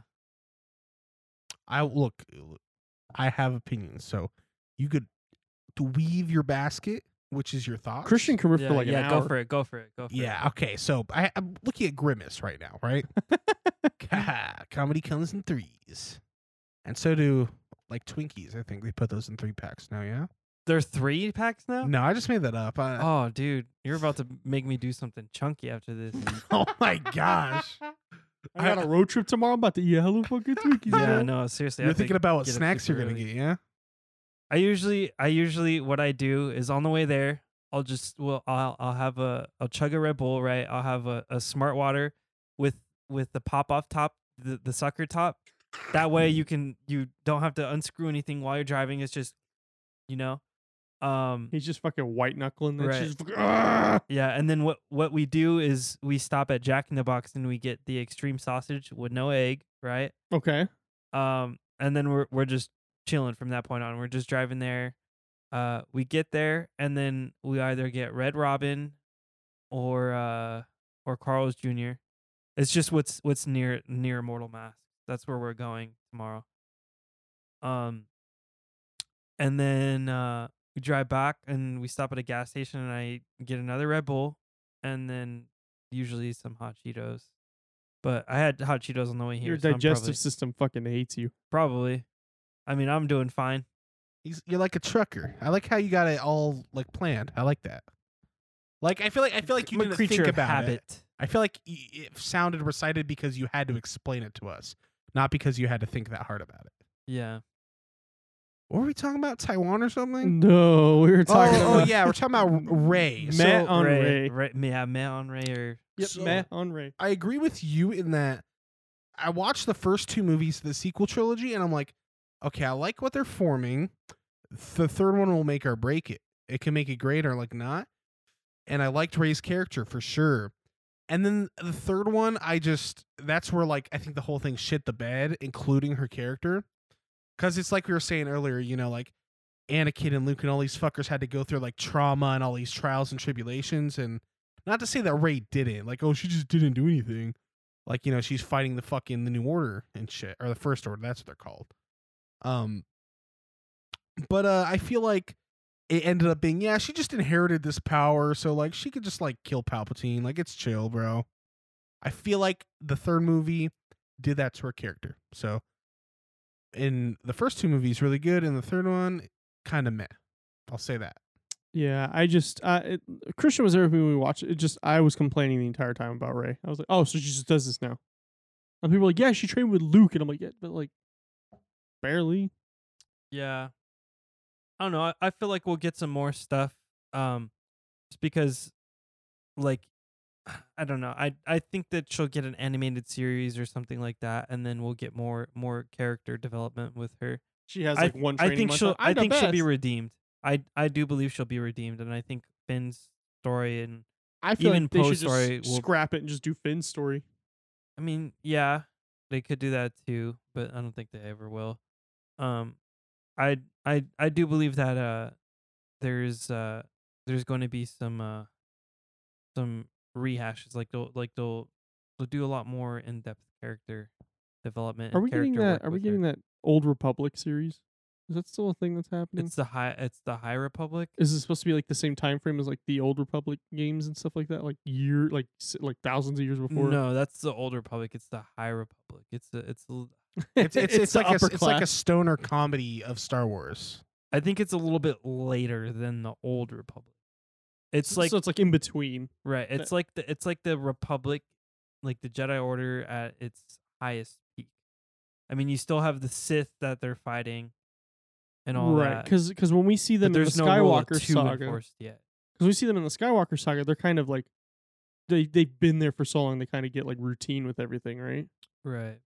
S3: I look, uh, I have opinions. So you could weave your basket, which is your thoughts.
S2: Christian can riff
S4: yeah,
S2: for like
S4: yeah.
S2: an
S4: go
S2: hour.
S4: for it, go for it, go for it.
S3: Yeah. Okay. So I, I'm looking at Grimace right now, right? Comedy comes in threes, and so do like Twinkies. I think they put those in three packs now. Yeah.
S4: There are three packs now.
S3: No, I just made that up. I,
S4: Oh, dude, you're about to make me do something chunky after this.
S3: oh my gosh.
S2: I got a road trip tomorrow. I'm about to eat a hello fucking Twinkies.
S4: yeah,
S2: man.
S4: no, seriously. I
S3: You're
S4: have to
S3: thinking about what
S4: get up
S3: snacks you're
S4: super
S3: gonna
S4: early.
S3: get, yeah?
S4: I usually, I usually, what I do is on the way there, I'll just, well, I'll, I'll have a, I'll chug a Red Bull, right? I'll have a, a smart water with, with the pop off top, the, the sucker top. That way you can, you don't have to unscrew anything while you're driving. It's just, you know, um,
S2: He's just fucking white knuckling that
S4: Right.
S2: shit. Just fucking, "Argh."
S4: Yeah, and then what what we do is we stop at Jack in the Box and we get the extreme sausage with no egg, right?
S2: "Uh, okay.
S4: Um, and then we're we're just chilling from that point on. We're just driving there. Uh, we get there and then we either get Red Robin or uh or Carl's Jr. It's just what's what's near near Mortal Mask. That's where we're going tomorrow. Um, and then uh, we drive back and we stop at a gas station and I get another Red Bull and then usually some hot Cheetos. But I had hot Cheetos on the way here.
S2: Your
S4: so I'm
S2: digestive
S4: probably-
S2: system fucking hates you.
S4: Probably. I mean, I'm doing fine.
S3: He's, you're like a trucker. I like how you got it all like planned. I like that. Like I feel like I feel like you
S4: I'm a
S3: didn't
S4: creature
S3: think
S4: of
S3: about
S4: habit.
S3: it. I feel like y- it sounded recited because you had to explain it to us, not because you had to think that hard about it.
S4: Yeah.
S3: What were we talking about? Taiwan or
S4: Mm,
S3: something?
S2: No, we were talking
S3: oh, oh,
S2: about
S3: yeah, we're talking about Ray.
S2: Meh
S3: So
S4: um,
S2: on Ray.
S4: Ray, Ray, yeah, Matt on Ray or
S2: Yep,
S3: So-
S2: meh on Ray.
S3: I agree with you in that I watched the first two movies of the sequel trilogy and I'm like, okay, I like what they're forming. The third one will make or break it. It can make it great or like not. And I liked Ray's character for sure. And then the third one, I just that's where like I think the whole thing shit the bed, including her character. Cause it's like we were saying earlier, you know, like Anakin and Luke and all these fuckers had to go through like trauma and all these trials and tribulations and not to say that Ray didn't, like, oh, she just didn't do anything. Like, you know, she's fighting the fucking the new order and shit, or the first order, that's what they're called. Um but uh I feel like it ended up being yeah she just inherited this power so like she could just like kill palpatine like it's chill bro i feel like the third movie did that to her character so in the first two movies really good and the third one kind of meh i'll say that
S2: Yeah, I just uh, it, Christian was there with me when we watched it. it. Just I was complaining the entire time about Ray. I was like, oh, so she just does this now. And people were like, yeah, she trained with Luke, and I'm like, yeah, but like, barely.
S4: Yeah. I don't know. I, I feel like we'll get some more stuff. Um just because like I don't know. I I think that she'll get an animated series or something like that and then we'll get more more character development with her.
S2: She has
S4: I-
S2: like one.
S4: I
S2: Training
S4: think
S2: month.
S4: she'll
S2: I'm
S4: I
S2: the
S4: think she'll be
S2: best.
S4: redeemed. I I do believe she'll be redeemed and I think Finn's story and
S2: I feel
S4: even
S2: like they should
S4: post-story
S2: just
S4: will-
S2: scrap it and just do Finn's story.
S4: I mean, yeah, they could do that too, but I don't think they ever will. Um, I I I do believe that uh, there's uh, there's going to be some uh, some rehashes. Like they'll like they'll they'll do a lot more in depth character development.
S2: Are
S4: and
S2: we getting
S4: character work
S2: that? Are we
S4: with
S2: getting
S4: her.
S2: that Old Republic series? Is that still a thing that's happening?
S4: It's the high. It's the High Republic.
S2: Is it supposed to be like the same time frame as like the Old Republic games and stuff like that? Like year, like s- like thousands of years before.
S4: No, that's the Old Republic. It's the High Republic. It's the it's. l-
S3: it's it's, it's,
S2: the
S3: like
S2: upper
S3: a, it's like a
S2: class.
S3: stoner comedy of star wars
S4: I think it's a little bit later than the Old Republic. It's like
S2: so it's like in between.
S4: Right. It's like the it's like the Republic, like the Jedi Order at its highest peak. I mean, you still have the Sith that they're fighting, and all
S2: right,
S4: that.
S2: because when we see
S4: But
S2: them in the
S4: there's no rule of
S2: Skywalker
S4: two
S2: saga, because
S4: enforced yet.
S2: we see them in the Skywalker saga, they're kind of like they they've been there for so long, they kind of get like routine with everything, right?
S4: Right.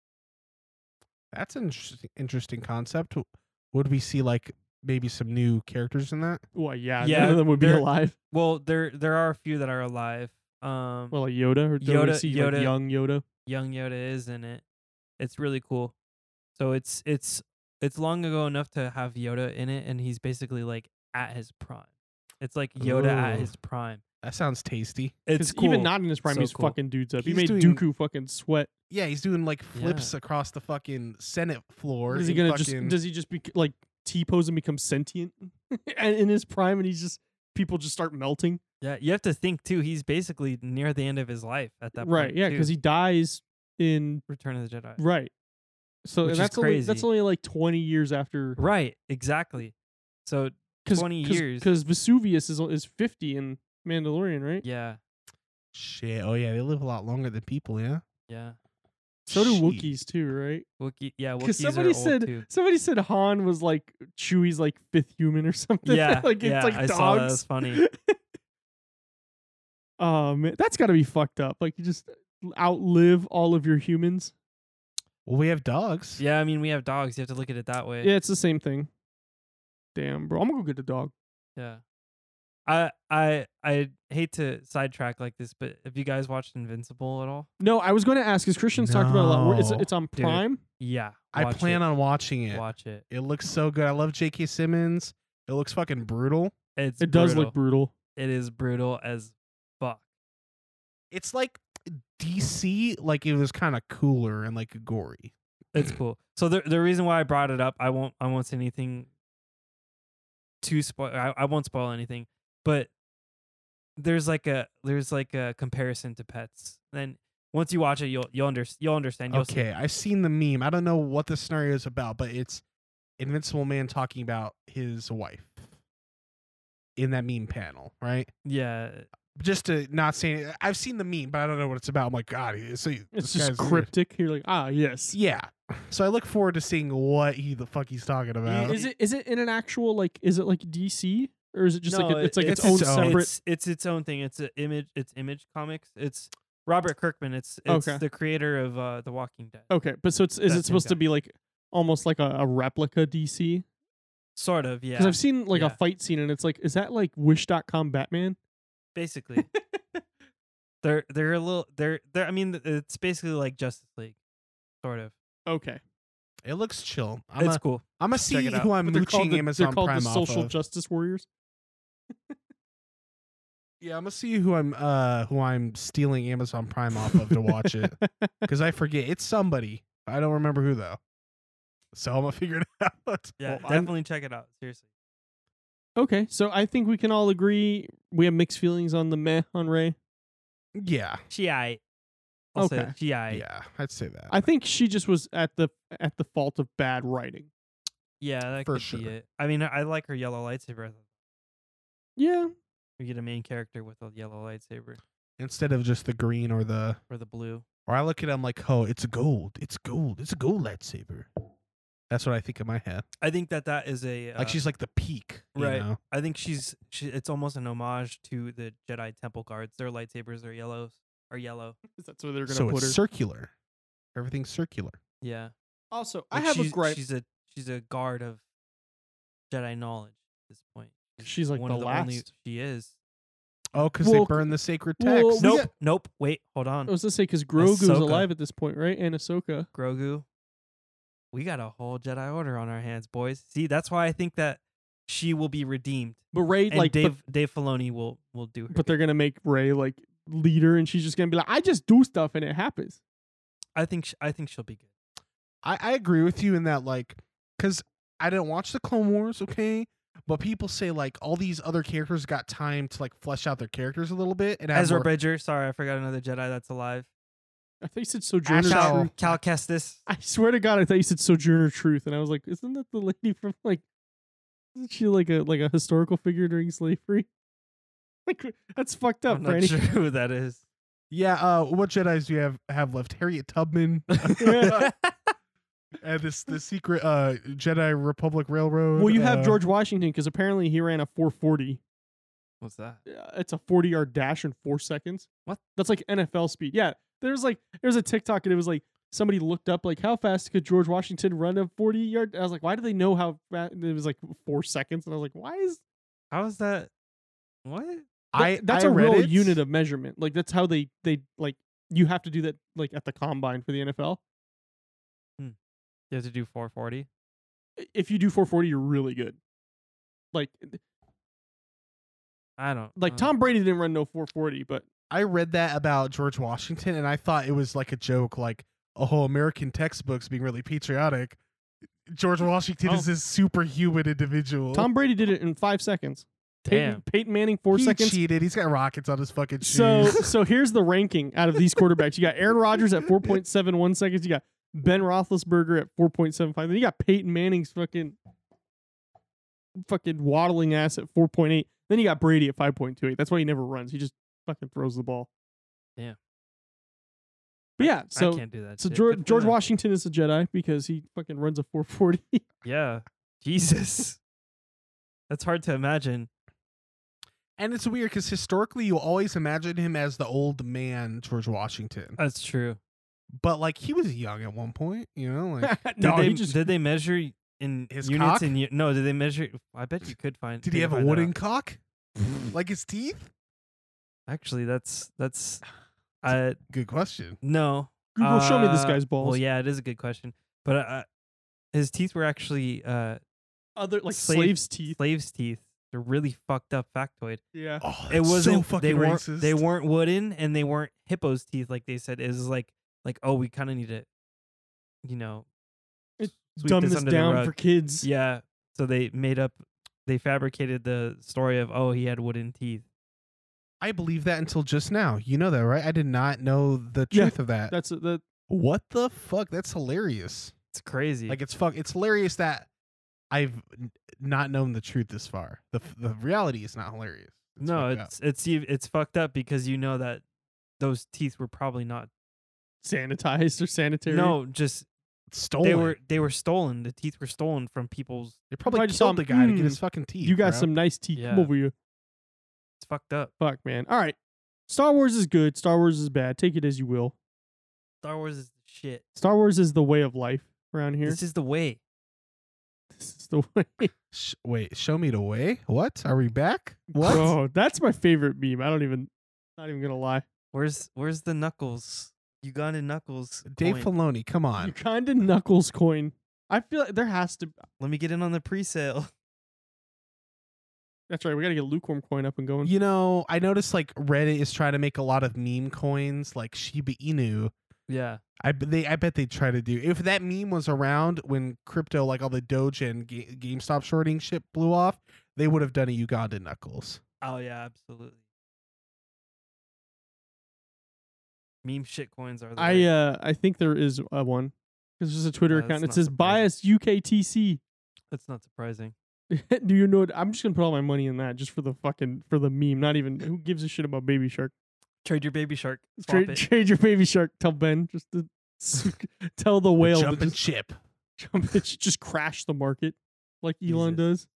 S3: that's an interesting, interesting concept W- would we see like maybe some new characters in that
S2: Well, yeah, none
S4: Yeah,
S2: of them would be
S4: they're-
S2: alive.
S4: Well, there there are a few that are alive. Um,
S2: Well, like Yoda or don't we
S4: Yoda-
S2: see,
S4: Yoda-
S2: like young Yoda.
S4: young Yoda is in it. It's really cool. So it's it's it's long ago enough to have Yoda in it, and he's basically like at his prime. It's like Yoda at
S3: Ooh.
S4: his prime.
S3: that sounds tasty
S4: It's
S2: Because
S4: cool.
S2: even not in his prime,
S4: So
S2: he's
S4: cool.
S2: fucking dudes up. he
S3: He's
S2: made
S3: doing-
S2: Dooku fucking sweat.
S3: Yeah, he's doing like flips across the fucking Senate floor.
S2: Is he
S3: and
S2: gonna
S3: fucking-
S2: just? Does he just be like T pose and become sentient? and in his prime, and he's just people just start melting.
S4: Yeah, you have to think too. He's basically near the end of his life at that
S2: right?
S4: point.
S2: Yeah, because
S4: too.
S2: he dies in
S4: Return of the Jedi.
S2: right. So
S4: Which
S2: and
S4: is
S2: that's only that's
S4: crazy.
S2: only like twenty years after
S4: Right, exactly. So 20 years.
S2: because Vesuvius is is fifty in Mandalorian, right?
S4: yeah,
S3: shit? Oh yeah, they live a lot longer than people. Yeah.
S4: yeah.
S2: So do
S3: Shit.
S2: Wookiees too, right?
S4: Wookie, yeah, Wookiees
S2: Because somebody
S4: are
S2: said
S4: old too.
S2: somebody said Han was like Chewie's like fifth human or something.
S4: Yeah,
S2: like it's
S4: yeah,
S2: like
S4: I
S2: dogs.
S4: saw that. That's funny.
S2: oh man, that's got to be fucked up. Like you just outlive all of your humans.
S3: Well, we have dogs.
S4: Yeah, I mean we have dogs. You have to look at it that way.
S2: Yeah, it's the same thing. Damn, bro, I'm gonna go get a dog.
S4: Yeah. I I I hate to sidetrack like this, but have you guys watched Invincible at all?
S2: No, I was going to ask because Christian's talked about it a lot. We're- It's
S3: No.
S2: it's on
S4: Dude,
S2: Prime.
S4: Yeah,
S3: I
S4: watch
S3: plan
S4: it.
S3: on watching it.
S4: watch it.
S3: It looks so good. I love J.K. Simmons. It looks fucking brutal.
S4: It's
S2: It does look
S4: brutal.
S2: brutal.
S4: It is brutal as fuck.
S3: It's like DC, like it was kind of cooler and like gory.
S4: It's
S2: Mm.
S4: cool. So the the reason why I brought it up, I won't I won't say anything too spoil I, I won't spoil anything, but there's like a there's like a comparison to pets. Then once you watch it, you'll you'll under, you'll understand. You'll see.
S3: Okay, I've seen the meme. I don't know what the scenario is about, but it's Invincible Man talking about his wife in that meme panel, right?
S4: Yeah.
S3: just to not say it, I've seen the meme, but I don't know what it's about. I'm like, God, he- so you-
S2: It's
S3: this
S2: just
S3: guy's
S2: cryptic. You're like, ah, yes.
S3: Yeah. So I look forward to seeing what he the fuck he's talking about.
S2: Is it is it in an actual like? Is it like DC or is it just like
S4: No,
S2: a, it's like its,
S3: it's
S2: own
S3: its own.
S2: separate?
S4: It's it's its own thing. It's a image. It's image comics. It's Robert Kirkman. It's it's
S2: Okay. Oh.
S4: the creator of uh, The Walking Dead.
S2: Okay, but so it's is
S4: That
S2: it
S4: same
S2: supposed
S4: guy.
S2: to be like almost like a, a replica DC?
S4: Sort of.
S2: Because
S4: Yeah.
S2: I've seen like a
S4: yeah.
S2: fight scene and it's like, is that like Wish.com Batman?
S4: basically. they're they're a little they're they're. I mean, th- it's basically like Justice League, sort of.
S2: Okay,
S3: It looks chill. I'm
S4: it's
S3: a,
S4: cool.
S3: I'm gonna
S4: Check
S3: see
S4: it out.
S3: who I'm
S2: But they're called
S3: mooching
S2: the, they're
S3: Amazon
S2: called
S3: Prime
S2: the
S3: off
S2: social
S3: of.
S2: justice warriors.
S3: yeah, I'm gonna see who I'm uh who I'm stealing Amazon Prime off of to watch it because I forget it's somebody. I don't remember who though. So I'm gonna figure it out.
S4: Yeah,
S2: Well, I'm-
S4: definitely check it out. Seriously.
S2: Okay, so I think we can all agree we have mixed feelings on the meh on Ray.
S3: Yeah.
S4: She I. I'll say
S2: Okay.
S4: she I. Yeah.
S3: Yeah. I'd say that.
S2: I think she just was at the at the fault of bad writing.
S4: that
S3: For
S4: could be
S3: sure.
S4: it. I mean, I like her yellow lightsaber.
S2: Yeah,
S4: We get a main character with a yellow lightsaber
S3: Instead of just the green or the
S4: or the blue.
S3: or I look at it, I'm like, oh, it's gold. It's gold. It's a gold lightsaber. That's what I think in my head.
S4: I think that that is a uh,
S3: like she's like the peak. you
S4: right.
S3: know?
S4: I think she's she. It's almost an homage to the Jedi Temple guards. Their lightsabers are yellows are yellow.
S2: that's where they're gonna
S3: So
S2: put
S3: it's
S2: her.
S3: circular. Everything's circular.
S4: Yeah,
S2: also, I
S4: Like,
S2: have a
S4: she's,
S2: gripe. She's,
S4: She's a she's a guard of Jedi knowledge at this point.
S2: like
S4: One
S2: the
S4: of the
S2: last.
S4: only she is.
S3: Oh, because
S2: Well,
S3: they burn the sacred text.
S2: well, we
S4: Nope,
S2: got-
S4: nope. Wait, hold on.
S2: I was gonna say because Grogu's
S4: Ahsoka.
S2: alive at this point, right? And Ahsoka.
S4: Grogu. We got a whole Jedi Order on our hands, boys. See, that's why I think that she will be redeemed,
S2: But Ray,
S4: and
S2: like, but-
S4: Dave Dave Filoni will will do her.
S2: but, they're gonna make Ray like leader, and she's just gonna be like, I just do stuff and it happens.
S4: I think sh- I think she'll be good.
S3: I, I agree with you in that, like, because I didn't watch the Clone Wars, okay? But people say, like, all these other characters got time to, like, flesh out their characters a little bit. And have
S4: Ezra
S3: more-
S4: Bridger. Sorry, I forgot another Jedi that's alive.
S2: I thought you said Sojourner
S3: Ashok.
S2: Truth.
S4: Cal Kestis.
S2: I swear to God, I thought you said Sojourner Truth, and I was like, isn't that the lady from like? Isn't she like a like a historical figure during slavery? Like that's fucked up,
S4: I'm not
S2: Franny.
S4: sure who that is.
S3: Yeah, uh, what Jedi's do you have, have left? Harriet Tubman. and this the secret uh, Jedi Republic Railroad.
S2: Well, you have
S3: uh,
S2: George Washington because apparently he ran a 440.
S4: What's that?
S2: Uh, It's a 40 yard dash in four seconds.
S4: What?
S2: That's like NFL speed. Yeah, there's like there's a TikTok and it was like somebody looked up like how fast could George Washington run a 40 yard? I was like, why do they know how fast? It was like four seconds, and I was like, why is
S4: How is that? What?
S3: I,
S2: that's
S3: a
S2: a real unit of measurement. Like that's how they they like you have to do that like at the combine for the NFL.
S4: You have to do 440.
S2: I- If you do 440, you're really good. Like
S4: I don't
S2: like
S4: uh,
S2: Tom Brady didn't run no 440, but
S3: I read that about George Washington, and I thought it was like a joke, like a whole American textbooks being really patriotic. George Washington is
S4: Oh.
S3: this superhuman individual.
S2: Tom Brady did it in five seconds. Peyton,
S4: Damn.
S2: Peyton Manning four
S3: he
S2: seconds.
S3: cheated. He's got rockets on his fucking shoes.
S2: So so here's the ranking out of these quarterbacks. You got Aaron Rodgers at 4.71 seconds. You got Ben Roethlisberger at 4.75. Then you got Peyton Manning's fucking fucking waddling ass at 4.8. Then you got Brady at 5.28. That's why he never runs. He just fucking throws the ball.
S4: Damn.
S2: But yeah,
S4: I
S2: so
S4: can't do that.
S2: so
S4: shit.
S2: George,
S4: Good for
S2: George
S4: them.
S2: Washington is a Jedi because he fucking runs a 440.
S4: Yeah. Jesus. That's hard to imagine.
S3: and it's weird because historically you always imagine him as the old man George Washington,
S4: That's true.
S3: but like he was young at one point. You know, like
S2: Did
S4: Did, they,
S2: they just-
S4: did they measure y- in
S3: His
S4: units?
S3: cock?
S4: In u- no, did they measure? I bet you could find.
S3: did he
S4: they
S3: have
S4: could
S3: a
S4: find that
S3: wooden
S4: out.
S3: cock? like his teeth?
S4: Actually, that's that's. Uh,
S3: Good question.
S4: no.
S2: Google, show me this
S4: Uh,
S2: guy's balls.
S4: Well, yeah, it is a good question, but uh, his teeth were actually uh,
S2: Other like
S4: slave-
S2: slaves' teeth.
S4: slaves' teeth. They're really fucked up factoid.
S2: Yeah.
S3: Oh,
S4: it
S3: that's
S4: wasn't
S3: so fucking
S4: they weren't
S3: racist.
S4: they weren't wooden and they weren't hippo's teeth like they said. It was like like oh we kind of need to, you know,
S2: It-
S4: sweep
S2: Dumb
S4: this
S2: this
S4: under the
S2: down
S4: rug.
S2: for kids.
S4: yeah. So they made up, they fabricated the story of oh he had wooden teeth.
S3: I believe that until just now. You know that, right? I did not know the
S2: Yeah,
S3: truth of that.
S2: That's that.
S3: What the fuck? That's hilarious.
S4: It's crazy.
S3: Like it's fuck. It's hilarious that I've n- not known the truth this far. the f- The reality is not hilarious.
S4: no,
S3: fucked up.
S4: it's it's ev- it's fucked up because you know that those teeth were probably not
S2: sanitized or sanitary.
S4: no just
S3: It's stolen.
S4: they were they were stolen. The teeth were stolen from people's.
S3: They probably
S2: I
S3: killed
S2: just saw
S3: the
S2: him,
S3: guy to get his
S2: "Mm,
S3: fucking teeth.
S2: you got
S3: bro."
S2: some nice teeth. Come
S4: Yeah.
S2: over you.
S4: It's fucked up.
S2: Fuck, man. All right. Star Wars is good. Star Wars is bad. Take it as you will.
S4: Star Wars is shit.
S2: Star Wars is the way of life around here.
S4: This is the way.
S2: This is the way.
S3: Sh- wait, show me the way. What? Are we back? What?
S2: Bro, that's my favorite meme. I don't even. Not even gonna lie.
S4: Where's where's the knuckles? Ugandan knuckles.
S3: Dave
S4: coin.
S3: Filoni, come on.
S2: Uganda knuckles coin. I feel like there has to.
S4: Let me get in on the pre-sale.
S2: That's right. We gotta get lukewarm coin up and going.
S3: You know, I noticed like Reddit is trying to make a lot of meme coins, like Shiba Inu.
S4: Yeah.
S3: I b- they I bet they try to do if that meme was around when crypto like all the Doge and Ga- GameStop shorting shit blew off, they would have done a Uganda knuckles.
S4: Oh yeah, absolutely. Meme shit coins are. The
S2: I
S4: way.
S2: uh, I think there is uh, one. This is a Twitter
S4: Uh,
S2: account. It
S4: that's
S2: says
S4: not
S2: bias UKTC.
S4: That's not surprising.
S2: Do you know? What? I'm just gonna put all my money in that just for the fucking for the meme. Not even who gives a shit about Baby Shark.
S4: Trade your baby shark. Swap
S2: Trade,
S4: it.
S2: trade your Baby Shark. Tell Ben just to s- tell the whale to
S3: jump and
S2: just
S3: chip.
S2: jump and sh- just crash the market like Elon
S4: Jesus.
S2: does.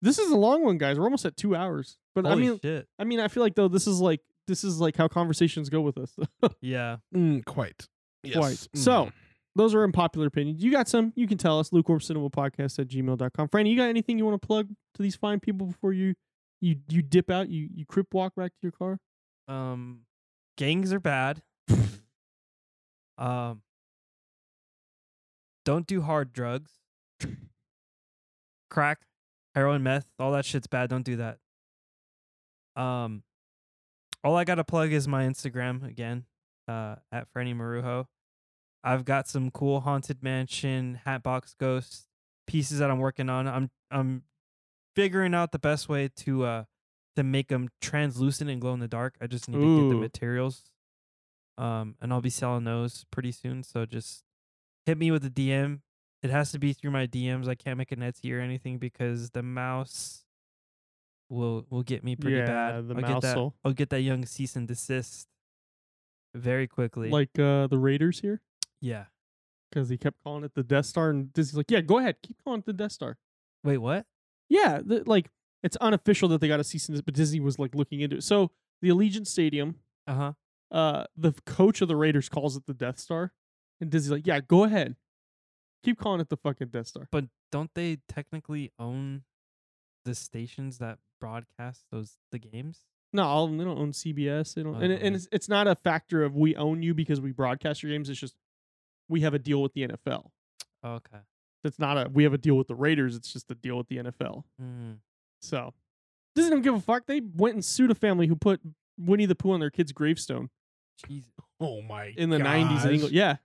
S2: This is a long one, guys. We're almost at two hours. But I
S4: Holy
S2: mean,
S4: shit.
S2: I mean, I feel like though this is like this is like how conversations go with us.
S4: Yeah.
S3: Mm, quite. Yes.
S2: Quite.
S3: Mm.
S2: So- Those are unpopular opinions. You got some, you can tell us. Podcast at gmail.com. Franny, you got anything you want to plug to these fine people before you you you dip out, you you crip walk back to your car?
S4: Um, gangs are bad. um, don't do hard drugs. Crack, heroin, meth, all that shit's bad. Don't do that. Um, all I gotta plug is my Instagram again, uh, at Franny Marujo. I've got some cool haunted mansion, hatbox ghost pieces that I'm working on. I'm I'm figuring out the best way to uh to make them translucent and glow in the dark. I just need to get the
S2: Ooh.
S4: materials. Um, and I'll be selling those pretty soon. So just hit me with a DM. It has to be through my DMs. I can't make an Etsy or anything because the mouse will will get me pretty
S2: yeah,
S4: bad.
S2: the
S4: I'll get that-
S2: mousehole.
S4: I'll get that young cease and desist very quickly.
S2: Like uh the Raiders here.
S4: yeah.
S2: Because he kept calling it the Death Star and Disney's like, Yeah, go ahead, keep calling it the Death Star.
S4: Wait, what?
S2: Yeah, the, like it's unofficial that they got a cease and desist, but Disney was like looking into it. So the Allegiant Stadium,
S4: Uh huh.
S2: uh, the f- coach of the Raiders calls it the Death Star, and Disney's like, "Yeah, go ahead, keep calling it the fucking Death Star."
S4: But don't they technically own the stations that broadcast those the games?
S2: No, all of them, they don't own CBS. They don't,
S4: Oh,
S2: and, it- and
S4: okay.
S2: it's, it's not a factor of we own you because we broadcast your games. It's just we have a deal with the NFL.
S4: Okay.
S2: It's not a we have a deal with the Raiders. It's just a deal with the NFL.
S4: Mm.
S2: So Disney don't give a fuck. They went and sued a family who put Winnie the Pooh on their kid's gravestone
S4: Jesus.
S3: Oh my.
S2: in the '90s in
S3: gosh.
S2: England. Yeah.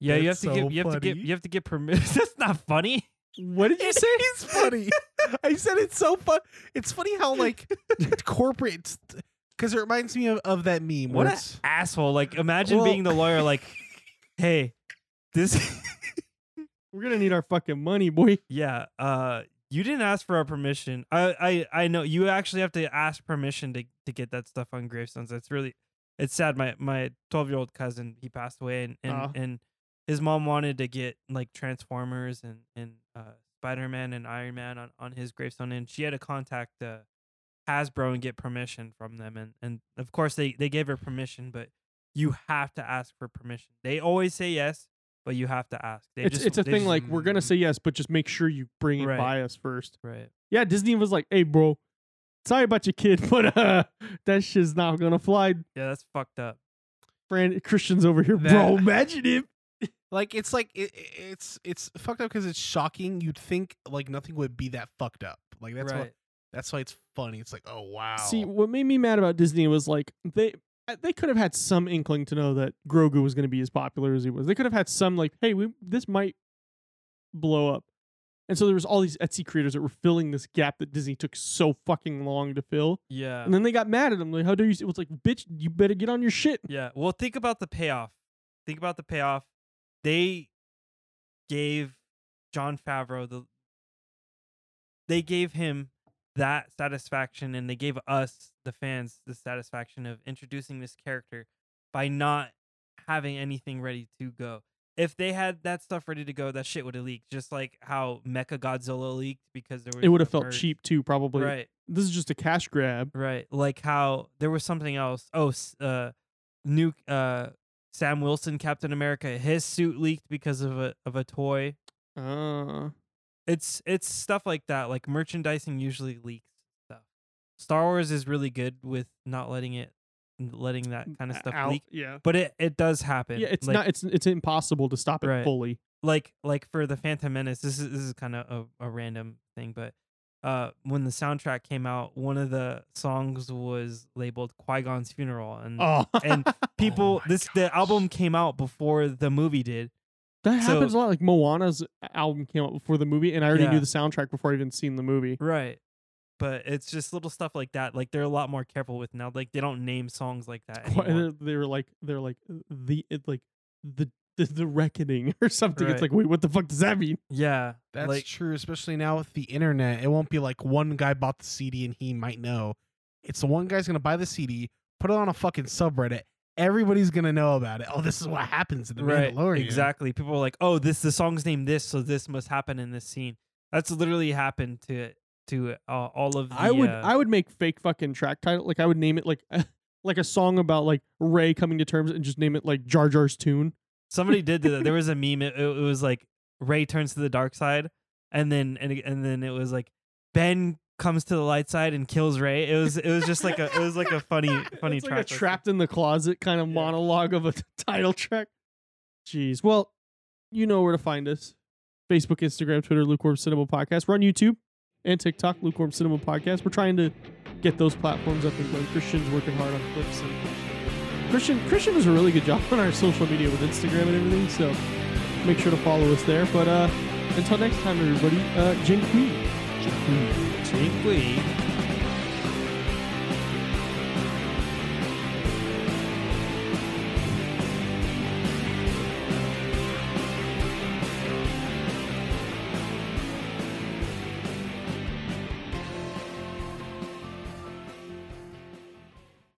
S4: Yeah, you have
S3: That's
S4: to give
S3: so
S4: you have to give
S3: funny.
S4: you have to get permission. That's not funny.
S2: What did you say?
S3: It's funny. I said it's so fun. It's funny how like corporate, because it reminds me of, of that meme.
S4: What
S3: where
S4: an
S3: it's-
S4: asshole! Like imagine
S3: Well-
S4: being the lawyer. Like, hey, this.
S2: We're gonna need our fucking money, boy.
S4: yeah. Uh, you didn't ask for our permission. I I I know you actually have to ask permission to to get that stuff on gravestones. That's really it's sad. My my twelve year old cousin he passed away, and and,
S2: Aw.
S4: and his mom wanted to get like Transformers and and uh, Spider Man and Iron Man on on his gravestone, and she had to contact uh, Hasbro and get permission from them, and and of course they they gave her permission, but you have to ask for permission. They always say yes, but you have to ask. They
S2: It's,
S4: just,
S2: it's a
S4: they
S2: thing
S4: just-
S2: like we're gonna say yes, but just make sure you bring it
S4: Right.
S2: by us first.
S4: right.
S2: Yeah, Disney was like, "Hey, bro, sorry about your kid, but uh, that shit's not gonna fly."
S4: Yeah, that's fucked up.
S2: Fran- Christian's over here,
S3: That-
S2: bro. Imagine it.
S3: like it's like it, it- it's it's fucked up because it's shocking. You'd think like nothing would be that fucked up. Like that's
S4: right.
S3: why that's why it's funny. It's like oh wow.
S2: See, what made me mad about Disney was like they uh, they could have had some inkling to know that Grogu was gonna be as popular as he was. They could have had some like, "Hey, we this might blow up," and so there was all these Etsy creators that were filling this gap that Disney took so fucking long to fill.
S4: Yeah.
S2: And then they got mad at him. Like, how dare you? It was like, bitch, you better get on your shit.
S4: Yeah. Well, think about the payoff. Think about the payoff. They gave John Favreau the they gave him that satisfaction and they gave us the fans the satisfaction of introducing this character by not having anything ready to go. If they had that stuff ready to go, that shit would have leaked. Just like how Mecha Godzilla leaked because there was
S2: It would have
S4: a
S2: felt
S4: merge.
S2: cheap too, probably.
S4: Right.
S2: This is just a cash grab.
S4: Right. Like how there was something else. Oh, s- uh, new uh, Sam Wilson, Captain America, his suit leaked because of a of a toy.
S2: Uh,
S4: It's it's stuff like that. Like merchandising usually leaks stuff. Star Wars is really good with not letting it, letting that kind of stuff
S2: out-
S4: leak.
S2: Yeah.
S4: But it, it does happen.
S2: Yeah, it's
S4: like,
S2: not. It's it's impossible to stop it
S4: Right.
S2: fully.
S4: like like for the Phantom Menace, this is this is kind of a, a random thing, but uh, when the soundtrack came out, one of the songs was labeled Qui Gon's funeral, and
S2: Oh,
S4: and people
S3: my
S4: this the album came out before the movie did.
S2: that
S4: so-
S2: happens a lot. Like Moana's album came uh, out before the movie, and I already
S4: Yeah.
S2: knew the soundtrack before I even seen the movie.
S4: Right. but it's just little stuff like that. Like they're a lot more careful with now. Like they don't name songs like that.
S2: Qui-
S4: anymore.
S2: they're- they were like they're like the it like the the, the reckoning or something. It's
S4: Right.
S2: like wait, what the fuck does that mean?
S4: Yeah,
S3: That's
S4: like
S3: true, especially now with the internet. It won't be like one guy bought the CD and he might know. It's the one guy's gonna buy the CD, put it on a fucking subreddit. Everybody's gonna know about it. Oh, this is what happens in the
S4: right,
S3: Mandalorian.
S4: exactly. People are like, "Oh, this the song's named this, so this must happen in this scene." That's literally happened to to uh, all of. The,
S2: I would
S4: uh,
S2: I would make fake fucking track title. Like I would name it like like a song about like Ray coming to terms and just name it like Jar Jar's tune.
S4: Somebody did that. There was a meme. It, it was like Ray turns to the dark side, and then and and then it was like Ben comes to the light side and kills Ray. It was it was just like a it was like a funny funny
S2: it's
S4: track.
S2: like a
S4: listing.
S2: trapped in the closet kind of
S4: Yeah.
S2: monologue of a title track. Jeez. Well, you know where to find us. Facebook, Instagram, Twitter, Lukewarm Cinema Podcast. We're on YouTube and TikTok, Lukewarm Cinema Podcast. We're trying to get those platforms up and going. Christian's working hard on clips and Christian Christian does a really good job on our social media with Instagram and everything, so make sure to follow us there. But uh until next time everybody, uh Jin Queen.
S1: Jin Kui.